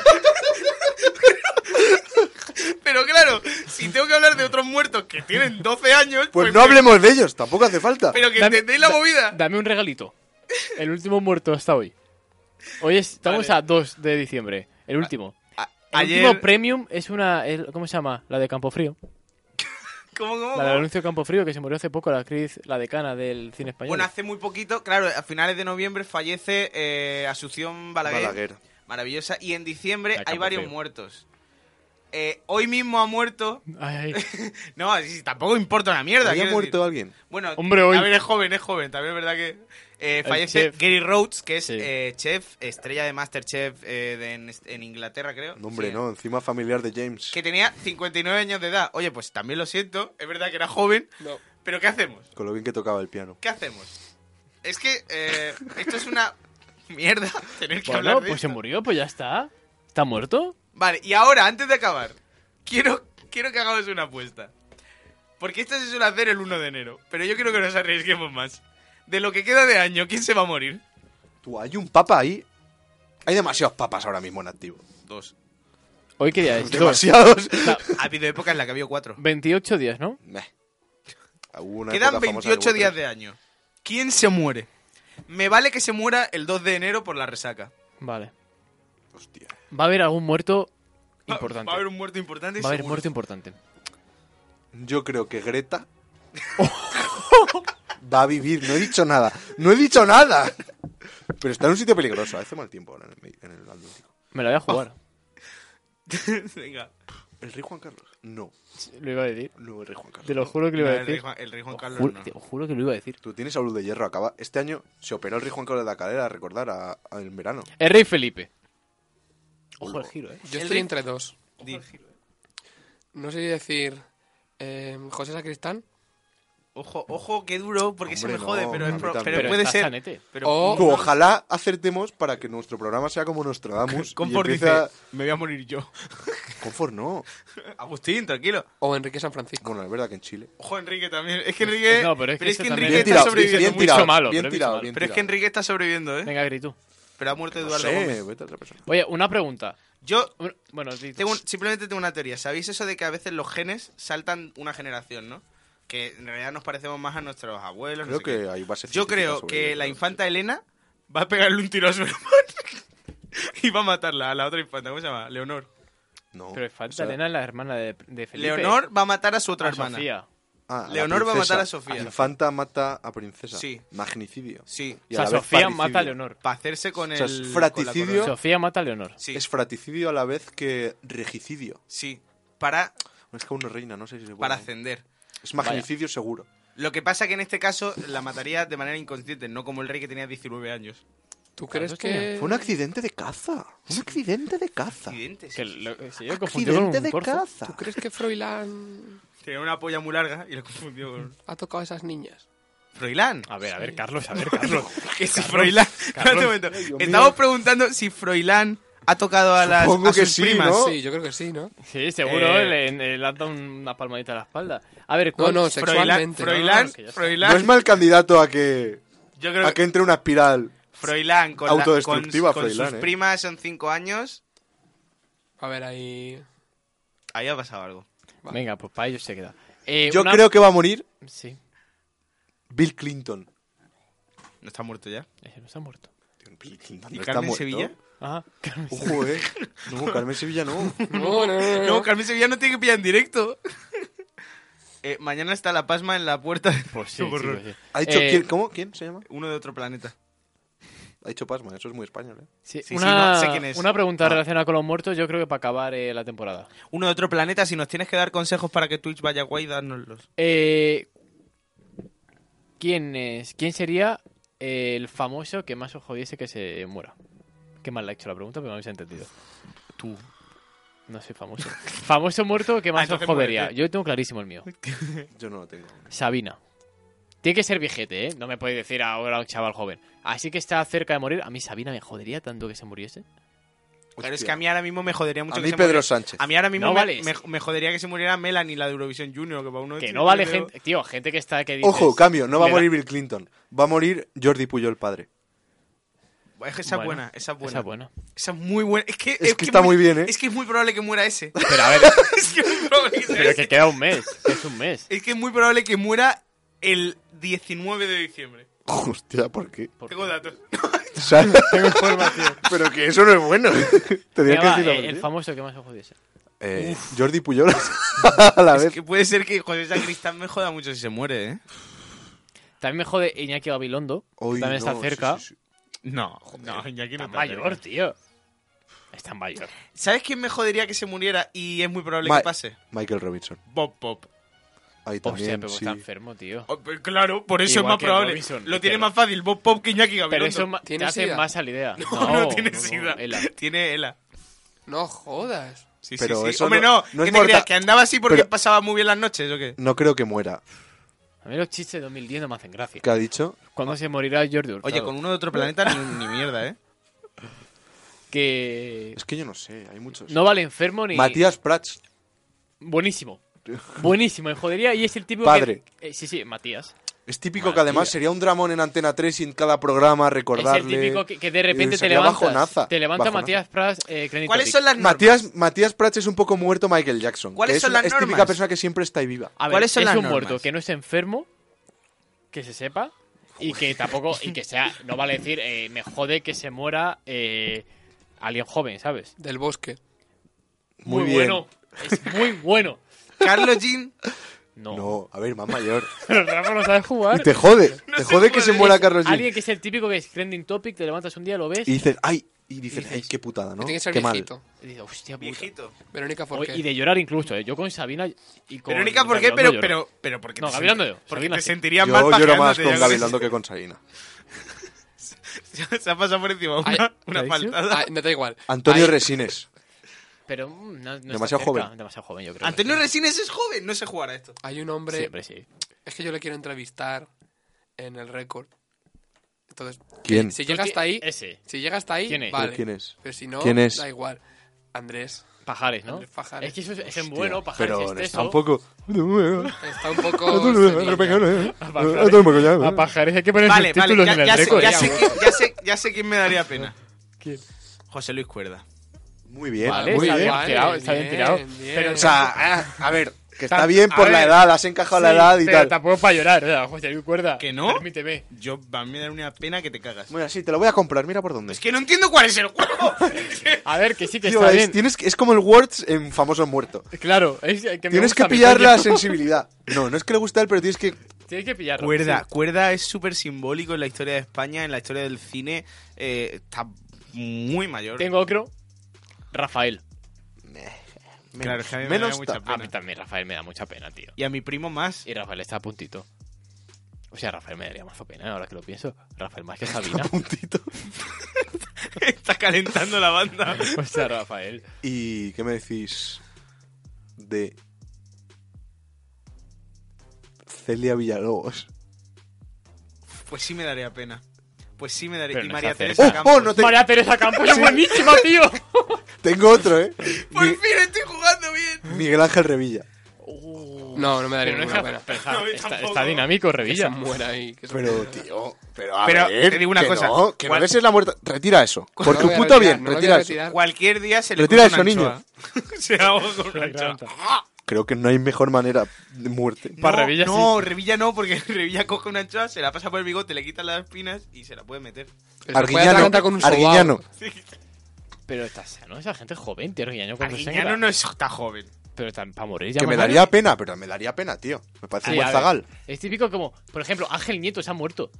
Pero claro, si tengo que hablar de otros muertos que tienen 12 años,
Pues no hablemos de ellos, tampoco hace falta.
Pero que
Dame-
entendéis la
da-
movida.
Dame un regalito. El último muerto hasta hoy. Hoy es- estamos
Vale.
a 2 de diciembre. El último. El último
Ayer,
premium es una. el- ¿Cómo se llama? La de Campofrío.
¿cómo, cómo,
La del
cómo?
anuncio de Campofrío que se murió hace poco, la actriz, la decana del cine español.
Bueno, hace muy poquito, claro, a finales de noviembre fallece eh, Asunción Balaguer,
Balaguer.
maravillosa, y en diciembre
La
hay
Campo
varios
Frío.
muertos. Eh, hoy mismo ha muerto
Ay, ay.
No, sí, tampoco importa una mierda.
¿Había
quiero
muerto
decir.
alguien?
Bueno,
Hombre, hoy.
A ver, es joven, es joven. También es verdad que eh,
El
fallece
chef.
Gary Rhodes, que es
Sí.
eh, chef, estrella de Masterchef eh, de- en, en Inglaterra, creo.
No, hombre,
Sí.
no, encima familiar de James.
Que tenía 59 años de edad. Oye, pues también lo siento. Es verdad que era joven.
No.
Pero ¿qué hacemos?
Con lo bien que tocaba el piano.
¿Qué hacemos? Es que eh, esto es una mierda tener que
Bueno,
hablar de
pues se
esto.
murió, pues ya está. ¿Está muerto?
Vale, y ahora, antes de acabar, quiero, quiero que hagamos una apuesta. Porque esto se suele hacer el 1 de enero, pero yo quiero que nos arriesguemos más. De lo que queda de año, ¿quién se va a morir?
Tú, hay un papa ahí. Hay demasiados papas ahora mismo en activo.
Dos.
¿Hoy qué día es? Dos.
Demasiados.
Ha habido época en la que ha habido cuatro.
28 días, ¿no?
Meh. Hubo una
Quedan
época
28
famosa que hubo
días
tres.
de año. ¿Quién se muere? Me vale que se muera el 2 de enero por la resaca.
Vale.
Hostia.
Va a haber algún muerto
Va-
importante.
Ah, Va a haber un muerto importante.
Va a haber
seguro.
muerto importante.
Yo creo que Greta va a vivir. No he dicho nada. No he dicho nada. Pero está en un sitio peligroso. Hace mal tiempo ahora en el, en el Atlántico.
Me
Ah.
la voy a jugar.
Venga.
¿El rey Juan Carlos? No.
Lo iba a decir.
No, el rey Juan Carlos.
Te lo juro que lo
No,
iba a
el, rey
decir.
Juan, el rey Juan
Ju-
Carlos no.
Te juro que lo iba a decir.
Tú tienes salud de hierro. Acaba. Este año se operó el rey Juan Carlos de la cadera, recordar, a- a- en verano.
El rey Felipe. Ojo el giro, eh.
Yo
El
estoy
ritmo.
entre dos.
Di.
No sé si decir eh, José Sacristán
Ojo, ojo, qué duro, porque se me
Hombre,
jode,
no,
pero, es
a mí
pro- pero
también. Pero
puede
está
ser.
sanete.
Pero
O-
Tú, ojalá acertemos para que nuestro programa sea como Nostradamus. y
Confort
empiece
dice,
a-
me voy a morir yo.
Confort no.
Agustín, tranquilo.
o Enrique San Francisco.
Bueno, es verdad que en Chile.
Ojo, Enrique también. Es que Enrique.
No, pero es que ese
Enrique
también-
Bien
está
tirado,
sobreviviendo
bien
mucho.
tirado.
Hizo malo,
bien
pero hizo
tirado,
malo.
bien
Pero es que
tirado.
Enrique está sobreviviendo, ¿eh?
Venga, Gritú.
Pero ha muerto
No
Eduardo
sé,
Gómez.
vete a otra persona.
Oye, una pregunta.
Yo
Un- Bueno, di tú.
tengo un- simplemente tengo una teoría. ¿Sabéis eso de que a veces los genes saltan una generación, no? Que en realidad nos parecemos más a nuestros abuelos. no
Creo
sé
que
qué.
hay base
Yo
científica
creo
sobre
que
ello,
la
¿no?
infanta Elena va a pegarle un tiro a su hermano y va a matarla, a la otra infanta. ¿Cómo se llama? Leonor.
No.
Pero falta
o sea,
Elena, la hermana de, de Felipe.
Leonor va a matar a su otra
Ah,
hermana.
Sofía.
ah, la
Leonor va a matar
princesa.
a Sofía.
La infanta mata a princesa.
Sí.
Magnicidio.
Sí.
Y
o
a
sea,
la vez
Sofía
parricidio.
mata a Leonor.
Para hacerse con
O
el.
sea, es
con la
fraticidio.
corona.
Sofía mata a Leonor.
Sí.
Es fraticidio a la vez que regicidio.
Sí. Para,
Es que aún no es reina, no sé si se puede.
para
¿no?
ascender.
Es magnicidio seguro.
Lo que pasa que en este caso la mataría de manera inconsciente, no como el rey que tenía 19 años.
¿Tú crees
eso
que.?
Fue un accidente de caza. Un accidente de caza.
Accidentes.
Que lo, se yo confundí con
Ah, Accidente
un
de
corzo.
caza.
¿Tú crees que Froilán
Tenía una polla muy larga y lo confundió con.
ha tocado a esas niñas?
Froilán.
Ah,
A ver, a ver, Carlos, a ver, Carlos.
Que si Froilán. Espérate un momento.
Ay, Dios mío.
Estamos preguntando si Froilán ha tocado a las
Supongo
a
que
sus
sí,
primas.
¿no?
Sí, yo creo que sí, ¿no?
Sí, seguro,
Eh.
le, le, han dado una palmadita a la espalda. A ver,
No,
¿cuál-
no,
Froilán,
sexualmente.
Froilán,
No, que ya está.
No es
Froilán.
mal candidato a que,
Yo creo
a que
que
entre una espiral.
Froilán con, la- con-
autodestructiva,
con
Froilán,
sus
¿eh?
primas son 5 años.
A ver, ahí.
Ahí ha pasado algo.
Venga, pues para ellos se queda. Eh,
Yo
una-
creo que va a morir
Sí,
Bill Clinton.
¿No está muerto ya?
ese no se ha muerto. Ah,
Bill Clinton
¿Y
no está
Carmen
muerto.
Sevilla?
Ajá.
Ojo, eh. No, Carmen Sevilla no.
No, no, no,
No,
no.
Carmen Sevilla no tiene que pillar en directo. Eh, mañana está la pasma en la puerta de
Pues
Qué
sí,
horror.
chicos, sí.
Ha dicho,
Eh,
¿quién, ¿cómo? ¿Quién se llama?
uno de otro planeta.
Ha dicho Pasma, eso es muy español, eh.
sí,
sí,
una,
no, sé quién es. Ah.
una pregunta relacionada con los muertos, yo creo que para acabar eh, la temporada.
Uno de otro planeta, si nos tienes que dar consejos para que Twitch vaya guay, dárnoslos.
Eh, ¿Quién es? ¿Quién sería eh, el famoso que más os jodiese que se muera? Qué mal la he hecho la pregunta, pero no habéis entendido. Tú. No soy famoso. famoso muerto que
Ah,
más os
entonces
jodería.
muérete.
Yo tengo clarísimo el mío. eh.
Yo no lo tengo.
Sabina. Tiene que ser viejete, ¿eh? No me puede decir ahora un chaval joven. Así que está cerca de morir. A mí Sabina me jodería tanto que se muriese.
Pero es
Hostia.
que a mí ahora mismo me jodería mucho que
A mí
se
Pedro
muriera-
Sánchez.
A mí ahora mismo
No
me,
vale.
me- me jodería que se muriera Melanie, la de Eurovisión Junior, que para uno... este
Que no vale gente... Tío, gente que está... Que dices,
Ojo, cambio, no va a
le da-
morir Bill Clinton. Va a morir Jordi Puyol padre.
Es que esa es
Bueno,
buena, esa es buena.
Esa es buena.
Esa es muy buena. Es que, es
que está muy bien, ¿eh?
Es que es muy probable que muera ese.
Pero a ver, eh.
es que es muy probable que sea
pero
ese.
que queda un mes. que es un mes.
Es que es muy probable que muera el 19 de diciembre.
Hostia, ¿por qué?
Porque-
Tengo datos.
O sea, pero que eso no es bueno. Tendría
Venga,
que
va,
decir la
eh, el
verdad.
famoso que más os jodiese.
Eh, Jordi Puyol a la
Es
vez.
que puede ser que José Sacristán me joda mucho si se muere, ¿eh?
También me jode Iñaki Gabilondo. que
Hoy
también está
no, sí,
cerca.
sí, sí.
No, no, Iñaki
Está
no
mayor, tío. Está mayor.
¿Sabes quién me jodería que se muriera y es muy probable
Ma-
que pase?
Michael Robinson.
Bob Pop.
Ahí
Hostia,
también,
pero
sí.
está enfermo, tío.
Oh, pero claro, por eso
Igual
es más
que
probable.
Robinson,
Lo
es
tiene
que-
más fácil, Bob Pop que Iñaki Gabilondo.
Pero eso ma- te
¿Tiene
hace
sida?
más a la idea.
No, no, tiene sida.
Ela.
Tiene ELA.
No jodas.
Sí, sí,
Pero
sí.
eso
Hombre,
no-
no,
no
¿qué te
es
creas?
mortal.
¿Que andaba así porque
Pero-
pasaba muy bien las noches o qué?
No creo que muera.
A mí los chistes de 2010 no me hacen gracia.
¿Qué ha dicho?
¿Cuándo se morirá Jordi Hurtado?
Oye, con uno de otro planeta ni, ni mierda, ¿eh?
Que
Es que yo no sé, hay muchos.
no vale enfermo ni...
Matías Prats.
Buenísimo. Buenísimo, me jodería. Y es el tipo
Padre.
que... Eh, sí, sí, Matías.
Es típico que
Matías.
además sería un dramón en Antena 3 y en cada programa recordarle.
Es el típico que, que de repente
Eh,
te
sería
levantas.
bajonaza,
Te levanta
bajonaza.
Matías Pras, eh, Clean y
¿Cuáles
Topic.
son las normas?
Matías, Matías Prats es un poco muerto Michael Jackson.
¿Cuáles
que es
son
una-
las
Es típica
normas?
persona que siempre está ahí viva. Ah,
A ver,
¿Cuáles son
es
las
un
normas?
muerto que no es enfermo, que se sepa y que tampoco y que sea no vale decir eh, me jode que se muera eh, alguien joven, ¿sabes?
Del bosque.
Muy bien.
bueno, es muy bueno.
Carlos Jean.
No,
No, a ver, más mayor.
pero Rafa no sabe jugar.
Y te jode.
No
te
se
jode que se
puede.
muera Carlos Jean.
Alguien que es el típico que es trending topic, te levantas un día, lo ves
Y
y,
dices, ay. Y dices,
dices,
ay, qué putada, ¿no?
Tiene que ser
qué mal.
viejito.
dices, hostia puta.
Viejito.
Verónica
O-
Forqué.
y de llorar incluso, ¿eh? Yo con Sabina y con
Verónica, ¿por qué? Pero,
Gabilondo lloro.
pero, pero porque
No,
te
Gabilondo
sent-
yo,
Porque
Sabina
te
sí.
sentirías mal
Yo lloro más
pajeándote,
con
ya lo sé.
Gabilondo que con Sabina.
Se ha pasado por encima
Ay,
una, una
¿lo ha dicho?
faltada.
Ah, no da igual.
Antonio
Ahí-
Resines.
Pero mm, no, no está
Demasiado
cerca,
joven.
Demasiado joven, yo creo.
Antonio Resines es joven, no sé jugar a esto.
Hay un hombre.
Sí, hombre, sí.
Es que yo le quiero entrevistar en el récord. Entonces,
¿Quién?
si llega hasta ahí,
Ese.
si llega hasta ahí,
¿Quién es?
vale.
¿Quién es?
Pero si no,
¿Quién es?
da igual. Andrés
Pajares, ¿no?
Andrés Pajares.
Es que eso es, es en bueno,
Hostia,
Pajares. este
Pero
es teso.
está un poco.
está un poco.
eh.
A Pajares hay que poner
Vale,
sus
vale,
títulos
ya,
en el
ya sé,
récord.
ya, sé, quién- ya, sé, ya sé quién me daría pena.
¿Quién?
José Luis Cuerda.
Muy bien.
Vale,
muy
está
bien.
bien,
Vale,
tirado, está bien,
bien,
tirado.
bien.
Pero,
O sea, ah, a ver, que está bien
a
por la
ver.
edad, has encajado la edad y
pero
tal.
tampoco para llorar, o sea, José Luis Cuerda.
¿Que no?
Permíteme.
Yo, a mí me daría una pena que te cagas.
Bueno, sí, te lo voy a comprar, mira por dónde.
Es que no entiendo cuál es el juego.
A ver, que sí, que
Tío,
está
es,
bien.
tienes que- es como el Words en Famoso Muerto.
Claro, es que me
Tienes
gusta
que
a mí,
pillar
coño.
la sensibilidad. No, no es que le guste a él, pero tienes que.
Tienes que pillarlo.
Cuerda,
sí.
cuerda es súper simbólico en la historia de España, en la historia del cine. eh, está muy mayor.
Tengo otro. Rafael.
Menos,
Claro, es que a mí me
menos
da mucha
ta-
pena.
A mí también Rafael me da mucha pena, tío.
Y a mi primo más.
Y Rafael está a puntito. O sea, Rafael me daría mazo pena, ahora que lo pienso. Rafael más que Sabina.
puntito.
Está calentando la banda.
o sea, Rafael.
¿Y qué me decís de Celia Villalobos?
Pues sí me daría pena. Pues sí me daría.
Pero
y
no
María
es hacer
Teresa
eso.
Campos.
¡Oh, no te-
María Teresa Campos es buenísima, tío.
Tengo otro, ¿eh?
Por
Mi-
fin estoy jugando bien.
Miguel Ángel Revilla.
No, no me daría
Pero no es
ninguna
Rafael.
pena.
pero está-
No, yo
está,
tampoco.
está dinámico,
Que se
Revilla.
muera ahí. que se
Pero,
muera.
tío, pero a
Pero,
ver,
te digo una
que
cosa.
No, que no
¿Cuál-
beses la muerta. Retira eso. Por
No
tu
lo voy a
puto
retirar,
bien,
no lo voy a
retira eso.
retirar.
Cualquier día se le
Retira
cruza una
eso, niño.
anchoa. se ahoga con una anchoa.
Creo que no hay mejor manera de muerte.
Para
no,
Revilla
no, Revilla no, porque Revilla coge una anchoa, se la pasa por el bigote, le quita las espinas y se la puede meter.
Que se puede
Arguiñano,
atragantar con un sobao.
Arguiñano.
Pero está sano, esa gente es joven, tío. Arguiñano cuando se
Arguiñano no es tan joven.
Pero para morir ya
Que me
más
daría pena, pero me daría pena, tío. Me parece
Sí,
un
a
buen
ver.
zagal.
Es típico como, por ejemplo, Ángel Nieto se ha muerto.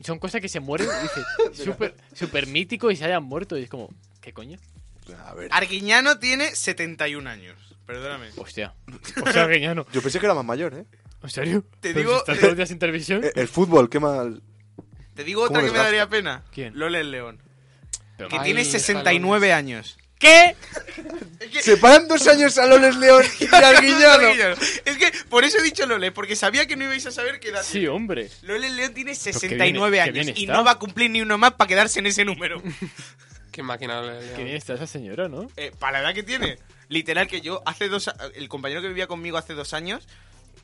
Y son cosas que se mueren, dice, súper super mítico y se hayan muerto. Y es como, ¿qué coño?
A ver.
Arguiñano tiene 71 años. Perdóname.
Hostia. Hostia, Arguiñano.
Yo pensé que era más mayor, ¿eh?
¿En serio?
Te
Pero
digo-
si ¿Estás todos los días en televisión?
Eh, El fútbol, qué mal.
Te digo otra
¿Cómo
que me
desgasta?
daría pena.
¿Quién?
Lole el León.
Pero
Que
Ay,
tiene
madre-
69 años.
¿Qué?
Separan dos años a Loles León y Arguiñano.
Arguiñano. Es que por eso he dicho Lole, porque sabía que no ibais a saber qué edad.
Sí, hombre.
Lole León tiene
qué
69
bien- qué
años
bien
y
está.
no va a cumplir ni uno más para quedarse en ese número.
Qué máquina. le- le-
Qué bien está esa señora, ¿no?
Eh, para la edad que tiene. Literal que yo, hace dos a- el compañero que vivía conmigo hace dos años,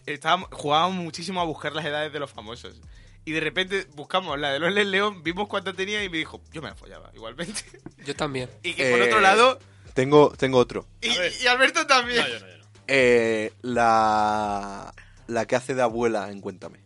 estábamos, jugábamos muchísimo a buscar las edades de los famosos. Y de repente buscamos la de Lole León, vimos cuánta tenía y me dijo, yo me la follaba igualmente.
Yo también.
Y que por
Eh,
otro lado,
Tengo, tengo otro.
y, y Alberto también.
no, yo no.
Eh, la, la que hace de abuela en Cuéntame.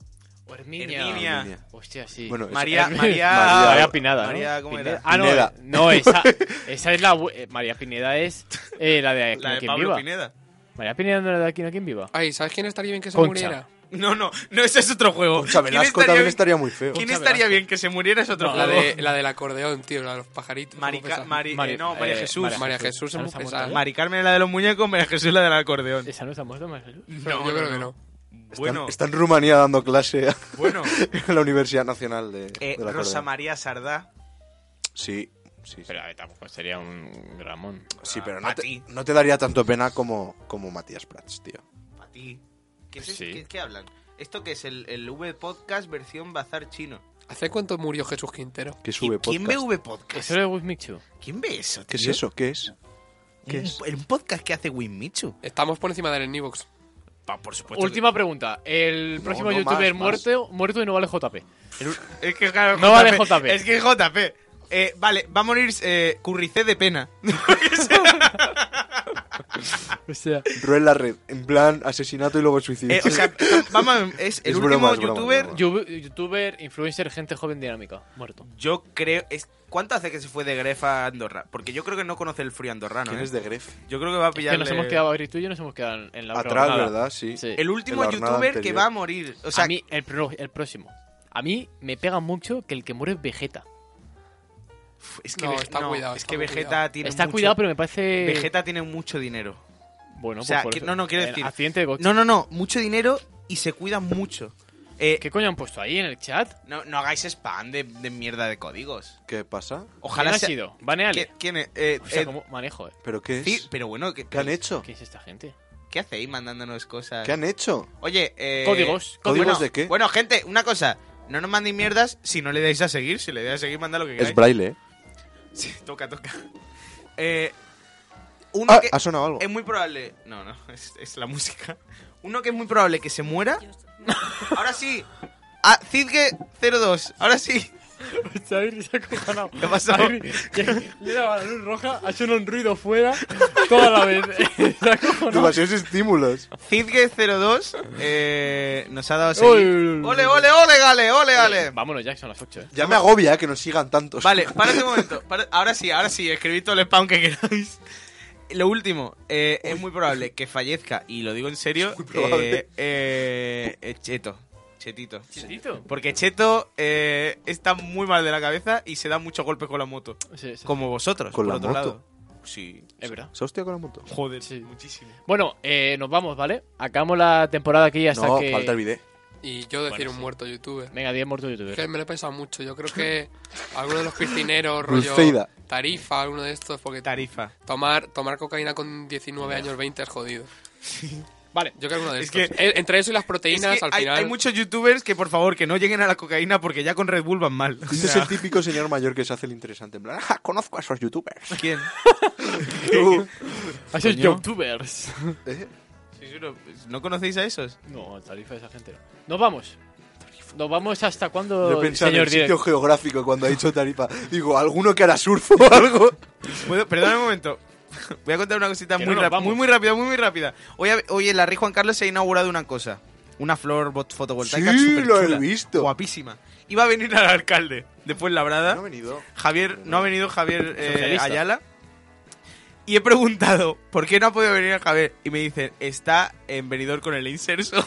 Herminia.
Herminia.
Herminia.
Hostia, sí.
Bueno, es-
María,
Herminia-
María,
Ah, María Pinada, ¿no?
María, ¿cómo
Pineda.
era?
Ah, no,
Pineda.
eh, no, esa, esa es la... abue- eh, María Pineda es eh, la de Aquí
La
no
de
quien
Pablo
viva.
Pineda. Ah,
María Pineda no era de Aquí no quien viva.
Ay, ¿sabes quién estaría bien que se
Concha.
muriera?
No, no, no, ese es otro juego.
Concha
¿Quién
Velasco también
bien-
estaría muy feo.
¿Quién
Concha
estaría
Velasco.
bien que se muriera? Es otro
No,
juego.
La, de, la del acordeón, tío, la de los pajaritos.
Mari-
¿cómo pesa?
Mari- eh,
Mari-
no, María
eh,
Jesús.
María-
María Jesús
¿Ya no
es
se ha
muy
muerto
pesada.
ya?
Mari Carmen la de los muñecos, María Jesús la del acordeón.
¿Esa no está muerta, María Jesús?
Pero yo creo que no.
Está,
Bueno,
está en Rumanía dando clase a-
bueno.
en la Universidad Nacional de,
Eh,
de la
Rosa
Cordera.
María Sardá.
Sí, sí, sí.
Pero a ver, tampoco sería un Ramón.
Sí, pero
Pa'
no te,
ti.
no te daría tanto pena como, como Matías Prats, tío.
Pa' ti. ¿Qué, es
Sí.
esto? ¿Qué- qué hablan? ¿Esto que es? El, el V-Podcast versión bazar chino.
¿Hace cuánto murió Jesús Quintero?
Que sube
¿Qui- ¿Quién ve
podcast.
V-Podcast?
Eso era de Wismichu.
¿Quién ve eso,
¿Qué es
tío?
eso? ¿Qué es? ¿Qué
un,
es?
un podcast que hace Winmichu.
Estamos por encima del Ennivox.
Pa, por supuesto.
Última pregunta. El próximo
no,
youtuber
más, más.
muerto, muerto y no vale JP.
que- el- es que claro,
No vale JP.
Es que es JP. Eh, vale, va a morir eh, Curricé de pena. Ah.
O sea,
Ruel la red. En plan, asesinato y luego suicidio.
Eh, o sea, vamos, es el
Es broma,
último
es broma,
youtuber.
es broma.
yu- youtuber, influencer, gente joven dinámica. Muerto.
Yo creo. Es, ¿Cuánto hace que se fue de Grefa a Andorra? Porque yo creo que no conoce el frío andorrano.
¿Quién
¿eh?
es de Gref?
Yo creo que va a
Es que
pillarle...
nos hemos quedado, Agri, tú y yo nos hemos quedado en- en la
Atrás,
jornada.
¿verdad? Sí.
Sí.
El último
En la jornada
youtuber que
anterior.
va a morir. O sea,
a mí, el, pro- el próximo. A mí me pega mucho que el que muere es Vegeta.
es que,
No,
Vege-
está
no,
cuidado,
es
está
que
muy
Vegeta
cuidado.
tiene
Está
mucho-
cuidado, pero me parece.
Vegeta tiene mucho dinero.
Bueno,
o
pues
sea,
por
que-
eso.
no, no, quiero
El
decir-
Accidente de coche.
No, no, no, mucho dinero y se cuida mucho. Eh,
¿Qué coño han puesto ahí en el chat?
no, no hagáis spam de, de mierda de códigos.
¿Qué pasa?
Ojalá
¿Quién
sea-
ha sido? ¿Baneale?
¿Qui- ¿Quién es? Eh,
O sea,
eh,
¿cómo manejo? eh?
¿Pero qué es?
sí, pero bueno, ¿qué,
¿Qué han hecho?
¿Qué es esta gente?
qué hacéis mandándonos cosas?
¿Qué han hecho?
Oye, eh,
Códigos,
¿Códigos
bueno,
de qué?
Bueno, gente, una cosa. No nos mandéis mierdas si no le dais a seguir. Si le dais a seguir, manda lo que queráis.
Es braille, ¿eh?
Sí, toca, toca. Eh, uno
Ah,
que Em,
ha sonado algo.
es muy probable. No, no, es, es la música. Uno que es muy probable que se muera. Ahora sí. Ah, Zidge02. Ahora sí.
Xavi se ha acojonado.
¿Qué pasó?
Xavi, que Le daba la luz roja, ha hecho un ruido fuera toda la vez. Se ha acojonado.
Demasiados estímulos.
Zidge02 eh, nos ha dado a
Uy, uy,
seguir.
uy, uy.
Ole, ole, ole, gale, ole, gale.
Vámonos, Jackson, a las eh. 8.
Ya me agobia que nos sigan tantos.
Vale, para un momento. para- ahora sí, ahora sí, escribid todo el spam que queráis. Lo último, eh, es muy probable que fallezca, y lo digo en serio,
probable.
eh, eh, eh, Cheto. Chetito.
Chitito.
Porque Cheto eh, está muy mal de la cabeza y se da muchos golpes con la moto.
Sí, sí.
Como vosotros,
¿Con
por
la
otro
moto?
lado. Sí.
Es verdad.
¿Se ha hostiado con la moto?
Joder,
Sí.
muchísimo.
Bueno, eh, nos vamos, ¿vale? Acabamos la temporada aquí hasta
No,
que.
falta el video.
Y yo decir
Bueno,
un
sí.
muerto youtuber.
Venga, 10 muertos youtubers.
Que me lo he pensado mucho. Yo creo que alguno de los piscineros, rollo
Dulceida.
Tarifa, alguno de estos, porque
Tarifa.
tomar, tomar cocaína con 19 años 20 es jodido.
Vale,
Yo creo que uno de
Es
estos.
que-
Eh, Entre eso y las
Es
proteínas,
que
al
hay,
final.
hay muchos youtubers que por favor que no lleguen a la cocaína porque ya con Red Bull van mal. O
Este es
sea,
el típico señor mayor que se hace el interesante. En plan, "Ah, conozco a esos youtubers.
¿Quién?
Tú.
a esos
Coño.
youtubers.
¿Eh?
Sí, sí, no- ¿No conocéis a esos?
No, tarifa esa gente no. Nos vamos. Nos vamos hasta
Yo
cuando.
he pensado en
Señor
el sitio
director.
geográfico cuando ha dicho tarifa. Digo, ¿alguno que hará surf o algo?
¿Puedo? Perdona un momento. Voy a contar una cosita
Que
muy,
no nos
rap-
vamos.
muy, muy rápida, muy, muy rápida. Hoy, ha- hoy en la Rey Juan Carlos se ha inaugurado una cosa. Una flor bot- fotovoltaica
Sí, lo he
superchula,
visto.
Guapísima. Iba a venir al alcalde. Después Labrada.
No ha venido.
Javier, no ha venido Javier eh,
Socialista.
Ayala. Y he preguntado, ¿por qué no ha podido venir Javier? Y me dicen, está en venidor con el inserso.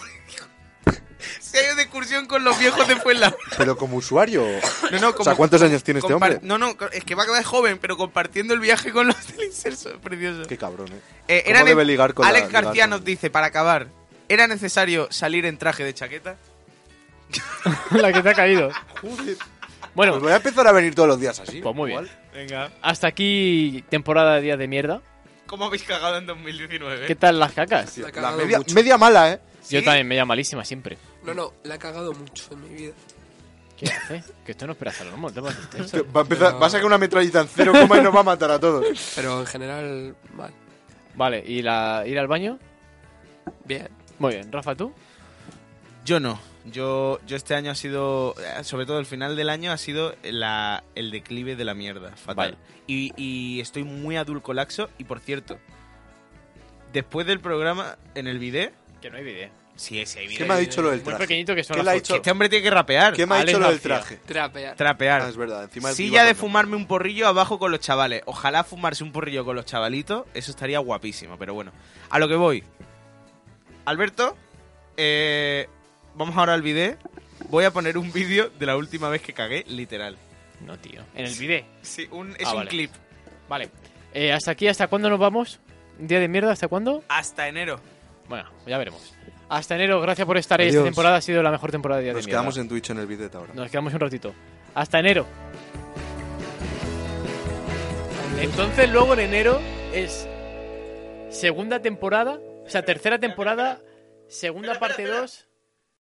se ha ido de excursión con los viejos de Fuenla.
Pero como usuario.
No, no,
O sea,
como-
¿cuántos años tiene este
compar-
hombre?
No, no, es que va a quedar joven, pero compartiendo el viaje con los del inserso. Precioso.
Qué cabrón, eh.
Eh,
¿Cómo
era ne-
debe ligar con la-
Alex
ligar
García
con-
nos dice, para acabar, ¿era necesario salir en traje de chaqueta?
la que te ha caído.
Joder.
Bueno,
Pues voy a empezar a venir todos los días así.
pues muy bien.
Venga.
Hasta aquí temporada de días de mierda.
¿Cómo habéis cagado en 2019?
¿Qué tal las cacas?
La he
La
cagado
media,
mucho.
media mala, eh.
Yo
¿Sí?
también me llamo malísima siempre.
No, no, la he cagado mucho en mi vida.
¿Qué hace? Que esto no espera a Salomón, te vas a hacer eso.
Va a, empezar, va a sacar una metralleta en cero coma y nos va a matar a todos.
Pero en general, mal.
Vale, ¿y la, ir al baño?
Bien.
Muy bien, Rafa, ¿tú?
Yo no. Yo, yo este año ha sido, eh, sobre todo el final del año, ha sido la, el declive de la mierda. Fatal.
Vale.
Y, y estoy muy adulcolaxo. Y por cierto, después del programa, en el video...
Que no hay video.
Sí, sí, hay
¿Qué me ha dicho lo del
Muy
traje?
pequeñito que son
¿Qué
las
le ha
ocho.
dicho?
Este hombre tiene que rapear.
¿Qué me ha
Alex
dicho lo del
García.
traje?
Trapear.
Trapear.
Ah, es verdad, encima del
Silla
piba
de
con-
fumarme un porrillo abajo con los chavales. Ojalá fumarse un porrillo con los chavalitos. Eso estaría guapísimo, pero bueno. A lo que voy. Alberto, eh, vamos ahora al vídeo. Voy a poner un vídeo de la última vez que cagué, literal.
No, tío. En el video.
Sí, un- es
Ah,
un
vale.
clip.
Vale. Eh, ¿Hasta aquí? ¿Hasta cuándo nos vamos? ¿Un día de mierda? ¿Hasta cuándo?
Hasta enero.
Bueno, ya veremos. Hasta enero, gracias por estar ahí.
Adiós.
Esta temporada ha sido la mejor temporada de día
Nos
de mierda.
quedamos en Twitch en el bidet ahora.
Nos quedamos un ratito. Hasta enero. Entonces luego en enero es segunda temporada, o sea, tercera temporada, segunda parte 2,